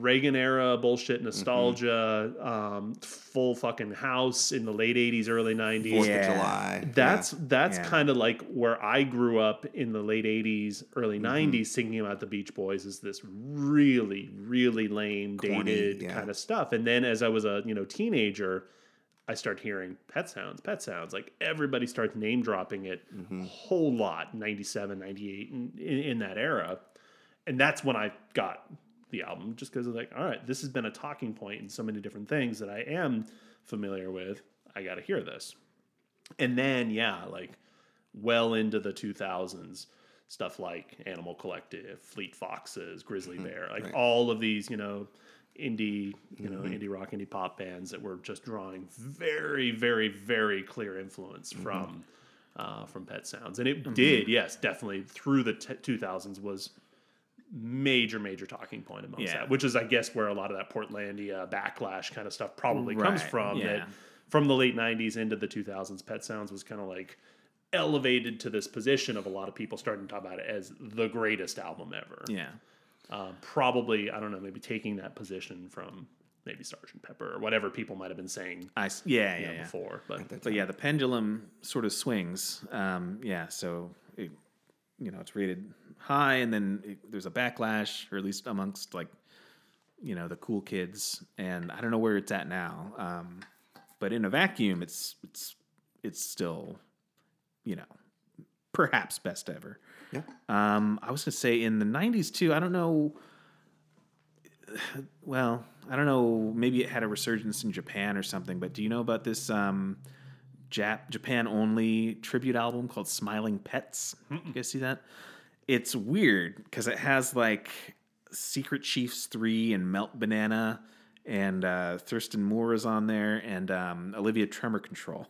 [SPEAKER 1] Reagan era bullshit nostalgia, um, full fucking house in the late '80s, early '90s.
[SPEAKER 2] Fourth
[SPEAKER 3] Yeah.
[SPEAKER 2] of July.
[SPEAKER 1] That's that's
[SPEAKER 3] yeah.
[SPEAKER 1] kind of like where I grew up in the late '80s, early '90s, thinking about the Beach Boys as this really, really lame,
[SPEAKER 2] Corny,
[SPEAKER 1] dated
[SPEAKER 2] yeah.
[SPEAKER 1] kind of stuff. And then as I was a you know teenager, I start hearing pet sounds, pet sounds. Like everybody starts name dropping it
[SPEAKER 2] Mm-hmm.
[SPEAKER 1] a whole lot, 97, 98, in, in, in that era. And that's when I got the album, just because I was like, all right, this has been a talking point in so many different things that I am familiar with. I got to hear this. And then, yeah, like well into the 2000s, stuff like Animal Collective, Fleet Foxes, Grizzly
[SPEAKER 3] Mm-hmm.
[SPEAKER 1] Bear, like all of these, you know, indie, you know,
[SPEAKER 3] Mm-hmm.
[SPEAKER 1] indie rock, indie pop bands that were just drawing very, very, very clear influence
[SPEAKER 3] Mm-hmm.
[SPEAKER 1] from uh, from Pet Sounds, and it did, yes, definitely through the two thousands was major, major talking point amongst
[SPEAKER 3] Yeah.
[SPEAKER 1] that, which is, I guess, where a lot of that Portlandia backlash kind of stuff probably comes
[SPEAKER 3] Right,
[SPEAKER 1] from.
[SPEAKER 3] yeah.
[SPEAKER 1] That from the late '90s into the 2000s, Pet Sounds was kind of like elevated to this position of a lot of people starting to talk about it as the greatest album ever.
[SPEAKER 3] Yeah.
[SPEAKER 1] Um, probably, I don't know, maybe taking that position from maybe Sergeant Pepper or whatever people might have been saying
[SPEAKER 3] I s- yeah
[SPEAKER 1] you
[SPEAKER 3] yeah
[SPEAKER 1] know,
[SPEAKER 3] yeah.
[SPEAKER 1] before. But
[SPEAKER 3] But yeah, the pendulum sort of swings. Um, yeah, so it, you know it's rated high, and then it, there's a backlash, or at least amongst like you know the cool kids, and I don't know where it's at now. Um, but in a vacuum, it's it's it's still you know perhaps best ever.
[SPEAKER 2] Yeah.
[SPEAKER 3] Um, I was gonna say in the '90s too. I don't know. Well, I don't know. Maybe it had a resurgence in Japan or something. But do you know about this um, Jap- Japan only tribute album called Smiling Pets? You guys see that? It's weird because it has like Secret Chiefs three and Melt Banana and uh, Thurston Moore is on there and um, Olivia Tremor Control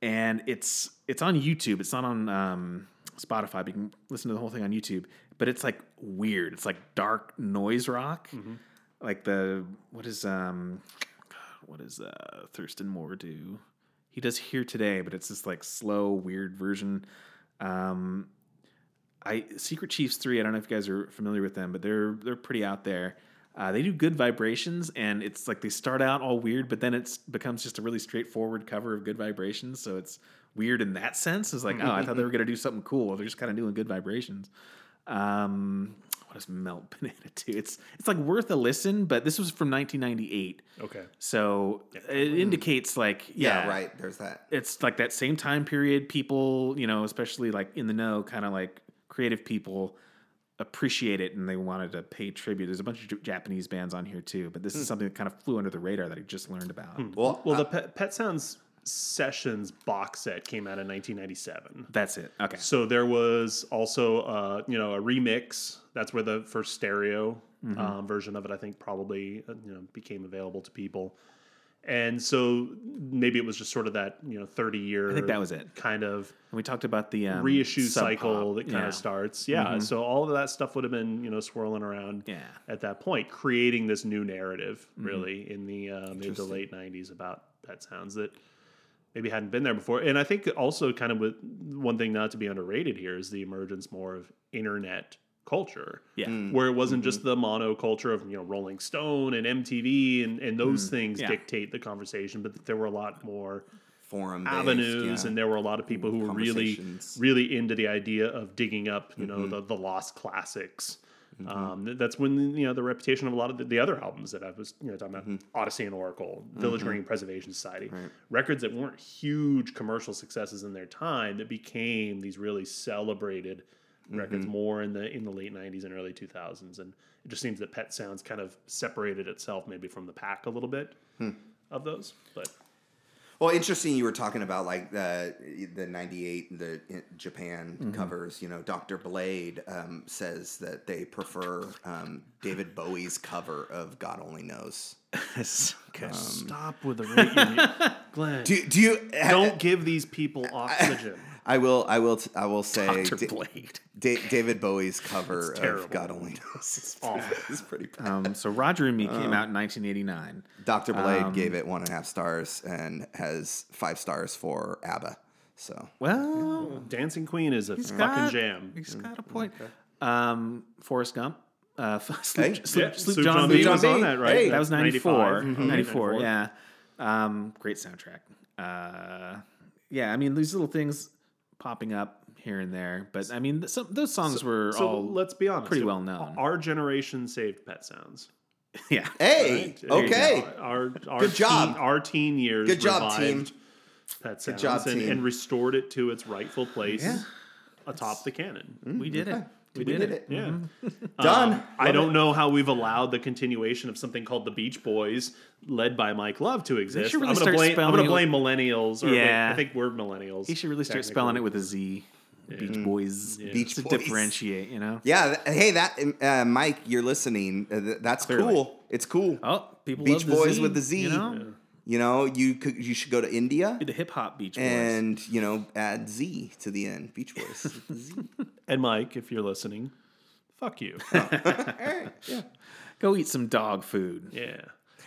[SPEAKER 3] and it's it's on YouTube. It's not on um, Spotify. But you can listen to the whole thing on YouTube. But it's like weird. It's like dark noise rock, like the what is um what does uh, Thurston Moore do? He does here today, but it's this like slow, weird version. Um, I Secret Chiefs three. I don't know if you guys are familiar with them, but they're they're pretty out there. Uh, they do good vibrations, and it's like they start out all weird, but then it's becomes just a really straightforward cover of good vibrations. So it's weird in that sense. It's like, oh, I thought they were gonna do something cool. They're just kind of doing good vibrations. Um, what does Melt Banana do? It's it's like worth a listen, but this was from 1998,
[SPEAKER 1] Okay.
[SPEAKER 3] so it indicates like
[SPEAKER 2] Yeah,
[SPEAKER 3] yeah
[SPEAKER 2] right. There's that.
[SPEAKER 3] it's like that same time period people you know especially like in the know kind of like creative people appreciate it and they wanted to pay tribute there's a bunch of J- japanese bands on here too but this
[SPEAKER 1] Hmm.
[SPEAKER 3] is something that kind of flew under the radar that i just learned about
[SPEAKER 2] Well,
[SPEAKER 1] Well, the
[SPEAKER 3] Uh,
[SPEAKER 1] Pet, Pet Sounds Sessions box set came out in 1997.
[SPEAKER 3] that's it okay
[SPEAKER 1] So there was also, uh, you know, a remix. That's where the first stereo
[SPEAKER 3] Mm-hmm.
[SPEAKER 1] um, version of it, I think, probably uh, you know became available to people. And so maybe it was just sort of that you know 30 year. I
[SPEAKER 3] think that was it.
[SPEAKER 1] Kind of
[SPEAKER 3] and we talked about the um,
[SPEAKER 1] reissue
[SPEAKER 3] Sub
[SPEAKER 1] cycle
[SPEAKER 3] Pop.
[SPEAKER 1] that kind
[SPEAKER 3] Yeah. Mm-hmm.
[SPEAKER 1] of starts. Yeah. So all of that stuff would have been you know swirling around.
[SPEAKER 3] Yeah. Mm-hmm.
[SPEAKER 1] At that point, creating this new narrative really in the uh, mid to late '90s about pet sounds that maybe hadn't been there before. And I think also kind of with one thing not to be underrated here is the emergence more of internet culture.
[SPEAKER 3] Yeah.
[SPEAKER 2] Hmm.
[SPEAKER 3] Mm.
[SPEAKER 1] Where it wasn't just the mono culture of, you know, Rolling Stone and MTV and, and those things
[SPEAKER 3] Mm. Yeah.
[SPEAKER 1] dictate the conversation, but that there were a lot more
[SPEAKER 2] forum
[SPEAKER 1] avenues and there were a lot of people who were really
[SPEAKER 2] Conversations.
[SPEAKER 1] really into the idea of digging up you know the, the lost classics um, th- that's when you know the reputation of a lot of the, the other albums that i was you know talking about odyssey and oracle village green preservation society records that weren't huge commercial successes in their time that became these really celebrated records more in the in the late 90s and early 2000s and it just seems that pet sounds kind of separated itself maybe from the pack a little bit of those but
[SPEAKER 2] Well, interesting. You were talking about like the the '98 the in- Japan
[SPEAKER 1] Mm-hmm.
[SPEAKER 2] covers. You know, Doctor Blade um, says that they prefer um, David Bowie's cover of "God Only Knows."
[SPEAKER 1] um, Stop with the rate union. Glenn.
[SPEAKER 2] Do do you?
[SPEAKER 1] don't give these people oxygen.
[SPEAKER 2] I will. I will. t- I will say
[SPEAKER 3] Dr.
[SPEAKER 2] Da-
[SPEAKER 3] blade
[SPEAKER 2] Da- David Bowie's cover
[SPEAKER 1] terrible. Oh.
[SPEAKER 2] of "God Only Knows" is pretty, is pretty bad.
[SPEAKER 3] um, so roger and me came out in 1989
[SPEAKER 2] Doctor Blade
[SPEAKER 1] Um,
[SPEAKER 2] gave it one and a half stars and has five stars for ABBA. So
[SPEAKER 3] well
[SPEAKER 1] Dancing Queen is a fucking
[SPEAKER 3] got-
[SPEAKER 1] jam.
[SPEAKER 3] He's got a point. Um, Forrest Gump. Uh, Sloop,
[SPEAKER 2] Hey,
[SPEAKER 1] Yeah,
[SPEAKER 3] Sloop, Sloop
[SPEAKER 1] Sloop
[SPEAKER 3] John
[SPEAKER 1] John
[SPEAKER 3] Bean.
[SPEAKER 1] Bean
[SPEAKER 2] was on
[SPEAKER 1] that, right?
[SPEAKER 3] That was
[SPEAKER 1] 95.
[SPEAKER 3] 94.
[SPEAKER 1] Mhm.
[SPEAKER 3] 94,
[SPEAKER 1] 94.
[SPEAKER 3] yeah. Um, great soundtrack. Uh, yeah, I mean, these little things popping up here and there. But, I mean, th- some, those songs were
[SPEAKER 1] So
[SPEAKER 3] all...
[SPEAKER 1] let's be honest.
[SPEAKER 3] pretty
[SPEAKER 1] it-
[SPEAKER 3] well known.
[SPEAKER 1] Our generation saved Pet Sounds.
[SPEAKER 3] yeah.
[SPEAKER 2] hey,
[SPEAKER 1] There you
[SPEAKER 2] okay,
[SPEAKER 1] go. Our, our
[SPEAKER 2] Good job.
[SPEAKER 1] Teen, our teen years.
[SPEAKER 2] Good job,
[SPEAKER 1] revived
[SPEAKER 2] team.
[SPEAKER 1] Pet Sounds
[SPEAKER 2] job,
[SPEAKER 1] and,
[SPEAKER 2] team.
[SPEAKER 1] and restored it to its rightful place
[SPEAKER 3] Yeah.
[SPEAKER 1] atop the canon.
[SPEAKER 2] Mm.
[SPEAKER 3] We did it. We,
[SPEAKER 2] we
[SPEAKER 3] did,
[SPEAKER 2] did
[SPEAKER 3] it.
[SPEAKER 2] it.
[SPEAKER 1] Yeah.
[SPEAKER 3] Mm-hmm.
[SPEAKER 2] Done.
[SPEAKER 1] Um, I don't know how we've allowed the continuation of something called the Beach Boys, led by Mike Love, to exist.
[SPEAKER 3] really
[SPEAKER 1] I'm
[SPEAKER 3] start
[SPEAKER 1] gonna blame. I'm
[SPEAKER 3] spelling
[SPEAKER 1] gonna
[SPEAKER 3] it
[SPEAKER 1] blame millennials. Or wait,
[SPEAKER 3] Yeah.
[SPEAKER 1] I think we're millennials.
[SPEAKER 3] He should really start
[SPEAKER 1] technically.
[SPEAKER 3] spelling it with a Z. Beach Boys.
[SPEAKER 2] Beach
[SPEAKER 3] to
[SPEAKER 2] Boys.
[SPEAKER 3] differentiate, you know?
[SPEAKER 2] Yeah, th- hey, that uh, Mike, you're listening. Uh, th- that's cool. It's cool.
[SPEAKER 3] Oh, people
[SPEAKER 2] Beach
[SPEAKER 3] love the
[SPEAKER 2] Boys
[SPEAKER 3] Z,
[SPEAKER 2] with the Z.
[SPEAKER 3] You know?
[SPEAKER 2] You know, you could you should go to India
[SPEAKER 3] The hip-hop Beach Boys.
[SPEAKER 2] and you know add Z to the end. Beach Boys. Z.
[SPEAKER 1] And Mike, if you're listening, fuck you.
[SPEAKER 3] Go eat some dog food.
[SPEAKER 1] yeah.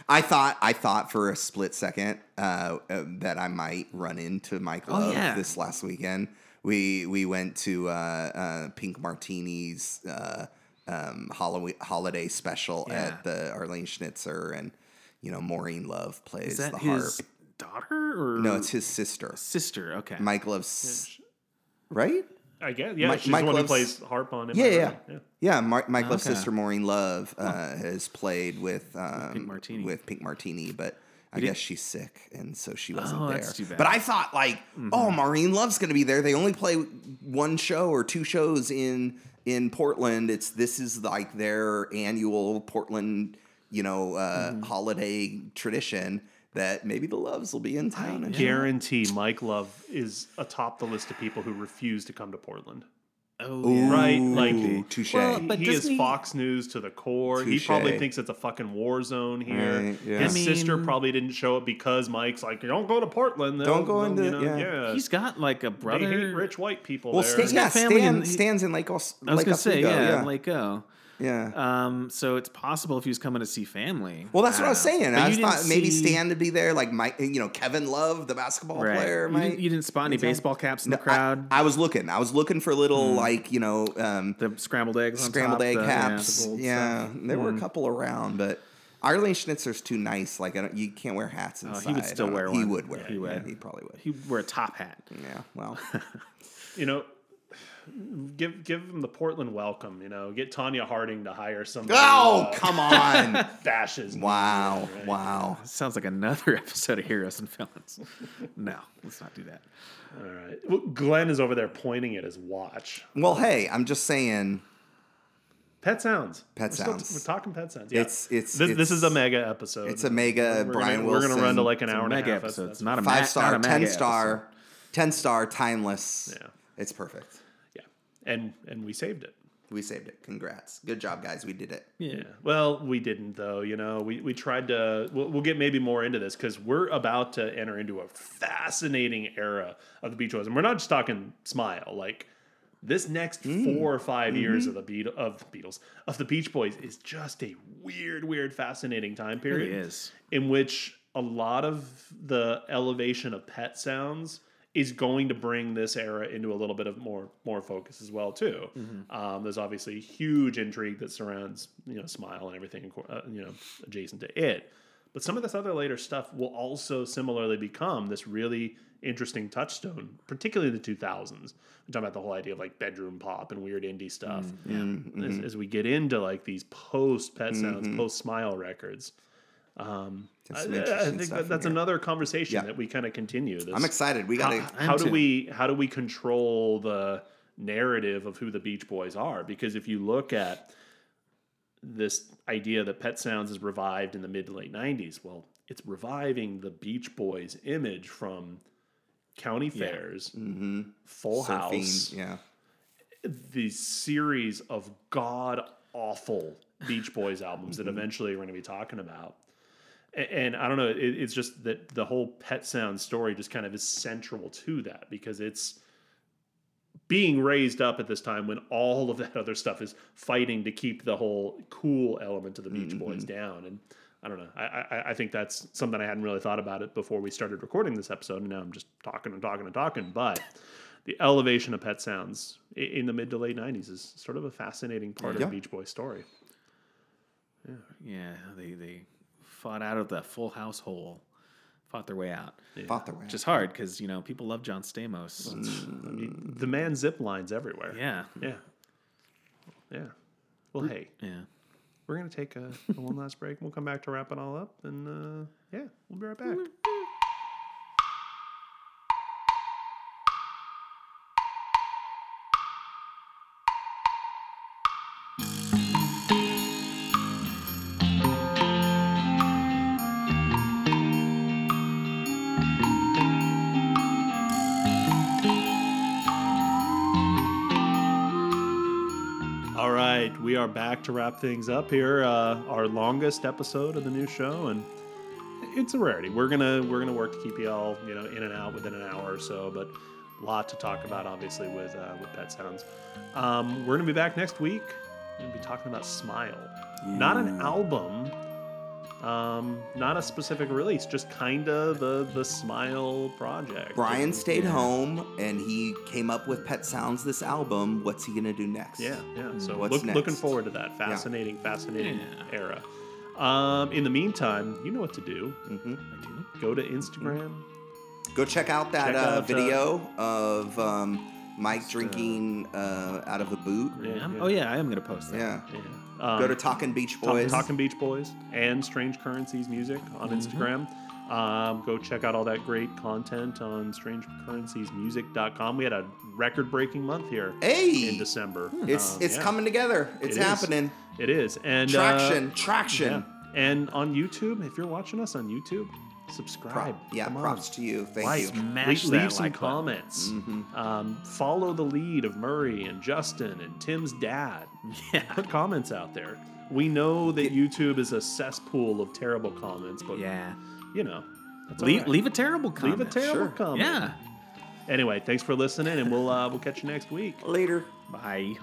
[SPEAKER 2] I thought I thought for a split second uh, um, that I might run into Mike Love
[SPEAKER 3] Oh, yeah.
[SPEAKER 2] this last weekend. We we went to uh, uh, Pink Martini's uh, um, Halloween holiday special
[SPEAKER 3] Yeah.
[SPEAKER 2] at the Arlene Schnitzer, and you know Maureen Love plays
[SPEAKER 3] Is that
[SPEAKER 2] the
[SPEAKER 3] his
[SPEAKER 2] harp.
[SPEAKER 3] daughter or
[SPEAKER 2] No, it's his sister,
[SPEAKER 3] sister? Okay.
[SPEAKER 2] Mike Love's right.
[SPEAKER 1] I guess. Yeah.
[SPEAKER 2] Mike-
[SPEAKER 1] she's
[SPEAKER 2] Mike
[SPEAKER 1] the one who
[SPEAKER 2] Love's-
[SPEAKER 1] plays harp on it.
[SPEAKER 2] Yeah, yeah, yeah. Mar- Mike Love's
[SPEAKER 3] Okay. Oh.
[SPEAKER 2] sister Maureen Love uh, has played with um,
[SPEAKER 3] Pink Martini.
[SPEAKER 2] with Pink Martini, but I guess she's sick, and so she wasn't
[SPEAKER 3] Oh,
[SPEAKER 2] there.
[SPEAKER 3] that's too bad. Mm-hmm.
[SPEAKER 2] But I thought, like, oh, Maureen Love's going to be there. They only play one show or two shows in in Portland. It's this is like their annual Portland, you know, uh,
[SPEAKER 3] Mm-hmm.
[SPEAKER 2] holiday tradition that maybe the Loves will be in town. and-
[SPEAKER 1] Guarantee Mike Love is atop the list of people who refuse to come to Portland.
[SPEAKER 3] Oh,
[SPEAKER 2] Ooh,
[SPEAKER 1] Right, like-
[SPEAKER 2] touche.
[SPEAKER 3] Well,
[SPEAKER 1] He-
[SPEAKER 3] Uh, But
[SPEAKER 1] he is
[SPEAKER 3] doesn't he-
[SPEAKER 1] Fox News to the core. He probably
[SPEAKER 2] Touche.
[SPEAKER 1] thinks it's a fucking war zone here.
[SPEAKER 2] Right, yeah.
[SPEAKER 1] His
[SPEAKER 2] I
[SPEAKER 3] mean-
[SPEAKER 1] sister probably didn't show up because Mike's like, "Don't go to Portland. they'll-
[SPEAKER 2] Don't go
[SPEAKER 1] they'll,
[SPEAKER 2] into-
[SPEAKER 1] you know,
[SPEAKER 2] yeah.
[SPEAKER 1] yeah.
[SPEAKER 3] He's got like a
[SPEAKER 1] they
[SPEAKER 3] brother.
[SPEAKER 1] hate rich white people
[SPEAKER 2] well,
[SPEAKER 1] there.
[SPEAKER 2] Stan, yeah,
[SPEAKER 3] got family
[SPEAKER 2] Stan,
[SPEAKER 3] in-
[SPEAKER 2] Stan's in Lake Os-
[SPEAKER 3] I was
[SPEAKER 2] Lake
[SPEAKER 3] gonna say,
[SPEAKER 2] Oswego,
[SPEAKER 3] yeah,
[SPEAKER 2] yeah.
[SPEAKER 3] Lake O.
[SPEAKER 2] yeah.
[SPEAKER 3] Um, so it's possible if he was coming to see family.
[SPEAKER 2] Well, that's what I was
[SPEAKER 3] don't know.
[SPEAKER 2] saying.
[SPEAKER 3] But
[SPEAKER 2] I
[SPEAKER 3] you
[SPEAKER 2] was thought
[SPEAKER 3] didn't
[SPEAKER 2] maybe
[SPEAKER 3] see-
[SPEAKER 2] Stan to be there, like Mike, you know, Kevin Love, the basketball
[SPEAKER 3] Right.
[SPEAKER 2] player.
[SPEAKER 3] You
[SPEAKER 2] might-
[SPEAKER 3] didn't, you didn't spot any
[SPEAKER 2] it's not-
[SPEAKER 3] baseball caps in
[SPEAKER 2] No,
[SPEAKER 3] the
[SPEAKER 2] I-
[SPEAKER 3] crowd.
[SPEAKER 2] I, was looking. I was looking for little like you know um,
[SPEAKER 3] Hmm. the scrambled eggs, on
[SPEAKER 2] scrambled
[SPEAKER 3] top,
[SPEAKER 2] egg
[SPEAKER 3] the- yeah, the
[SPEAKER 2] caps.
[SPEAKER 3] gold
[SPEAKER 2] Yeah,
[SPEAKER 3] stuff. Hmm.
[SPEAKER 2] there were a couple around, but Arlene Schnitzer's too nice. Like I don't, you can't wear hats
[SPEAKER 3] Oh, he
[SPEAKER 2] inside.
[SPEAKER 3] would still
[SPEAKER 2] I don't-
[SPEAKER 3] wear
[SPEAKER 2] He
[SPEAKER 3] one.
[SPEAKER 2] would wear.
[SPEAKER 3] Yeah,
[SPEAKER 2] it.
[SPEAKER 3] he
[SPEAKER 2] yeah,
[SPEAKER 3] would.
[SPEAKER 2] He probably would.
[SPEAKER 3] He wore a top hat.
[SPEAKER 2] Yeah. Well.
[SPEAKER 1] you know, give give him the Portland welcome. You know, get Tanya Harding to hire somebody.
[SPEAKER 2] oh
[SPEAKER 1] uh,
[SPEAKER 2] come on!
[SPEAKER 1] bashes.
[SPEAKER 2] wow! Wow!
[SPEAKER 3] Sounds like another episode of Heroes and Villains. no, let's not do that.
[SPEAKER 1] All right. Well, Glenn is over there pointing at his watch.
[SPEAKER 2] Well, hey, I'm just saying.
[SPEAKER 1] Pet sounds.
[SPEAKER 2] Pet
[SPEAKER 1] we're still-
[SPEAKER 2] sounds.
[SPEAKER 1] we're talking pet sounds. Yeah.
[SPEAKER 2] It's- it's-
[SPEAKER 1] this, this
[SPEAKER 2] it's-
[SPEAKER 1] is a mega episode.
[SPEAKER 2] It's a mega
[SPEAKER 1] We're
[SPEAKER 2] Brian
[SPEAKER 1] gonna,
[SPEAKER 2] Wilson.
[SPEAKER 1] We're gonna run to like an hour and a half.
[SPEAKER 3] Mega
[SPEAKER 1] That's-
[SPEAKER 3] episode.
[SPEAKER 1] that's
[SPEAKER 3] It's not a
[SPEAKER 2] five
[SPEAKER 3] ma-
[SPEAKER 2] star,
[SPEAKER 3] not a
[SPEAKER 2] ten
[SPEAKER 3] mega
[SPEAKER 2] star,
[SPEAKER 3] episode.
[SPEAKER 2] ten star, timeless.
[SPEAKER 1] Yeah.
[SPEAKER 2] It's perfect.
[SPEAKER 1] Yeah, and and we saved it.
[SPEAKER 2] We saved it. Congrats. Good job, guys. We did it.
[SPEAKER 1] Yeah. Well, we didn't though. You know, we we tried to. We'll, we'll get maybe more into this because we're about to enter into a fascinating era of the Beach Boys, and we're not just talking Smile. Like this next
[SPEAKER 3] Mm.
[SPEAKER 1] four or 5
[SPEAKER 3] Mm-hmm.
[SPEAKER 1] years of the Beat of Beatles of the Beach Boys is just a weird, weird, fascinating time
[SPEAKER 3] It
[SPEAKER 1] period.
[SPEAKER 3] really is.
[SPEAKER 1] in which a lot of the elevation of pet sounds is going to bring this era into a little bit of more more focus as well too. Um, there's obviously huge intrigue that surrounds you know Smile and everything uh, you know adjacent to it, but some of this other later stuff will also similarly become this really interesting touchstone, particularly the 2000s. We're talking about the whole idea of like bedroom pop and weird indie stuff. As, as we get into like these post Pet Sounds, post Smile records.
[SPEAKER 2] There's
[SPEAKER 1] I,
[SPEAKER 2] some
[SPEAKER 1] I- I
[SPEAKER 2] interesting
[SPEAKER 1] think
[SPEAKER 2] stuff
[SPEAKER 1] that,
[SPEAKER 2] in
[SPEAKER 1] that's
[SPEAKER 2] here.
[SPEAKER 1] another conversation
[SPEAKER 2] Yeah.
[SPEAKER 1] that we kind of continue. This,
[SPEAKER 2] I'm excited. We got
[SPEAKER 1] How,
[SPEAKER 2] to.
[SPEAKER 1] how do
[SPEAKER 3] too.
[SPEAKER 1] we how do we control the narrative of who the Beach Boys are? Because if you look at this idea that Pet Sounds is revived in the mid to late '90s, well, it's reviving the Beach Boys image from county fairs,
[SPEAKER 2] Mm-hmm.
[SPEAKER 1] Full House,
[SPEAKER 2] Yeah.
[SPEAKER 1] the series of god awful Beach Boys albums
[SPEAKER 2] Mm-hmm.
[SPEAKER 1] that eventually we're going to be talking about. A- And I don't know, it, it's just that the whole Pet Sound story just kind of is central to that because it's being raised up at this time when all of that other stuff is fighting to keep the whole cool element of the Beach Boys down. And I don't know, I, I, I think that's something I hadn't really thought about it before we started recording this episode. And now I'm just talking and talking and talking. But the elevation of Pet Sounds i- in the mid to late 90s is sort of a fascinating part
[SPEAKER 2] Yeah.
[SPEAKER 1] of the Beach Boys story.
[SPEAKER 3] Yeah, they they fought out of the full house hole, fought their way out,
[SPEAKER 2] Fought their way.
[SPEAKER 3] which is hard because you know people love John Stamos.
[SPEAKER 2] Mm.
[SPEAKER 1] I mean, the man zip lines everywhere.
[SPEAKER 3] Yeah,
[SPEAKER 1] Yeah. Yeah. Well, hey,
[SPEAKER 3] yeah.
[SPEAKER 1] we're going to take a, a one last break. We'll come back to wrap it all up. And uh, yeah, we'll be right back. All right, we are back to wrap things up here. Uh, our longest episode of the new show, and it's a rarity. We're gonna we're gonna work to keep you all you know in and out within an hour or so, but a lot to talk about, obviously, with uh, with Pet Sounds. Um, we're gonna be back next week. We're gonna be talking about Smile, not an album, um, not a specific release, just kind of the the Smile project.
[SPEAKER 2] Brian
[SPEAKER 1] And-
[SPEAKER 2] stayed home and he came up with Pet Sounds, this album. What's he going to do next?
[SPEAKER 1] Yeah, yeah. So
[SPEAKER 2] Mm-hmm. What's
[SPEAKER 1] look, looking
[SPEAKER 2] next?
[SPEAKER 1] forward to that. Fascinating, fascinating
[SPEAKER 3] Yeah.
[SPEAKER 1] era. Um, in the meantime, you know what to do.
[SPEAKER 2] hmm
[SPEAKER 3] I do.
[SPEAKER 1] Go to Instagram.
[SPEAKER 2] Go check out that
[SPEAKER 1] Check
[SPEAKER 2] uh,
[SPEAKER 1] out, uh,
[SPEAKER 2] video of um, Mike drinking uh, out of a boot.
[SPEAKER 1] Yeah,
[SPEAKER 3] I'm-
[SPEAKER 1] yeah.
[SPEAKER 3] Oh yeah, I am gonna post that.
[SPEAKER 2] Yeah.
[SPEAKER 1] Mm-hmm. Yeah. Um,
[SPEAKER 2] Mm-hmm. Go to Talking Beach
[SPEAKER 1] Talk-
[SPEAKER 2] Boys. Mm-hmm.
[SPEAKER 1] Talking Beach Boys and Strange Currencies music on Instagram. Um, go check out all that great content on strangecurrenciesmusic.com. We had a record breaking month here
[SPEAKER 2] Hey! Hmm.
[SPEAKER 1] in December.
[SPEAKER 2] It's
[SPEAKER 1] Um,
[SPEAKER 2] it's
[SPEAKER 1] yeah,
[SPEAKER 2] coming together. It's
[SPEAKER 1] it is.
[SPEAKER 2] happening.
[SPEAKER 1] It is. And uh,
[SPEAKER 2] Traction, traction.
[SPEAKER 1] yeah. And on YouTube, if you're watching us on YouTube, subscribe.
[SPEAKER 2] Prop, yeah,
[SPEAKER 1] Come on.
[SPEAKER 2] props to you. Thank
[SPEAKER 1] Like,
[SPEAKER 2] you. Mm-hmm.
[SPEAKER 1] leave,
[SPEAKER 4] Smash
[SPEAKER 1] leave
[SPEAKER 4] that
[SPEAKER 1] some
[SPEAKER 4] like button.
[SPEAKER 1] comments. Um, follow the lead of Murray and Justin and Tim's dad. Yeah. Put comments out there. We know that YouTube is a cesspool of terrible comments, but
[SPEAKER 4] Yeah.
[SPEAKER 1] you know, that's all
[SPEAKER 4] Leave,
[SPEAKER 1] right.
[SPEAKER 4] leave a terrible
[SPEAKER 1] Leave
[SPEAKER 4] comment.
[SPEAKER 1] a terrible
[SPEAKER 2] sure.
[SPEAKER 1] comment.
[SPEAKER 4] Yeah.
[SPEAKER 1] Anyway, thanks for listening, and we'll uh, we'll catch you next week.
[SPEAKER 2] Later.
[SPEAKER 4] Bye.